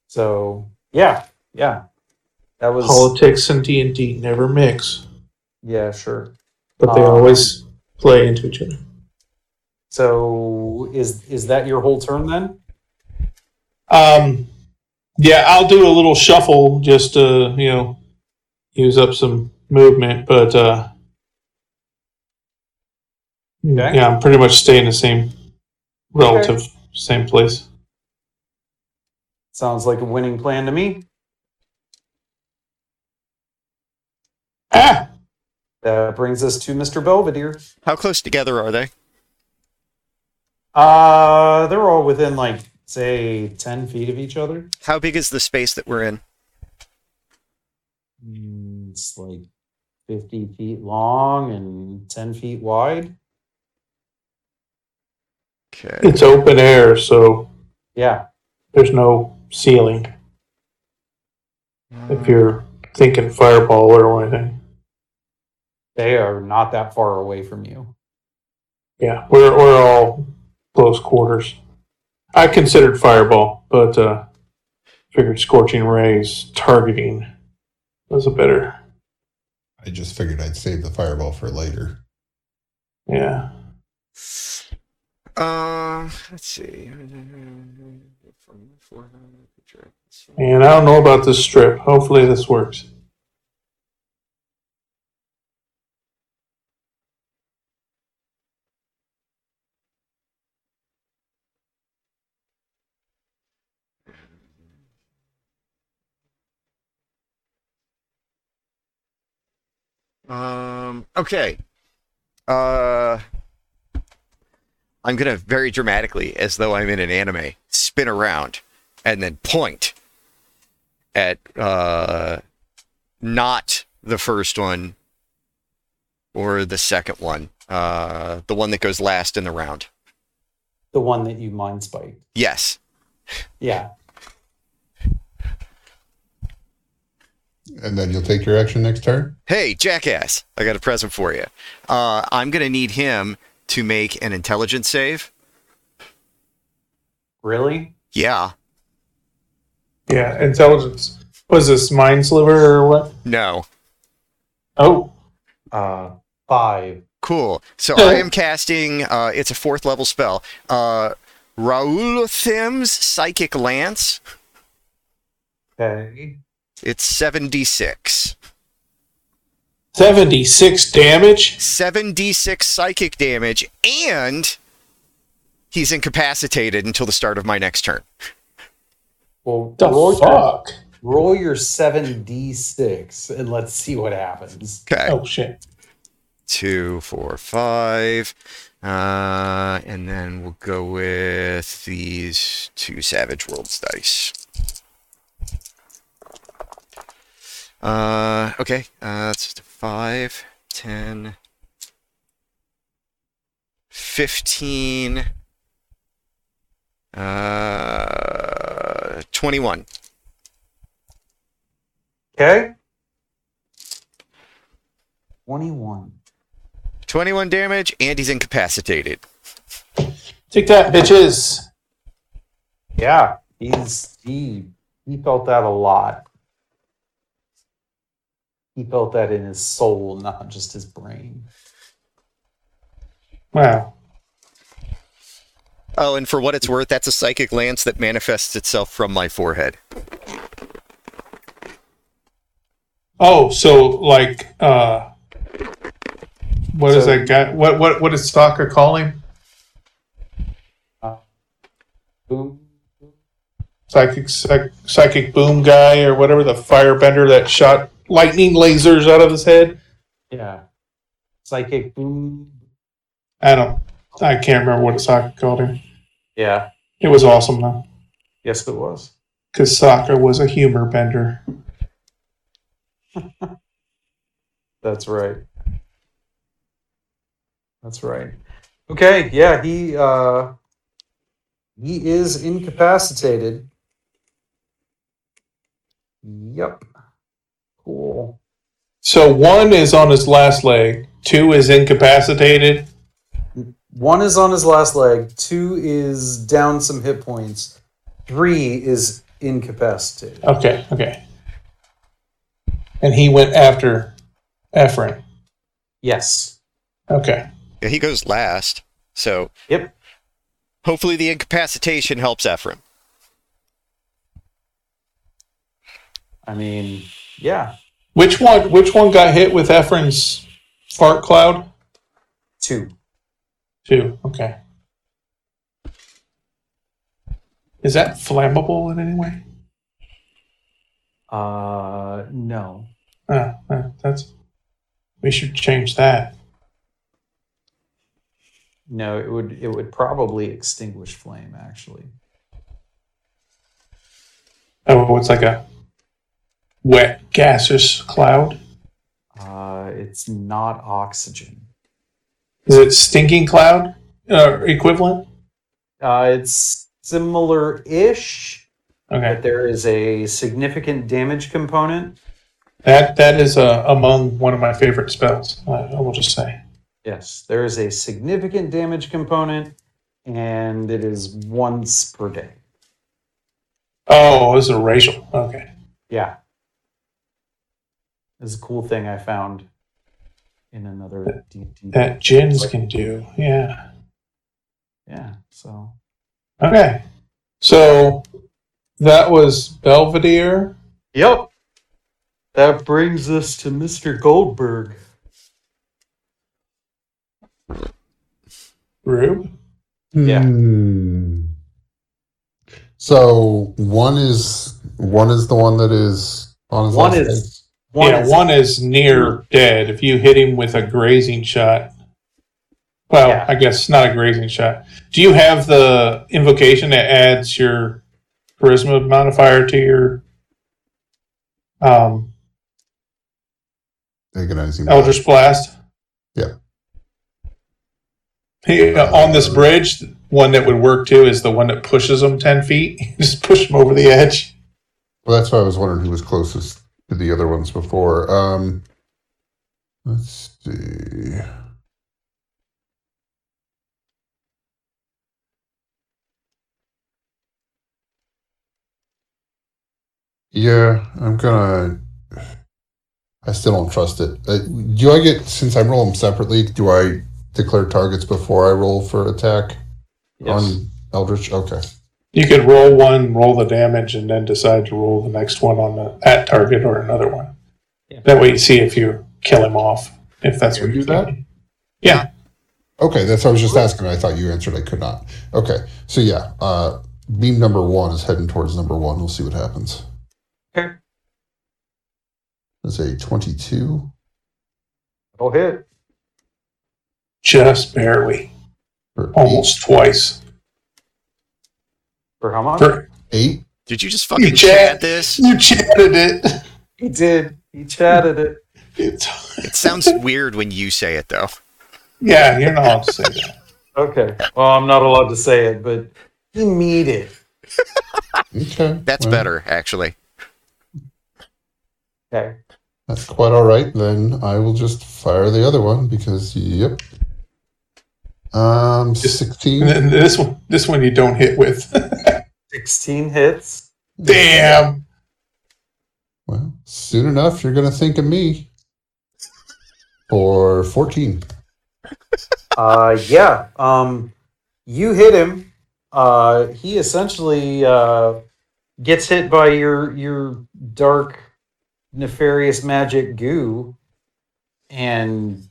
Speaker 4: So yeah, yeah, that was
Speaker 3: Politics and D and D never mix,
Speaker 4: yeah, sure.
Speaker 3: but they
Speaker 4: Um,
Speaker 3: always play into each other.
Speaker 4: So is is that your whole turn then?
Speaker 3: Um, yeah, I'll do a little shuffle just to you know use up some movement, but uh,
Speaker 4: Okay.
Speaker 3: yeah, I'm pretty much staying the same relative same place.
Speaker 4: Sounds like a winning plan to me.
Speaker 3: Ah,
Speaker 4: That brings us to Mr. Belvedere.
Speaker 2: How close together are they?
Speaker 4: Uh, they're all within like say ten feet of each other.
Speaker 2: How big is the space that we're in?
Speaker 4: Mm, It's like fifty feet long and ten feet wide.
Speaker 2: Okay.
Speaker 3: it's open air, so
Speaker 4: Yeah,
Speaker 3: there's no ceiling if you're thinking fireball or anything.
Speaker 4: they are not that far away from you.
Speaker 3: Yeah, we're we're all close quarters. I considered fireball, but uh, figured scorching rays targeting was a better.
Speaker 1: I just figured I'd save the fireball for later.
Speaker 3: Yeah,
Speaker 2: Um, let's see.
Speaker 3: and I don't know about this strip. Hopefully, this works.
Speaker 2: Um, okay. Uh, I'm gonna very dramatically, as though I'm in an anime, spin around and then point at uh, not the first one or the second one, uh, the one that goes last in the round.
Speaker 4: The one that you mind spiked.
Speaker 2: Yes.
Speaker 4: Yeah,
Speaker 1: And then you'll take your action next turn.
Speaker 2: Hey, jackass! I got a present for you. Uh, I'm gonna need him to make an intelligence save.
Speaker 4: really?
Speaker 2: Yeah.
Speaker 3: Yeah, intelligence. Was this mind sliver or what?
Speaker 2: No.
Speaker 3: Oh,
Speaker 4: Uh, five.
Speaker 2: Cool. So
Speaker 3: Yeah.
Speaker 2: I am casting. Uh, it's a fourth level spell. Uh, Raul Thim's Psychic Lance.
Speaker 4: Okay.
Speaker 2: It's seven d six.
Speaker 3: 76 damage.
Speaker 2: Seven d six psychic damage, and he's incapacitated until the start of my next turn.
Speaker 4: Well,
Speaker 3: The
Speaker 4: roll, Your,
Speaker 3: fuck?
Speaker 4: roll your seven d six and let's see what happens.
Speaker 2: Okay.
Speaker 3: Oh shit!
Speaker 2: two, four, five. Uh, and then we'll go with these two Savage Worlds dice. Uh, okay, uh, that's just a five, 10, 15, uh, 21.
Speaker 4: Okay. Twenty one.
Speaker 2: 21 damage, and he's incapacitated.
Speaker 3: Take that, bitches.
Speaker 4: Yeah, he's he he felt that a lot. He felt that in his soul, not just his brain.
Speaker 3: Wow.
Speaker 2: Oh, and for what it's worth, that's a psychic lance that manifests itself from my forehead.
Speaker 3: Oh, so like, uh, what is that guy? What what what does Sokka call him?
Speaker 4: Boom.
Speaker 3: Psychic psych, psychic boom guy or whatever the firebender that shot lightning lasers out of his head.
Speaker 4: Yeah. Psychic boom.
Speaker 3: I don't. I can't remember what Sokka called him.
Speaker 4: Yeah.
Speaker 3: It was awesome though.
Speaker 4: Yes, it was.
Speaker 3: because Sokka was a humor bender.
Speaker 4: That's right. That's right. Okay, yeah, he uh he is incapacitated. Yep. Cool.
Speaker 3: So one is on his last leg, two is incapacitated.
Speaker 4: One is on his last leg, two is down some hit points, three is incapacitated.
Speaker 3: Okay, okay. And he went after Ephraim.
Speaker 4: Yes.
Speaker 3: Okay.
Speaker 2: Yeah, he goes last. So
Speaker 4: Yep.
Speaker 2: hopefully the incapacitation helps Ephraim.
Speaker 4: I mean, yeah.
Speaker 3: Which one which one got hit with Ephraim's fart cloud?
Speaker 4: Two.
Speaker 3: Two. Okay. Is that flammable in any way?
Speaker 4: Uh no.
Speaker 3: Uh, uh, that's we should change that.
Speaker 4: No, it would it would probably extinguish flame actually.
Speaker 3: Oh, it's like a wet gaseous cloud.
Speaker 4: Uh it's not oxygen.
Speaker 3: Is it stinking cloud uh, equivalent?
Speaker 4: Uh it's similar-ish,
Speaker 3: Okay,
Speaker 4: but there is a significant damage component.
Speaker 3: that that is uh, among one of my favorite spells. I, I will just say.
Speaker 4: Yes, there is a significant damage component, and it is once per day.
Speaker 3: Oh, this is a racial. Okay,
Speaker 4: Yeah. It's a cool thing I found in another D&D.
Speaker 3: that gins can do. Yeah.
Speaker 4: Yeah, so
Speaker 3: Okay, so that was Belvedere.
Speaker 4: Yep. That brings us to Mr. Goldberg.
Speaker 3: Rube.
Speaker 4: Yeah.
Speaker 1: Hmm. So one is one is the one that is on his
Speaker 4: One
Speaker 1: last leg.
Speaker 4: is one
Speaker 3: yeah,
Speaker 4: is
Speaker 3: one is near dead. If you hit him with a grazing shot, well,
Speaker 4: Yeah.
Speaker 3: I guess not a grazing shot. Do you have the invocation that adds your charisma modifier to your um,
Speaker 1: agonizing.
Speaker 3: Eldritch Blast?
Speaker 1: Yeah.
Speaker 3: Hey, uh, on this bridge, one that would work too is the one that pushes them ten feet. Just push them over the edge.
Speaker 1: Well, that's why I was wondering who was closest to the other ones before. Um, let's see. Yeah, I'm gonna. I still don't trust it. Uh, do I get since I roll them separately? Do I declare targets before I roll for attack
Speaker 4: yes.
Speaker 1: on Eldritch? Okay.
Speaker 3: You could roll one, roll the damage, and then decide to roll the next one on the at target or another one.
Speaker 4: Yeah.
Speaker 3: That way, you see if you kill him off. If that's
Speaker 1: Can
Speaker 3: what
Speaker 1: we
Speaker 3: you
Speaker 1: do that?
Speaker 3: think. Yeah.
Speaker 1: Okay, that's what I was just asking. I thought you answered. I could not. Okay, so yeah, uh, beam number one is heading towards number one. We'll see what happens.
Speaker 4: Okay.
Speaker 1: That's a twenty-two
Speaker 4: It'll hit.
Speaker 3: Just barely,
Speaker 1: or
Speaker 3: almost twice.
Speaker 4: For how much?
Speaker 3: For-
Speaker 1: eight.
Speaker 2: Did you just fucking
Speaker 3: You
Speaker 2: chat
Speaker 3: chat.
Speaker 2: this?
Speaker 3: you chatted it.
Speaker 4: he did. He chatted it.
Speaker 3: It's-
Speaker 2: It sounds weird when you say it though.
Speaker 3: yeah, you're not allowed to say that.
Speaker 4: Okay. Well, I'm not allowed to say it, but he need it.
Speaker 1: Eight? Okay,
Speaker 2: That's
Speaker 1: well,
Speaker 2: better, actually.
Speaker 4: Okay.
Speaker 1: That's quite all right. Then I will just fire the other one because yep. Um,
Speaker 3: Just-
Speaker 1: sixteen.
Speaker 3: And then this one, this one you don't hit with.
Speaker 4: 16 hits.
Speaker 3: Damn.
Speaker 1: Well, soon enough, you're gonna think of me. Or fourteen.
Speaker 4: Uh, yeah. Um, you hit him. Uh, he essentially uh, gets hit by your your dark, nefarious magic goo, and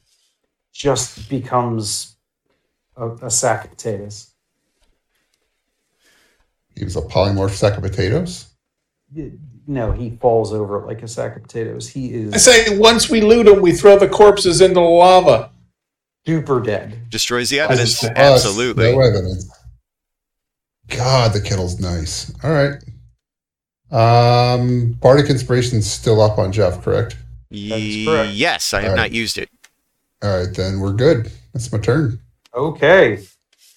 Speaker 4: just becomes a, a sack of potatoes.
Speaker 1: He was a polymorph sack of potatoes.
Speaker 4: Y- No, he falls over like a sack of potatoes. He
Speaker 3: I
Speaker 4: is
Speaker 3: say once we loot them, we throw the corpses into the lava.
Speaker 4: super dead.
Speaker 2: Destroys the
Speaker 3: As
Speaker 2: evidence.
Speaker 3: it's-
Speaker 1: Us,
Speaker 2: Absolutely.
Speaker 1: no evidence. God, the kettle's nice. All right. Um, Bardic Inspiration's still up on Jeff, correct?
Speaker 2: Ye-
Speaker 4: correct.
Speaker 2: Yes, I have
Speaker 1: All
Speaker 2: not
Speaker 1: right.
Speaker 2: used it.
Speaker 1: All right, then we're good. That's my turn.
Speaker 4: Okay.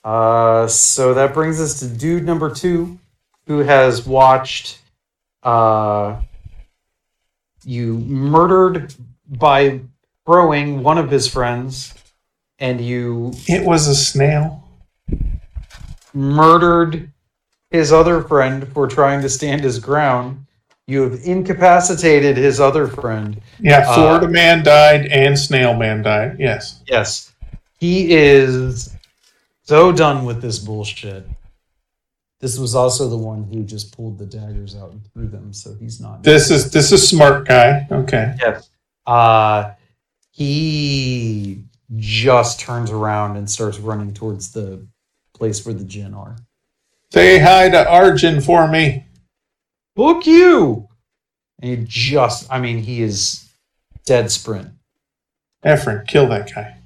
Speaker 4: Uh, so that brings us to dude number two, who has watched uh, you murdered by throwing one of his friends, and you
Speaker 3: It was a snail.
Speaker 4: murdered his other friend for trying to stand his ground. You have incapacitated his other friend.
Speaker 3: Yeah,
Speaker 4: Uh,
Speaker 3: Florida man died and snail man died. Yes.
Speaker 4: Yes. He is so done with this bullshit. This was also the one who just pulled the daggers out and threw them, so he's not.
Speaker 3: This is this is smart guy. Okay.
Speaker 4: Yes. Uh, he just turns around and starts running towards the place where the gin are.
Speaker 3: Say hi to Arjun for me.
Speaker 4: Book you! And he just, I mean, he is dead sprint.
Speaker 3: Efren, kill that guy.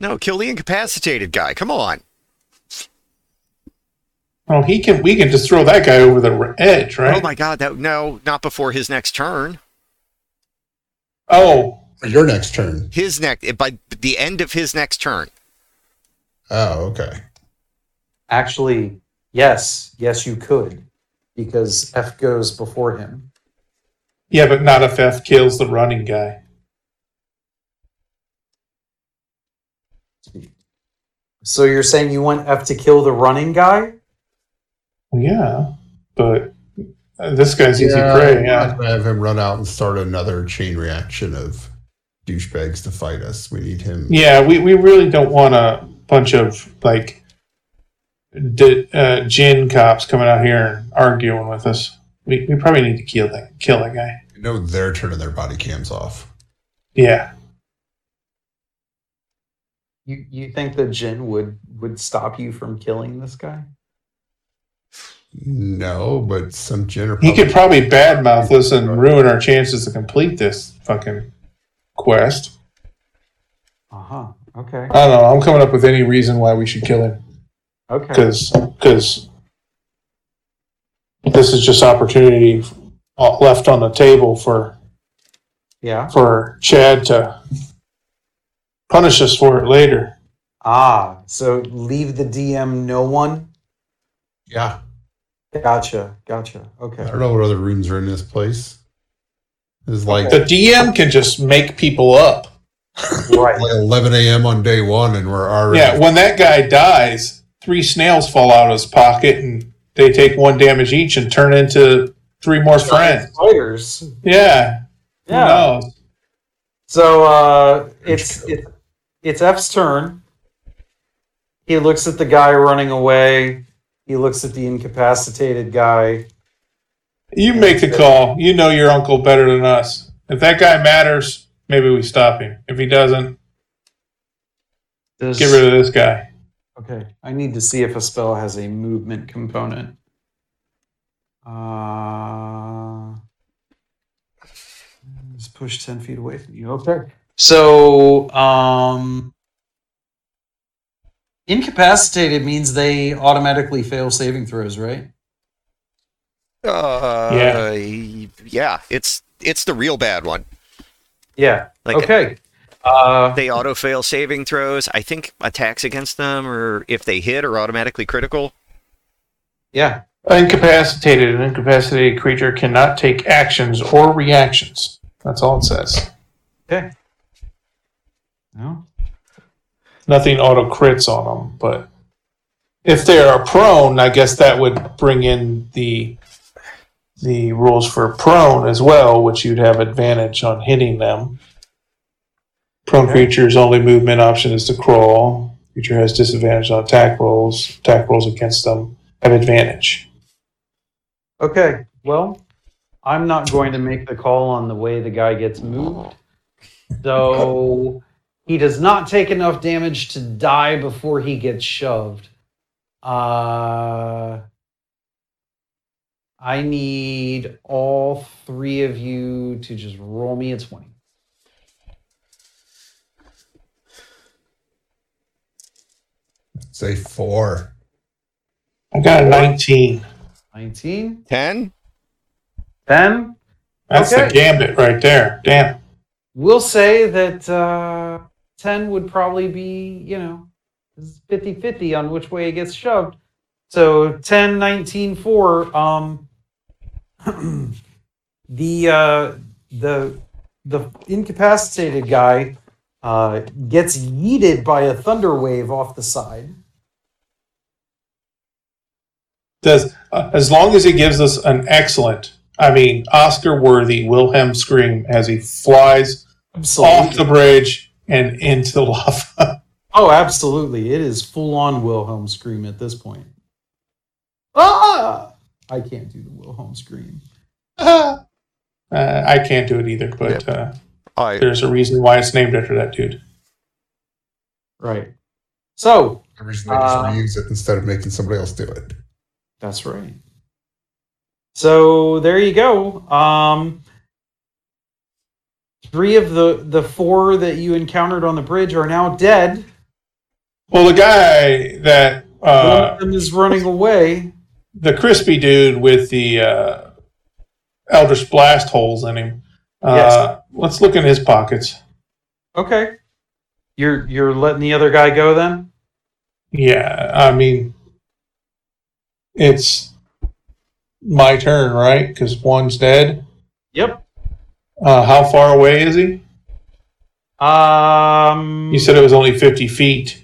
Speaker 2: No, kill the incapacitated guy. Come on.
Speaker 3: Oh, he can. We can just throw that guy over the r- edge, right?
Speaker 2: Oh my god, that no, not before his next turn.
Speaker 3: oh,
Speaker 1: Your next turn.
Speaker 2: His next by the end of his next turn.
Speaker 1: Oh, okay.
Speaker 4: Actually, yes, yes, you could, because F goes before him.
Speaker 3: yeah, but not if F kills the running guy.
Speaker 4: So you're saying you want F to kill the running guy?
Speaker 3: Well, yeah, but uh, this guy's easy prey. Yeah.
Speaker 1: I'm gonna have him run out and start another chain reaction of douchebags to fight us. We need him.
Speaker 3: Yeah, we, we really don't want a bunch of like d- uh, gin cops coming out here and arguing with us. We, we probably need to kill that kill that guy.
Speaker 1: You know they're turning their body cams off.
Speaker 3: Yeah,
Speaker 4: You you think that Jin would would stop you from killing this guy?
Speaker 1: No, but some gin are
Speaker 3: he
Speaker 1: probably
Speaker 3: could probably badmouth us and ruin our chances to complete this fucking quest.
Speaker 4: Uh huh. Okay.
Speaker 3: I don't know. I'm coming up with any reason why we should kill him
Speaker 4: Okay.
Speaker 3: because because this is just opportunity f- uh, left on the table for
Speaker 4: Yeah.
Speaker 3: for Chad to punish us for it later.
Speaker 4: Ah. So leave the DM no one.
Speaker 1: yeah.
Speaker 4: Gotcha. Gotcha.
Speaker 1: I
Speaker 4: Okay.
Speaker 1: don't know what other rooms are in this place. It's like
Speaker 3: The DM can just make people up.
Speaker 1: like
Speaker 4: Right.
Speaker 1: 11 a.m. on day one, and we're already
Speaker 3: Yeah, when that guy dies, three snails fall out of his pocket and they take one damage each and turn into three more friends.
Speaker 4: Spiders.
Speaker 3: Yeah. who
Speaker 4: Yeah.
Speaker 3: knows?
Speaker 4: So uh, it's it's it's F's turn. He looks at the guy running away. He looks at the incapacitated guy.
Speaker 3: You make the call. You know your uncle better than us. If that guy matters, maybe we stop him. If he doesn't,
Speaker 4: Does-
Speaker 3: get rid of this guy.
Speaker 4: Okay, I need to see if a spell has a movement component. Uh, let's push ten feet away from you. Okay. So, um, incapacitated means they automatically fail saving throws, right?
Speaker 2: Uh,
Speaker 3: Yeah.
Speaker 2: yeah, it's it's the real bad one.
Speaker 4: Yeah.
Speaker 2: Like
Speaker 4: okay. Uh,
Speaker 2: they auto fail saving throws. I think attacks against them or if they hit are automatically critical.
Speaker 4: yeah.
Speaker 3: Incapacitated. An incapacitated creature cannot take actions or reactions. That's all it says.
Speaker 4: Okay. No.
Speaker 3: nothing auto crits on them, but if they are prone, I guess that would bring in the the rules for prone as well, which you'd have advantage on hitting them. Prone
Speaker 4: Okay.
Speaker 3: creature's only movement option is to crawl. Creature has disadvantage on attack rolls. Attack rolls against them have advantage.
Speaker 4: Okay. Well, I'm not going to make the call on the way the guy gets moved. So he does not take enough damage to die before he gets shoved. Uh, I need all three of you to just roll me a 20.
Speaker 1: say four.
Speaker 3: I got a nineteen.
Speaker 4: 19,
Speaker 2: 10?
Speaker 4: 10.
Speaker 3: That's the
Speaker 4: Okay.
Speaker 3: gambit right there. Damn.
Speaker 4: We'll say that uh, 10 would probably be, you know, 50 50 on which way it gets shoved. So 10, 19, 4. Um, the, uh, the, the incapacitated guy uh, gets yeeted by a thunder wave off the side.
Speaker 3: Does uh, as long as he gives us an excellent, I mean, Oscar-worthy Wilhelm scream as he flies off the bridge and into the lava.
Speaker 4: Oh, absolutely. It is full on Wilhelm scream at this point. Ah! I can't do the Wilhelm scream.
Speaker 3: uh, I can't do it either, but uh,
Speaker 2: All right.
Speaker 3: there's a reason why it's named after that dude.
Speaker 4: Right. So,
Speaker 1: The reason they just
Speaker 4: Uh,
Speaker 1: reuse it instead of making somebody else do it.
Speaker 4: that's right. So, there you go. Um, three of the, the four that you encountered on the bridge are now dead.
Speaker 3: Well, the guy that
Speaker 4: One
Speaker 3: uh,
Speaker 4: of them is running away.
Speaker 3: the crispy dude with the uh, Eldritch blast holes in him. Uh, Let's look in his pockets.
Speaker 4: Okay. You're, you're letting the other guy go then?
Speaker 3: Yeah, I mean, it's my turn, right? Because one's dead.
Speaker 4: Yep.
Speaker 3: Uh, how far away is he?
Speaker 4: Um,
Speaker 3: You said it was only 50 feet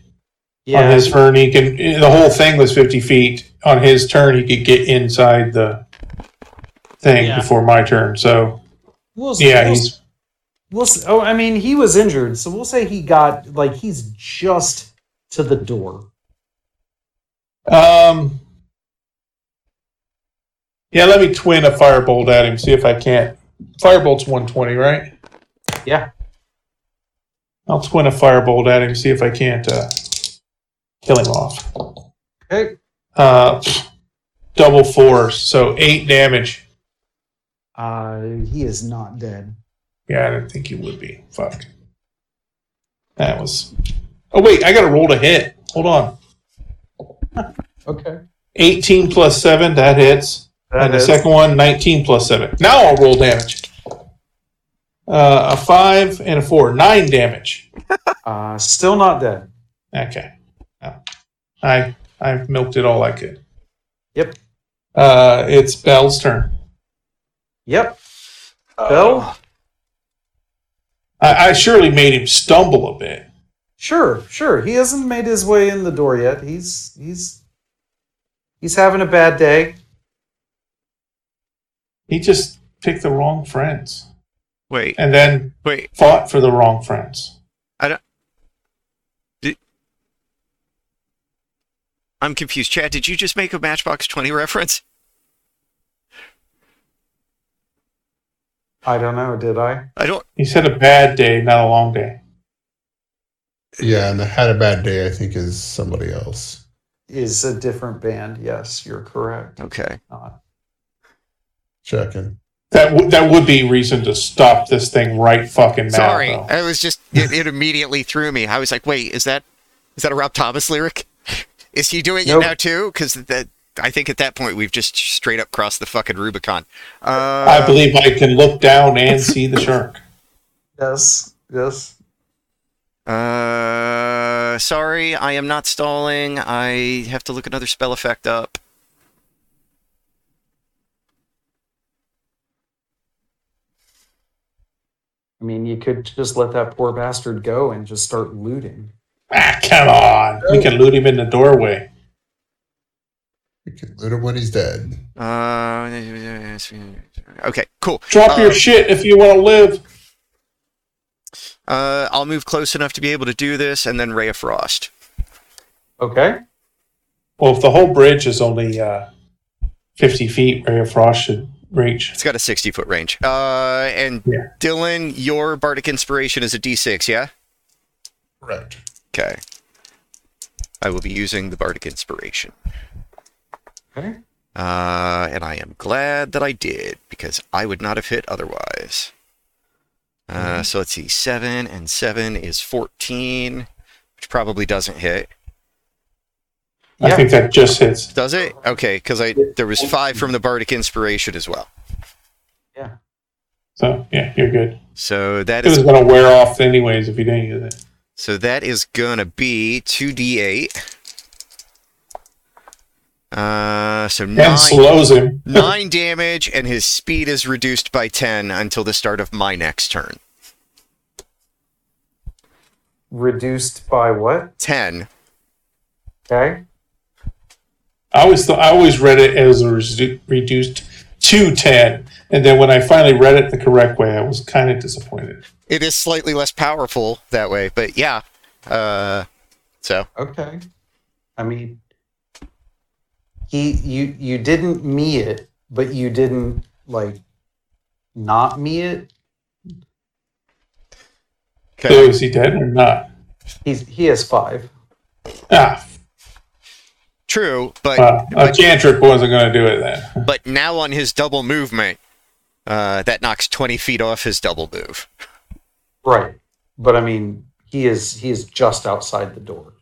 Speaker 3: on his turn. He can, the whole thing was 50 feet. On his turn, he could get inside the thing
Speaker 4: Yeah.
Speaker 3: before my turn. So,
Speaker 4: We'll,
Speaker 3: yeah,
Speaker 4: we'll,
Speaker 3: he's
Speaker 4: we'll s- oh, I mean, he was injured, so we'll say he got like he's just to the door.
Speaker 3: Um. Yeah, let me twin a firebolt at him. See if I can't. Firebolt's one twenty, right?
Speaker 4: Yeah.
Speaker 3: I'll twin a firebolt at him. See if I can't uh, kill him off.
Speaker 4: Okay.
Speaker 3: Uh, double four, so eight damage.
Speaker 4: Uh, he is not dead.
Speaker 3: Yeah, I didn't think you would be. Fuck. That was. Oh wait, I got to roll to hit. Hold on.
Speaker 4: Okay.
Speaker 3: Eighteen plus seven, that hits. and the second one, 19 plus 7. Now I'll roll damage. Uh, a 5 and a 4. 9 damage.
Speaker 4: uh, still not dead.
Speaker 3: Okay. Uh, I, I've milked it all I could.
Speaker 4: Yep.
Speaker 3: Uh, it's Bell's turn.
Speaker 4: Yep.
Speaker 3: Oh.
Speaker 4: Bell?
Speaker 3: I, I surely made him stumble a bit.
Speaker 4: Sure, sure. He hasn't made his way in the door yet. He's he's he's having a bad day.
Speaker 3: He just picked the wrong friends
Speaker 2: Wait,
Speaker 3: and then
Speaker 2: wait.
Speaker 3: fought for the wrong friends.
Speaker 2: I'm confused. Chad, did you just make a Matchbox 20 reference?
Speaker 4: I don't know. Did I?
Speaker 2: I don't.
Speaker 3: He's had a bad day, not a long day.
Speaker 1: Yeah, and the had a bad day, I think, is somebody else.
Speaker 4: Is a different band. Yes, you're correct.
Speaker 2: Okay.
Speaker 4: Not.
Speaker 1: Checking.
Speaker 3: That, w- that would be reason to stop this thing right fucking now.
Speaker 2: Sorry.
Speaker 3: though.
Speaker 2: I was just. It, it immediately threw me. I was like, wait, is that is that a Rob Thomas lyric? Is he doing
Speaker 4: Nope.
Speaker 2: it now too? Because that. I think at that point we've just straight up crossed the fucking Rubicon. Uh,
Speaker 3: I believe I can look down and see the shark.
Speaker 4: Yes. Yes.
Speaker 2: Uh, sorry, I am not stalling. I have to look another spell effect up.
Speaker 4: I mean, you could just let that poor bastard go and just start looting.
Speaker 3: Ah, come on. We can loot him in the doorway.
Speaker 1: You can loot him when he's dead.
Speaker 2: Uh, okay, cool.
Speaker 3: Drop
Speaker 2: Uh,
Speaker 3: your shit if you want to live.
Speaker 2: Uh, I'll move close enough to be able to do this, and then Ray of Frost.
Speaker 4: Okay.
Speaker 3: Well, if the whole bridge is only uh, 50 feet, Ray of Frost should reach.
Speaker 2: It's got a sixty foot range. Uh, and
Speaker 3: Yeah.
Speaker 2: Dylan, your bardic inspiration is a D six, yeah?
Speaker 1: Correct.
Speaker 2: Okay. I will be using the bardic inspiration.
Speaker 4: Okay.
Speaker 2: Uh, and I am glad that I did because I would not have hit otherwise. Uh, so let's see, seven and seven is fourteen, which probably doesn't hit.
Speaker 3: I
Speaker 4: Yeah.
Speaker 3: think that just hits.
Speaker 2: Does it? Okay, because I there was five from the Bardic Inspiration as well.
Speaker 3: So yeah, you're good.
Speaker 2: So that
Speaker 3: It was
Speaker 2: is
Speaker 3: gonna wear off anyways if you didn't use it.
Speaker 2: so that is gonna be two D eight. Uh, so
Speaker 3: And
Speaker 2: nine
Speaker 3: slows him.
Speaker 2: nine damage, and his speed is reduced by ten until the start of my next turn.
Speaker 4: Reduced by what?
Speaker 2: Ten.
Speaker 4: Okay.
Speaker 3: I always thought, I always read it as a resu- reduced to ten, and then when I finally read it the correct way, I was kind of disappointed.
Speaker 2: It is slightly less powerful that way, but yeah. Uh, so
Speaker 4: Okay. I mean, he you you didn't me it, but you didn't like not me it.
Speaker 3: So
Speaker 2: okay.
Speaker 3: is he dead or not?
Speaker 4: He's he has five.
Speaker 3: Ah,
Speaker 2: true, but
Speaker 3: wow. a cantrip wasn't gonna do it then.
Speaker 2: but now on his double movement, uh, that knocks 20 feet off his double move.
Speaker 4: Right. But I mean, he is he is just outside the door.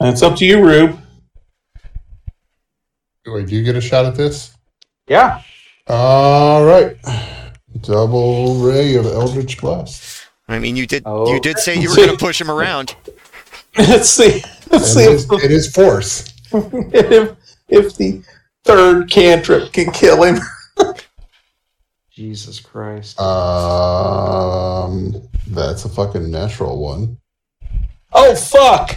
Speaker 3: And it's up to you, Rube.
Speaker 1: Wait, do you get a shot at this?
Speaker 4: Yeah.
Speaker 1: All right. Double ray of Eldritch Blast.
Speaker 2: I mean, you did
Speaker 4: Oh.
Speaker 2: you did say you were going to push him around.
Speaker 3: let's see. Let's
Speaker 1: And
Speaker 3: see
Speaker 1: it,
Speaker 3: if,
Speaker 1: is, it is force.
Speaker 3: if if the third cantrip can kill him.
Speaker 4: Jesus Christ.
Speaker 1: Uh, Um, that's a fucking natural one.
Speaker 3: Oh fuck!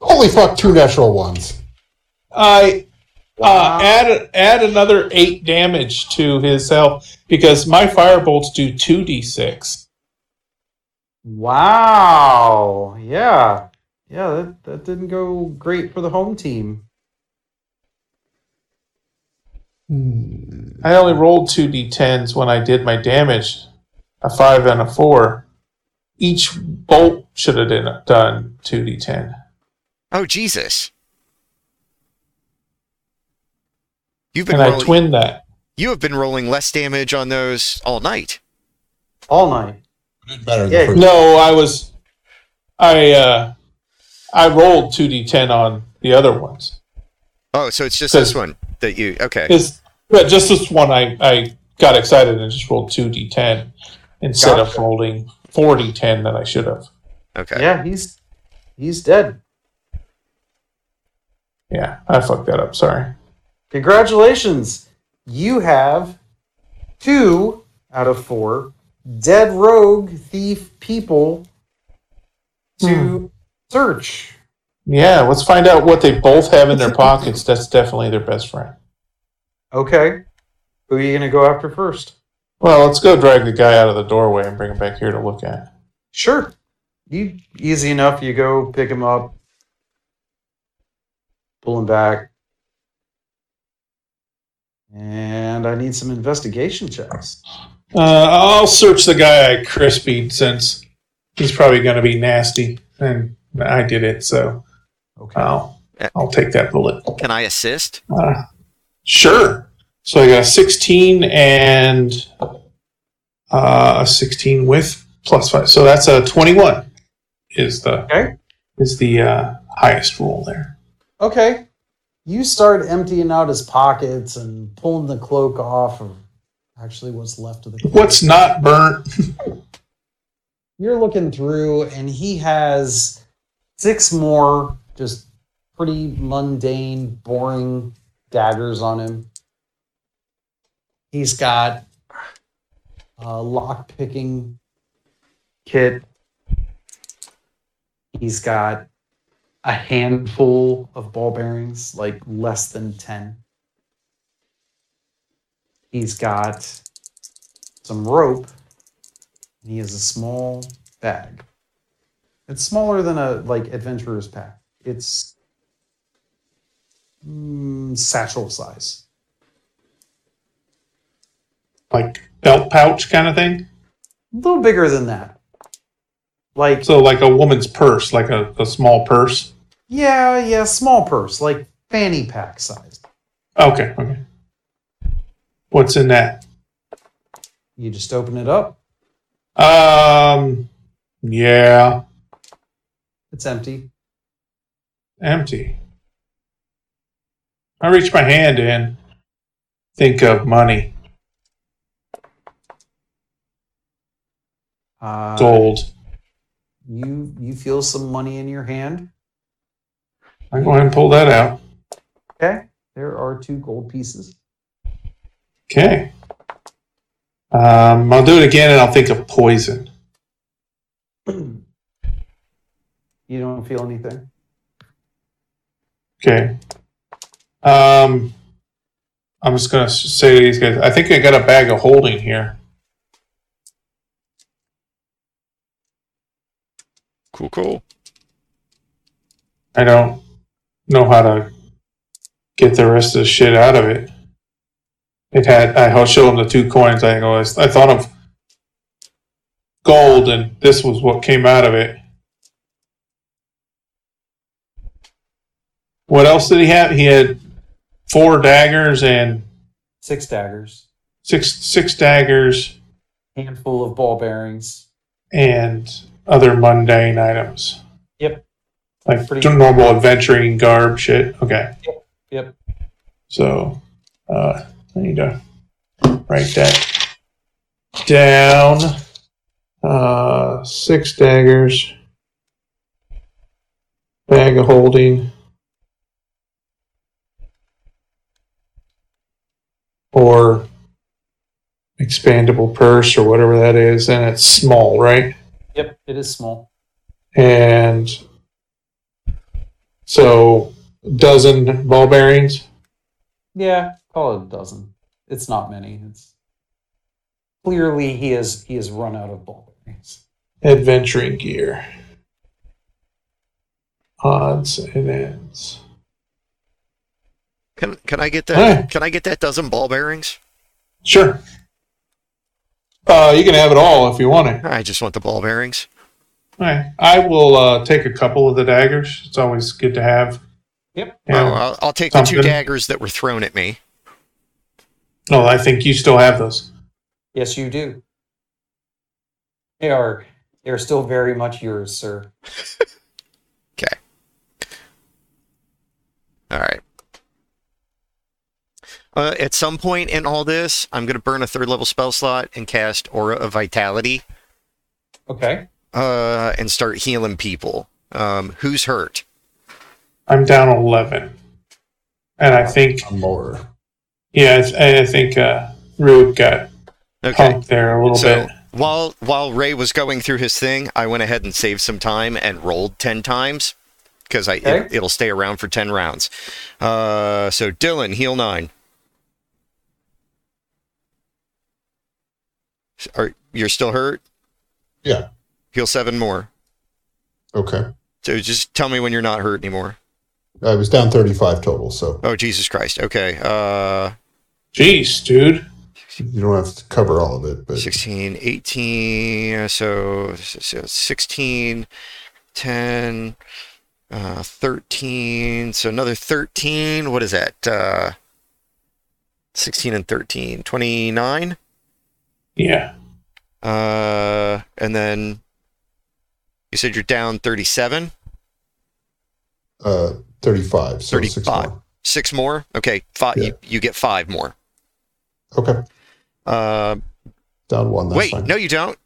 Speaker 1: Holy fuck, two natural ones.
Speaker 3: I
Speaker 4: Wow.
Speaker 3: uh, add add another eight damage to his health because my firebolts do two d six.
Speaker 4: Wow. Yeah. Yeah, that, that didn't go great for the home team.
Speaker 3: I only rolled two d tens when I did my damage, a five and a four. Each bolt should have done- done two d ten.
Speaker 2: Oh Jesus. You've been
Speaker 3: And I
Speaker 2: rolling,
Speaker 3: twinned that.
Speaker 2: you have been rolling less damage on those all night.
Speaker 4: All night.
Speaker 1: It didn't matter the
Speaker 4: Yeah.
Speaker 1: first-
Speaker 3: No, I was, I uh, I rolled two d ten on the other ones.
Speaker 2: Oh, so it's just
Speaker 3: So-
Speaker 2: this one that you okay.
Speaker 3: Is but just this one I, I got excited and just rolled two D ten instead of rolling four D ten that I should have.
Speaker 2: Okay.
Speaker 4: Yeah, he's he's dead.
Speaker 3: Yeah, I fucked that up, sorry.
Speaker 4: Congratulations. You have two out of four dead rogue thief people to search.
Speaker 3: Yeah, let's find out what they both have in their pockets. That's definitely their best friend.
Speaker 4: Okay. Who are you gonna go after first?
Speaker 3: Well, let's go drag the guy out of the doorway and bring him back here to look at.
Speaker 4: Sure. You easy enough. You go pick him up, pull him back, and I need some investigation checks.
Speaker 3: Uh, I'll search the guy I crispied since he's probably going to be nasty, and I did it, so
Speaker 4: Okay.
Speaker 3: I'll I'll take that bullet.
Speaker 2: Can I assist?
Speaker 3: Uh, sure. So I got a 16 and uh, a 16 with plus five. So that's a 21 is the
Speaker 4: Okay.
Speaker 3: is the uh, highest roll there.
Speaker 4: Okay. You start emptying out his pockets and pulling the cloak off of actually what's left of the cloak.
Speaker 3: What's not burnt?
Speaker 4: You're looking through, and he has six more just pretty mundane, boring daggers on him. He's got a lock picking kit. He's got a handful of ball bearings, like less than 10. He's got some rope and he has a small bag. It's smaller than a like adventurer's pack. It's mm, satchel size.
Speaker 3: Like belt pouch kind of thing?
Speaker 4: A little bigger than that. Like
Speaker 3: So like a woman's purse, like a, a small purse.
Speaker 4: yeah, yeah, small purse, like fanny pack size.
Speaker 3: Okay, okay. What's in that?
Speaker 4: You just open it up.
Speaker 3: Um yeah.
Speaker 4: It's empty.
Speaker 3: Empty. I reach my hand in. Think of money,
Speaker 4: Uh,
Speaker 3: gold.
Speaker 4: You you feel some money in your hand.
Speaker 3: I go ahead and pull that out.
Speaker 4: Okay. There are two gold pieces.
Speaker 3: Okay. Um, I'll do it again and I'll think of poison.
Speaker 4: you don't feel anything.
Speaker 3: Okay. Um, I'm just going to say to these guys I think I got a bag of holding here.
Speaker 2: Cool, cool.
Speaker 3: I don't know how to get the rest of the shit out of it. It had I showed them the two coins. I go. I I thought of gold, and this was what came out of it. What else did he have? He had four daggers and
Speaker 4: Six daggers,
Speaker 3: six six daggers
Speaker 4: handful of ball bearings.
Speaker 3: and other mundane items.
Speaker 4: Yep.
Speaker 3: Like
Speaker 4: Pretty-
Speaker 3: normal adventuring garb shit. Okay.
Speaker 4: Yep.
Speaker 3: So uh, I need to write that down. Uh, six daggers, bag of holding, or expandable purse, or whatever that is, and it's small, right?
Speaker 4: Yep. It is small.
Speaker 3: And so dozen ball bearings.
Speaker 4: Yeah. Call it a dozen. It's not many. It's clearly he has he has run out of ball bearings.
Speaker 3: adventuring gear. Odds and ends.
Speaker 2: Can can I get that?
Speaker 3: Hey.
Speaker 2: Can I get that dozen ball bearings?
Speaker 3: Sure. Uh, you can have it all if you want it.
Speaker 2: I just want the ball bearings.
Speaker 3: All right. I will uh, take a couple of the daggers. It's always good to have.
Speaker 4: Yep.
Speaker 3: Yeah.
Speaker 2: Oh, I'll, I'll take the two
Speaker 3: Something.
Speaker 2: daggers that were thrown at me.
Speaker 3: no, I think you still have those.
Speaker 4: Yes, you do. They are they are still very much yours, sir.
Speaker 2: All right. Uh, at some point in all this, I'm going to burn a third level spell slot and cast Aura of Vitality
Speaker 4: Okay.
Speaker 2: uh, and start healing people. Um, who's hurt?
Speaker 3: I'm down 11. And I think,
Speaker 1: More.
Speaker 3: yeah, I, th- I think uh, Rube got
Speaker 2: Okay.
Speaker 3: pumped there a little
Speaker 2: So
Speaker 3: bit.
Speaker 2: while while Ray was going through his thing, I went ahead and saved some time and rolled ten times because I it,
Speaker 4: Okay.
Speaker 2: it'll stay around for ten rounds. Uh, so Dylan, heal nine. Are you're still hurt?
Speaker 1: Yeah.
Speaker 2: Heal seven more.
Speaker 1: Okay.
Speaker 2: So just tell me when you're not hurt anymore.
Speaker 1: I Uh, was down 35 total, so
Speaker 2: Oh Jesus Christ. Okay. Uh
Speaker 3: Jeez, dude.
Speaker 1: you don't have to cover all of it. But
Speaker 2: 16, 18, uh, so, so 16, 10, uh, 13, so another 13. What is that? Uh, 16 and 13, 29.
Speaker 3: Yeah.
Speaker 2: Uh, and then you said you're down 37,
Speaker 1: uh, 35. So
Speaker 2: 35.
Speaker 1: Six more.
Speaker 2: six more. Okay, five.
Speaker 1: Yeah.
Speaker 2: You, you get five more.
Speaker 1: Okay.
Speaker 2: Uh,
Speaker 1: Down one. That's
Speaker 2: wait,
Speaker 1: fine.
Speaker 2: no, you don't.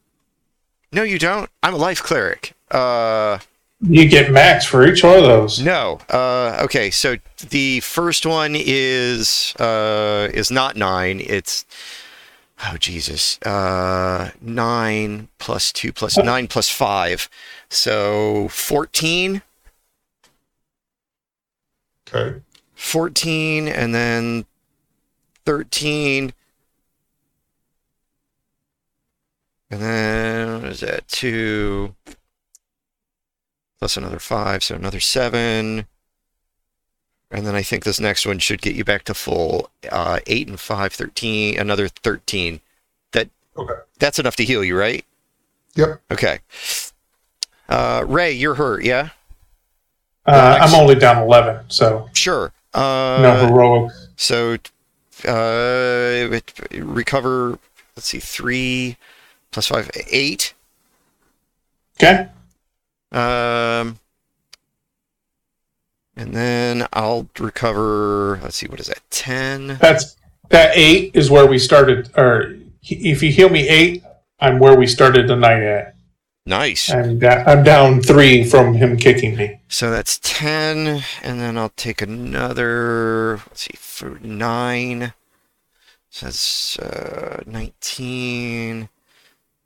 Speaker 2: No, you don't. I'm a life cleric. Uh,
Speaker 3: You get max for each one of those.
Speaker 2: No. Uh, okay, so the first one is uh, is not nine. It's oh Jesus, uh, nine plus two plus nine plus five, so 14,
Speaker 1: Okay.
Speaker 2: 14, and then thirteen, and then what is that? Two plus another five, so another seven. And then I think this next one should get you back to full uh, eight and five, 13, another 13. That
Speaker 1: Okay.
Speaker 2: That's enough to heal you, right?
Speaker 1: Yep.
Speaker 2: Okay. Uh, Ray, you're hurt, yeah?
Speaker 3: Uh,
Speaker 2: Max.
Speaker 3: I'm only down 11, so
Speaker 2: Sure. Uh,
Speaker 3: no heroic.
Speaker 2: So, uh, it- recover. Let's see, three plus five, eight.
Speaker 3: Okay.
Speaker 2: Um, And then I'll recover. Let's see, what is that? 10?
Speaker 3: That's that eight is where we started. Or he- if you heal me eight, I'm where we started the night at.
Speaker 2: Nice.
Speaker 3: I'm da- I'm down three from him kicking me.
Speaker 2: So that's 10. And then I'll take another, let's see, for 9. So that's uh, 19.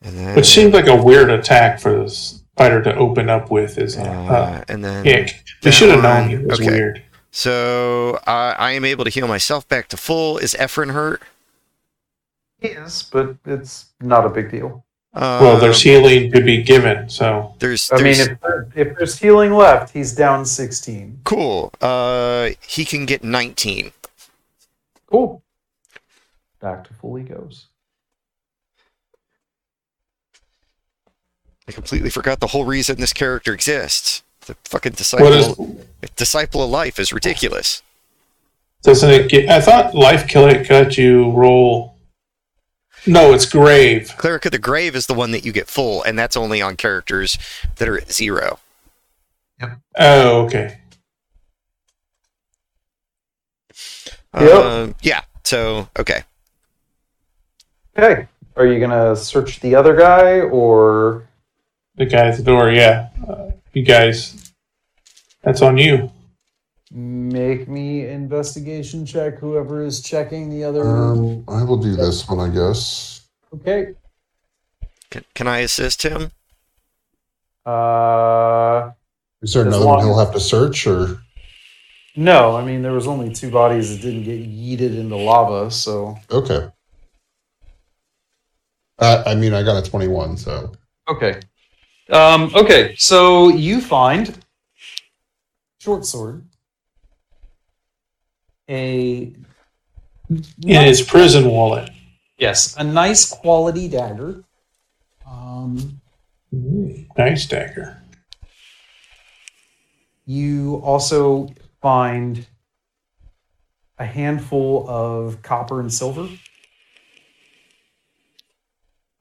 Speaker 2: And then.
Speaker 3: Which seemed like a weird attack for the spider to open up with is a uh,
Speaker 2: uh, and then.
Speaker 3: kick. They
Speaker 2: that
Speaker 3: should have known
Speaker 2: one-
Speaker 3: it was
Speaker 2: okay.
Speaker 3: weird.
Speaker 2: So I I am able to heal myself back to full. Is Efren hurt?
Speaker 4: He is, but it's not a big deal.
Speaker 2: Uh,
Speaker 3: Well, there's healing to be given, so
Speaker 2: Um, There's,
Speaker 4: I mean,
Speaker 2: there's-
Speaker 4: if, there- if there's healing left, he's down 16.
Speaker 2: cool. Uh, he can get 19.
Speaker 4: Cool. Back to full he goes.
Speaker 2: I completely forgot the whole reason this character exists. The fucking disciple,
Speaker 3: what is?
Speaker 2: disciple of life is ridiculous.
Speaker 3: Doesn't it get? I thought life kill it got you roll. No, it's grave.
Speaker 2: Cleric of the Grave is the one that you get full, and that's only on characters that are at zero.
Speaker 3: Oh, okay.
Speaker 4: Yep.
Speaker 2: Um, yeah. So okay.
Speaker 4: Okay. Are you going to search the other guy or.
Speaker 3: The guy at the door. Yeah, uh, you guys. That's on you.
Speaker 4: Make me investigation check. Whoever is checking the other.
Speaker 1: Um, I will do this one, I guess.
Speaker 4: okay.
Speaker 2: Can, can I assist him?
Speaker 4: Uh,
Speaker 1: Is there
Speaker 4: As
Speaker 1: another
Speaker 4: long
Speaker 1: one he'll
Speaker 4: as-
Speaker 1: have to search, or
Speaker 4: no, I mean there was only two bodies that didn't get yeeted into lava, so
Speaker 1: okay? Uh, I mean, I got a twenty-one, so
Speaker 4: okay. Um, okay, so you find short sword, a
Speaker 3: In his prison wallet.
Speaker 4: yes, a nice quality dagger. Um,
Speaker 3: Mm-hmm. Nice dagger.
Speaker 4: you also find a handful of copper and silver.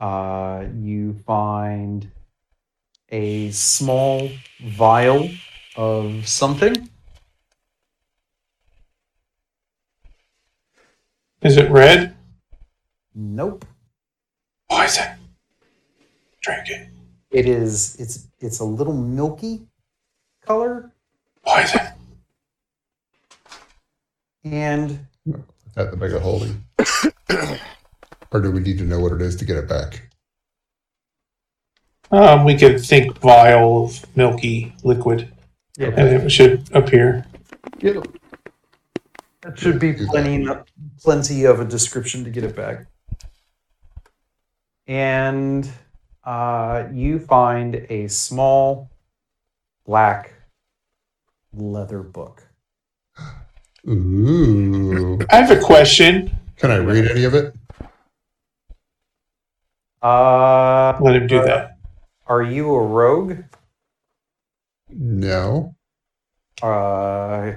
Speaker 4: Uh, you find a small vial of something.
Speaker 3: Is it red?
Speaker 4: Nope.
Speaker 3: Poison. Drink it.
Speaker 4: It is. It's. It's a little milky color,
Speaker 3: Poison.
Speaker 4: and
Speaker 1: at the bag of holding. or do we need to know what it is to get it back?
Speaker 3: Um, we could think vial of milky liquid, and it should appear.
Speaker 4: That should be plenty, plenty of a description to get it back. And uh, you find a small black leather book.
Speaker 1: Ooh.
Speaker 3: I have a question.
Speaker 1: Can I read any of it?
Speaker 4: Uh,
Speaker 3: Let him do that.
Speaker 4: are you a rogue?
Speaker 1: No.
Speaker 4: Uh,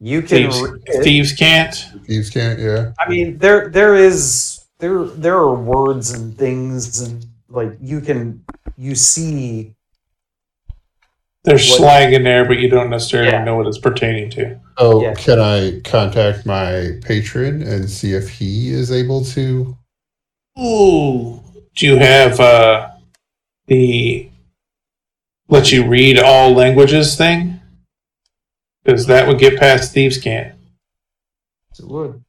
Speaker 4: you can.
Speaker 3: Thieves,
Speaker 4: read it.
Speaker 3: thieves can't.
Speaker 1: Thieves can't, yeah.
Speaker 4: I mean, there there is there there are words and things and like you can you see
Speaker 3: There's
Speaker 4: What-
Speaker 3: slang in there, but you don't necessarily
Speaker 4: Yeah.
Speaker 3: know what it's pertaining to.
Speaker 1: Oh,
Speaker 4: Yeah.
Speaker 1: can I contact my patron and see if he is able to?
Speaker 3: Ooh. Do you have uh, the let you read all languages thing? Because that would get past thieves can't.
Speaker 4: it would.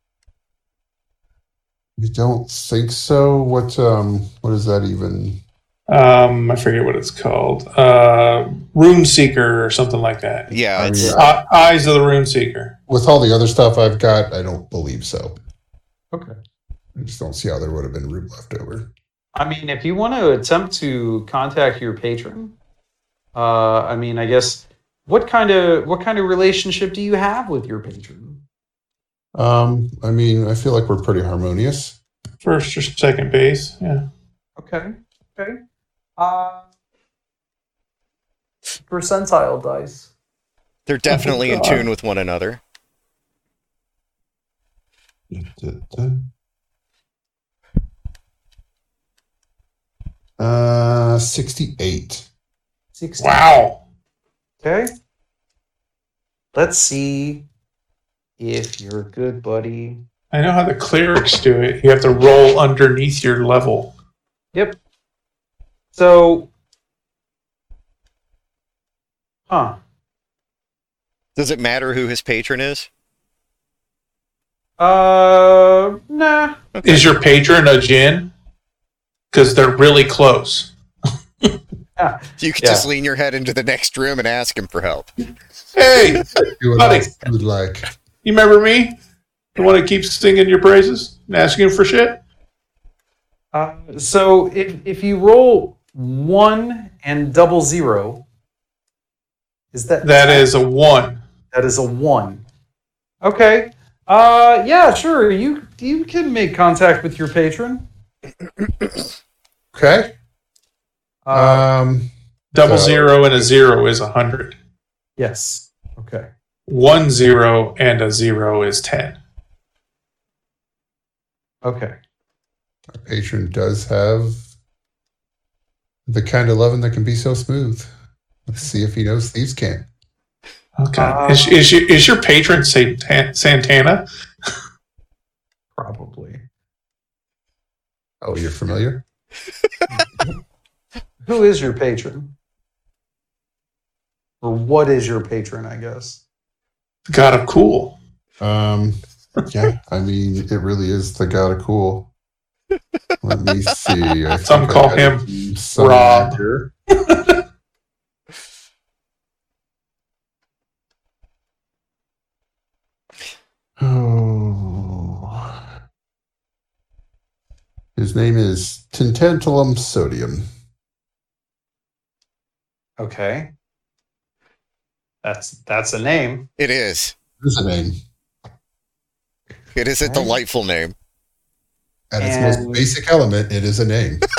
Speaker 1: I don't think so. What um what is that even?
Speaker 3: um, I forget what it's called, uh, Rune Seeker or something like that.
Speaker 2: Yeah.
Speaker 1: I
Speaker 2: It's,
Speaker 4: Oh,
Speaker 1: mean,
Speaker 3: Uh, Eyes of the Rune Seeker.
Speaker 1: with all the other stuff I've got, I don't believe so.
Speaker 4: Okay.
Speaker 1: I just don't see how there would have been root left over.
Speaker 4: I mean, if you want to attempt to contact your patron, uh, I mean, I guess what kind of what kind of relationship do you have with your patron?
Speaker 1: Um, I mean, I feel like we're pretty harmonious.
Speaker 3: First or second base. Yeah.
Speaker 4: Okay. Okay. Uh, percentile dice.
Speaker 2: they're definitely in
Speaker 3: God.
Speaker 2: tune with one another.
Speaker 1: Uh, sixty-eight.
Speaker 4: Sixty.
Speaker 3: Wow.
Speaker 4: Okay. Let's see if you're good, buddy.
Speaker 3: I know how the clerics do it. You have to roll underneath your level.
Speaker 4: Yep. So, huh?
Speaker 2: Does it matter who his patron is?
Speaker 4: Uh, nah.
Speaker 3: Is your patron a gin? Because they're really close.
Speaker 2: You could
Speaker 4: Yeah.
Speaker 2: just lean your head into the next room and ask him for help.
Speaker 3: Hey,
Speaker 1: You would
Speaker 3: Buddy.
Speaker 1: like, you would like.
Speaker 3: you remember me? The one that keeps singing your praises and asking for shit?
Speaker 4: Uh, so if if you roll one and double zero, is that
Speaker 3: That is a one.
Speaker 4: that is a one? Okay. Uh, yeah, sure. You you can make contact with your patron.
Speaker 1: Okay.
Speaker 4: Uh,
Speaker 1: Um,
Speaker 3: Double
Speaker 1: So-
Speaker 3: zero and a zero is a hundred.
Speaker 4: yes. Okay.
Speaker 3: One zero and a zero is ten.
Speaker 4: Okay.
Speaker 1: our patron does have the kind of loving that can be so smooth. Let's see if he knows thieves can.
Speaker 3: Okay.
Speaker 1: Ah.
Speaker 4: Uh,
Speaker 3: is, is, your, is your patron Santa- Santana?
Speaker 4: Probably.
Speaker 1: Oh, you're familiar?
Speaker 4: Who is your patron? Or what is your patron? I guess.
Speaker 3: God of cool.
Speaker 1: Um, yeah, I mean, it really is the god of cool. Let me see. I
Speaker 3: Some
Speaker 1: think I
Speaker 3: call
Speaker 1: got
Speaker 3: him
Speaker 1: it somewhere
Speaker 3: Rob.
Speaker 1: here. oh. His name is Tintantalum Sodium.
Speaker 4: Okay. That's that's a name.
Speaker 2: It is.
Speaker 1: This is a name.
Speaker 2: It is a
Speaker 4: Right.
Speaker 2: delightful name.
Speaker 1: At its
Speaker 4: And-
Speaker 1: most basic element, it is a name.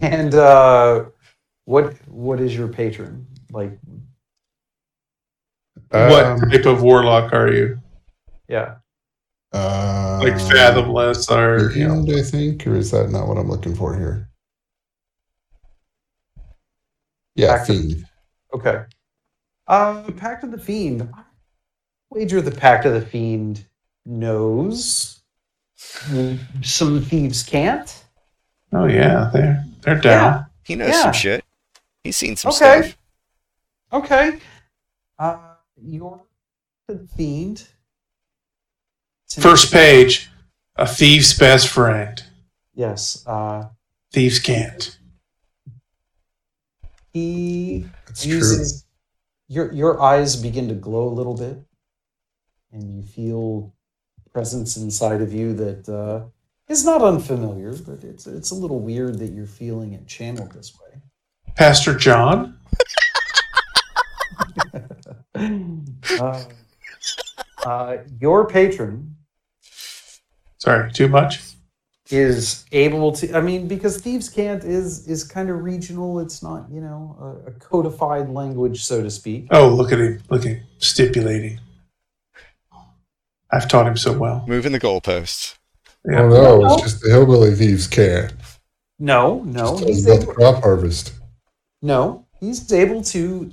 Speaker 4: And uh, what what is your patron like?
Speaker 1: Um,
Speaker 3: what type of warlock are you?
Speaker 4: Yeah.
Speaker 1: uh,
Speaker 3: Like fathomless or you know,
Speaker 1: Beyond, I think, or is that not what I'm looking for here? Yeah,
Speaker 4: Active.
Speaker 1: fiend.
Speaker 4: Okay. Uh, Pact of the Fiend. I wager the Pact of the Fiend knows some thieves can't.
Speaker 3: Oh yeah, they're they're down.
Speaker 2: He knows
Speaker 4: Yeah.
Speaker 2: some shit. He's seen some
Speaker 4: Okay.
Speaker 2: stuff.
Speaker 4: Okay. Uh, your the Fiend.
Speaker 3: First page, a thief's best friend.
Speaker 4: Yes. Uh,
Speaker 3: Thieves can't.
Speaker 4: he
Speaker 1: That's true.
Speaker 4: uses your your eyes begin to glow a little bit and you feel presence inside of you that uh, is not unfamiliar but it's it's a little weird that you're feeling it channeled this
Speaker 3: Pastor John.
Speaker 4: way uh, uh, your patron
Speaker 3: Sorry, too much.
Speaker 4: is able to i mean because thieves can't is is kind of regional it's not you know a, a codified language so to speak
Speaker 3: Oh, look at him. Look at him. Stipulating. I've taught him so well.
Speaker 2: Moving the goalposts.
Speaker 1: Oh no, it's just the hillbilly thieves care.
Speaker 4: no no
Speaker 1: It's
Speaker 4: he's
Speaker 1: about
Speaker 4: able,
Speaker 1: the crop harvest. Oh,
Speaker 4: No, he's able to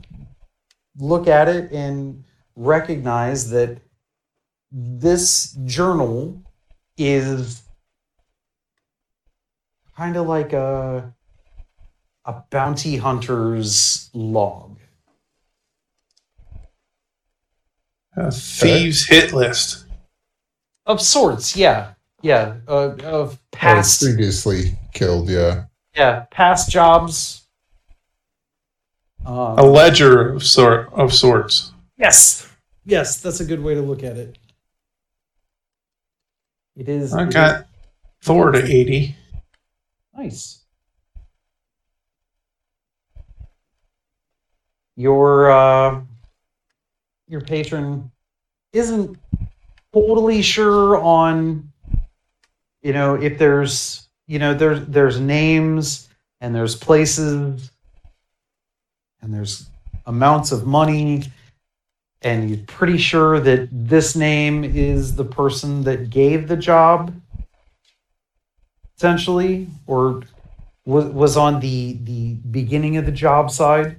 Speaker 4: look at it and recognize that this journal is kind of like a a bounty hunter's log.
Speaker 3: A thieves hit list.
Speaker 4: Of sorts, yeah. Yeah, uh, of
Speaker 1: Oh,
Speaker 4: past
Speaker 1: previously killed, yeah.
Speaker 4: yeah, past jobs. Um,
Speaker 3: A ledger of sort of sorts.
Speaker 4: Yes. Yes, that's a good way to look at it. It is
Speaker 3: I got Thor to eighty.
Speaker 4: nice. Your uh, your patron isn't totally sure on you know if there's you know there's there's names and there's places and there's amounts of money and you're pretty sure that this name is the person that gave the job essentially or was, was on the the beginning of the job side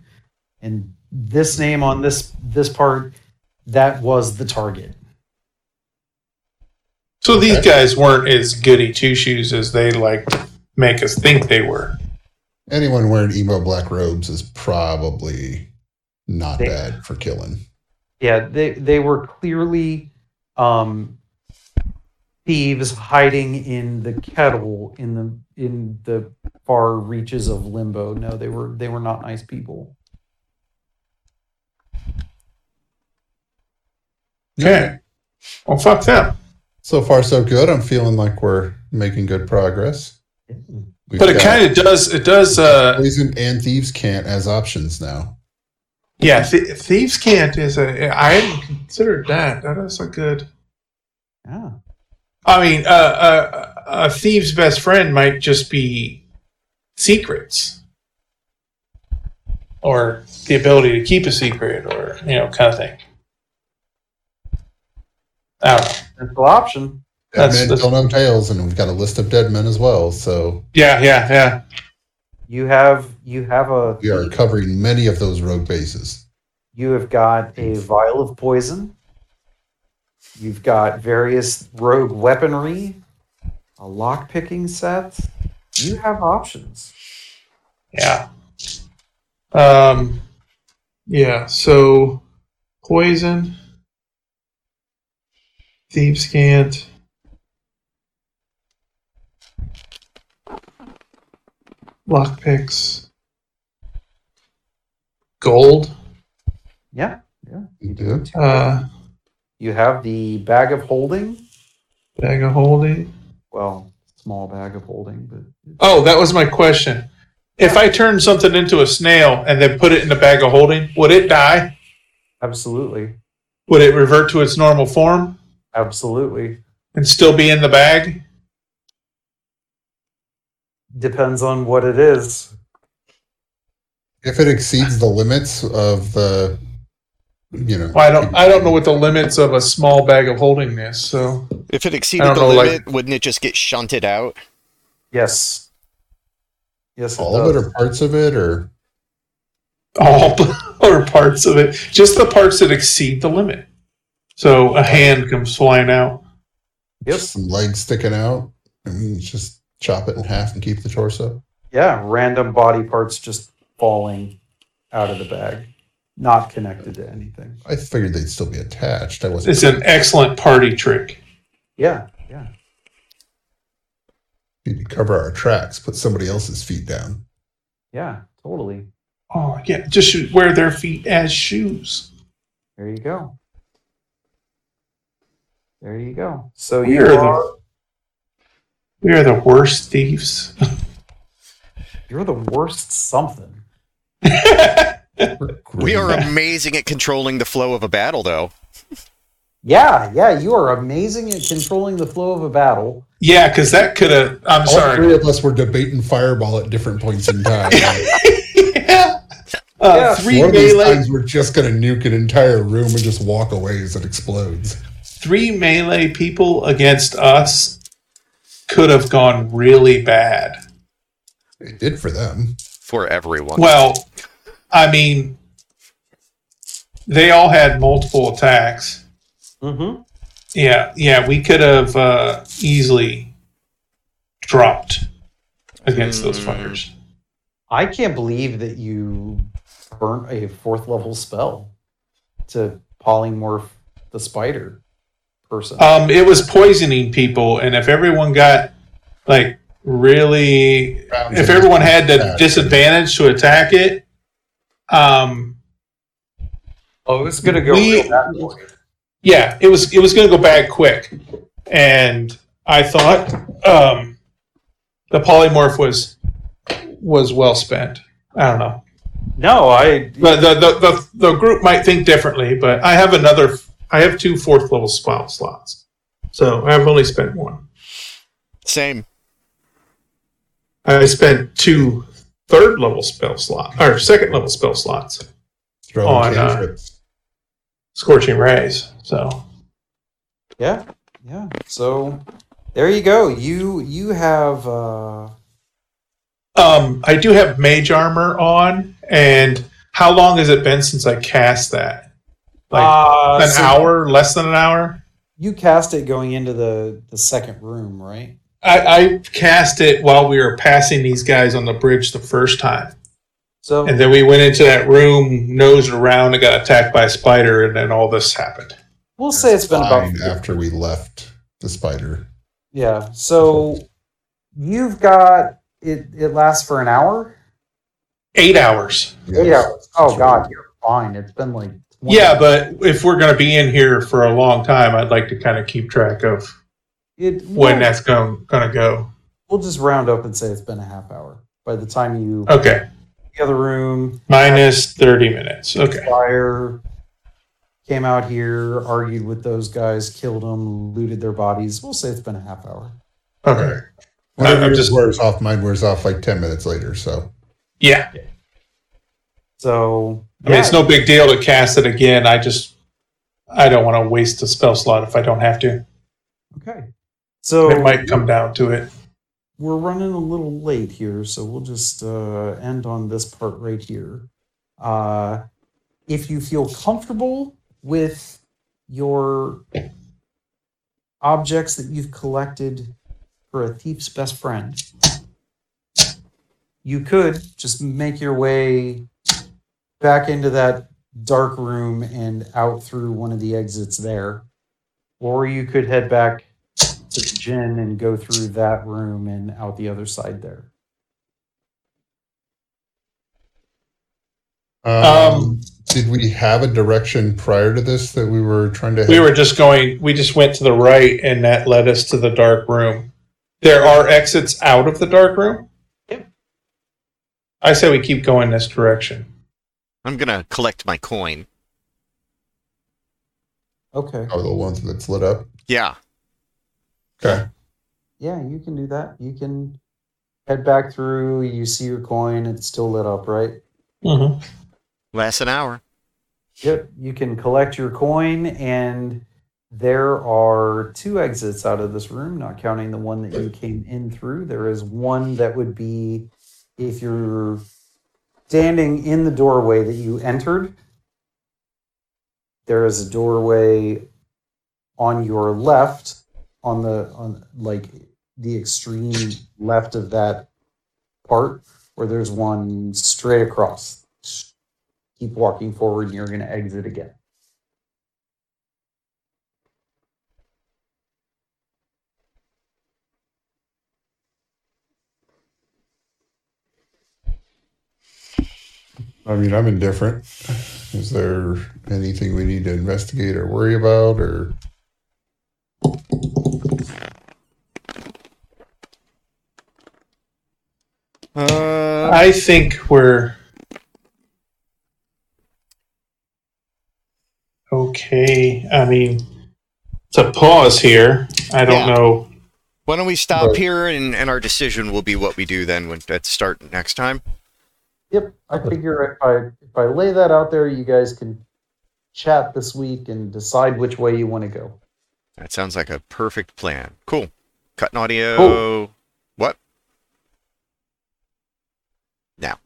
Speaker 4: and this name on this this part that was the target.
Speaker 3: So these guys weren't as goody two shoes as they like to make us think they were.
Speaker 1: Anyone wearing emo black robes is probably not
Speaker 4: They-
Speaker 1: bad for killing.
Speaker 4: Yeah, they they were clearly um, thieves hiding in the kettle in the in the far reaches of limbo. No, they were they were not nice people.
Speaker 3: Okay. Well, fuck them.
Speaker 1: So far, so good. I'm feeling like we're making good progress.
Speaker 4: Mm-hmm.
Speaker 1: We've
Speaker 3: But it kind of does. It does. Uh,
Speaker 1: poison and thieves can't as options now.
Speaker 3: yeah. Th- Thieves can't is a. I hadn't considered that. That is a good.
Speaker 4: Yeah.
Speaker 3: I mean, uh, uh, a thief's best friend might just be secrets, or the ability to keep a secret, or you know, kind of thing. I don't know.
Speaker 4: That's the option.
Speaker 1: Dead
Speaker 3: That's-
Speaker 1: men
Speaker 3: that's-
Speaker 1: don't know tales, and we've got a list of dead men as well. So
Speaker 3: Yeah, yeah, yeah.
Speaker 4: You have you have a
Speaker 1: we are covering many of those rogue bases.
Speaker 4: You have got a vial of poison. You've got various rogue weaponry, a lockpicking set. You have options.
Speaker 3: Yeah. Um, yeah. So, poison, thieves can't. Lockpicks. Gold.
Speaker 4: Yeah, yeah.
Speaker 1: You do?
Speaker 3: Uh,
Speaker 4: You have the bag of holding.
Speaker 3: bag of holding.
Speaker 4: Well, small bag of holding, but
Speaker 3: Oh, that was my question. If I turn something into a snail and then put it in a bag of holding, would it die?
Speaker 4: absolutely,
Speaker 3: Would it revert to its normal form
Speaker 4: absolutely
Speaker 3: and still be in the bag?
Speaker 4: depends on what it is.
Speaker 1: If it exceeds the limits of the, you know,
Speaker 3: Well, I don't. I don't know what the limits of a small bag of holding is. So
Speaker 2: If it
Speaker 3: I
Speaker 2: exceeded
Speaker 3: don't
Speaker 2: the
Speaker 3: know, like-
Speaker 2: limit, wouldn't it just get shunted out?
Speaker 4: Yes, yes.
Speaker 1: all of it
Speaker 4: does.
Speaker 1: or parts of it or
Speaker 3: all or parts of it, just the parts that exceed the limit. So a hand comes flying out.
Speaker 4: Yep.
Speaker 1: some legs sticking out. I mean, just chop it in half and keep the torso.
Speaker 4: Yeah, random body parts just falling out of the bag, not connected to anything.
Speaker 1: I figured they'd still be attached. I wasn't.
Speaker 3: It's an excellent party trick.
Speaker 4: Yeah, yeah.
Speaker 1: need to cover our tracks. Put somebody else's feet down.
Speaker 4: Yeah, totally.
Speaker 3: Oh yeah, just should wear their feet as shoes.
Speaker 4: There you go. There you go. So
Speaker 3: We
Speaker 4: you
Speaker 3: are the-
Speaker 4: are,
Speaker 3: We are the worst thieves.
Speaker 4: you're the worst something.
Speaker 2: We are
Speaker 3: Yeah.
Speaker 2: amazing at controlling the flow of a battle, though.
Speaker 4: Yeah, yeah, you are amazing at controlling the flow of a battle.
Speaker 3: yeah, because that could have. I'm
Speaker 1: All
Speaker 3: sorry.
Speaker 1: three of us were debating fireball at different points in time.
Speaker 3: yeah. Uh,
Speaker 4: Yeah.
Speaker 3: Three
Speaker 1: One of these
Speaker 3: melee,
Speaker 1: times we're just gonna nuke an entire room and just walk away as it explodes.
Speaker 3: three melee people against us could have gone really bad.
Speaker 1: It did for them.
Speaker 2: For everyone.
Speaker 3: Well, I mean, they all had multiple attacks.
Speaker 4: Mm-hmm.
Speaker 3: Yeah, yeah, we could have uh, easily dropped against those fuckers.
Speaker 4: I can't believe that you burnt a fourth level spell to polymorph the spider person.
Speaker 3: Um, it was poisoning people, and if everyone got like really, if everyone had the disadvantage to attack it, um,
Speaker 4: oh, it's gonna go
Speaker 3: we-
Speaker 4: real bad for you.
Speaker 3: yeah, it was it was going to go bad quick, and I thought um, the polymorph was was well spent. I don't know,
Speaker 4: No, I
Speaker 3: but the the, the the group might think differently. But I have another, I have two fourth level spell slots, so I've only spent one.
Speaker 2: Same.
Speaker 3: I spent two third level spell slots or second level spell slots,
Speaker 1: Throwing
Speaker 3: on, uh,
Speaker 1: cantrips.
Speaker 3: scorching rays. So
Speaker 4: yeah yeah so there you go you you have uh
Speaker 3: Um, I do have mage armor on, and How long has it been since I cast that? Like
Speaker 4: Uh,
Speaker 3: an
Speaker 4: so
Speaker 3: hour, less than an hour?
Speaker 4: You cast it going into the the second room, right?
Speaker 3: I, I cast it while we were passing these guys on the bridge the first time.
Speaker 4: So
Speaker 3: And then we went into that room, nosed around, and got attacked by a spider, and then all this happened.
Speaker 4: we'll say it's been about
Speaker 1: Fine, after we left the spider.
Speaker 4: yeah. So you've got it. It lasts for an hour.
Speaker 3: Eight hours.
Speaker 4: Eight
Speaker 1: Yes.
Speaker 4: hours. Oh God, you're fine. It's been like 20
Speaker 3: Yeah, but if we're going to be in here for a long time, I'd like to kind of keep track of
Speaker 4: it,
Speaker 3: when
Speaker 4: we'll,
Speaker 3: that's going to go.
Speaker 4: we'll just round up and say it's been a half hour. By the time you
Speaker 3: Okay.
Speaker 4: the other room
Speaker 3: Minus 30 minutes. Okay.
Speaker 4: fire came out here, argued with those guys, killed them, looted their bodies. We'll say it's been a half hour.
Speaker 3: Okay.
Speaker 1: Mine
Speaker 3: I'm just-
Speaker 1: wears off. Mine wears off like ten minutes later. So
Speaker 3: Yeah.
Speaker 4: So
Speaker 3: I mean, it's no big deal to cast it again. I just, I don't want to waste a spell slot if I don't have to.
Speaker 4: okay. So
Speaker 3: It might come down to it.
Speaker 4: we're running a little late here, so we'll just uh, end on this part right here. Uh, if you feel comfortable with your objects that you've collected for a thief's best friend, you could just make your way back into that dark room and out through one of the exits there. Or you could head back to the gin and go through that room and out the other side there.
Speaker 1: um,
Speaker 3: Um,
Speaker 1: did we have a direction prior to this that we were trying to?
Speaker 3: We were just going, we just went to the right, and that led us to the dark room. There are exits out of the dark room.
Speaker 4: Yep.
Speaker 3: I say we keep going this direction.
Speaker 2: I'm gonna collect my coin.
Speaker 4: Okay.
Speaker 1: Oh, the ones that's lit up.
Speaker 2: Yeah.
Speaker 1: Okay.
Speaker 4: Yeah, you can do that. You can head back through. You see your coin. It's still lit up, right?
Speaker 3: Mm-hmm.
Speaker 2: Lasts an hour.
Speaker 4: Yep. You can collect your coin, and there are two exits out of this room, not counting the one that you came in through. There is one that would be if you're standing in the doorway that you entered. There is a doorway on your left on the on like the extreme left of that part where there's one straight across keep walking forward and you're going to exit again
Speaker 1: I mean, I'm indifferent. Is there anything we need to investigate or worry about, or
Speaker 2: Uh,
Speaker 3: I think we're okay. I mean, it's a pause here. I don't
Speaker 2: Yeah.
Speaker 3: know.
Speaker 2: why don't we stop
Speaker 1: Right.
Speaker 2: here and, and our decision will be what we do then when at start next time.
Speaker 4: yep i figure if i if i lay that out there you guys can chat this week and decide which way you want to go
Speaker 2: That sounds like a perfect plan. Cool. Cutting audio.
Speaker 4: Cool.
Speaker 2: What? Now.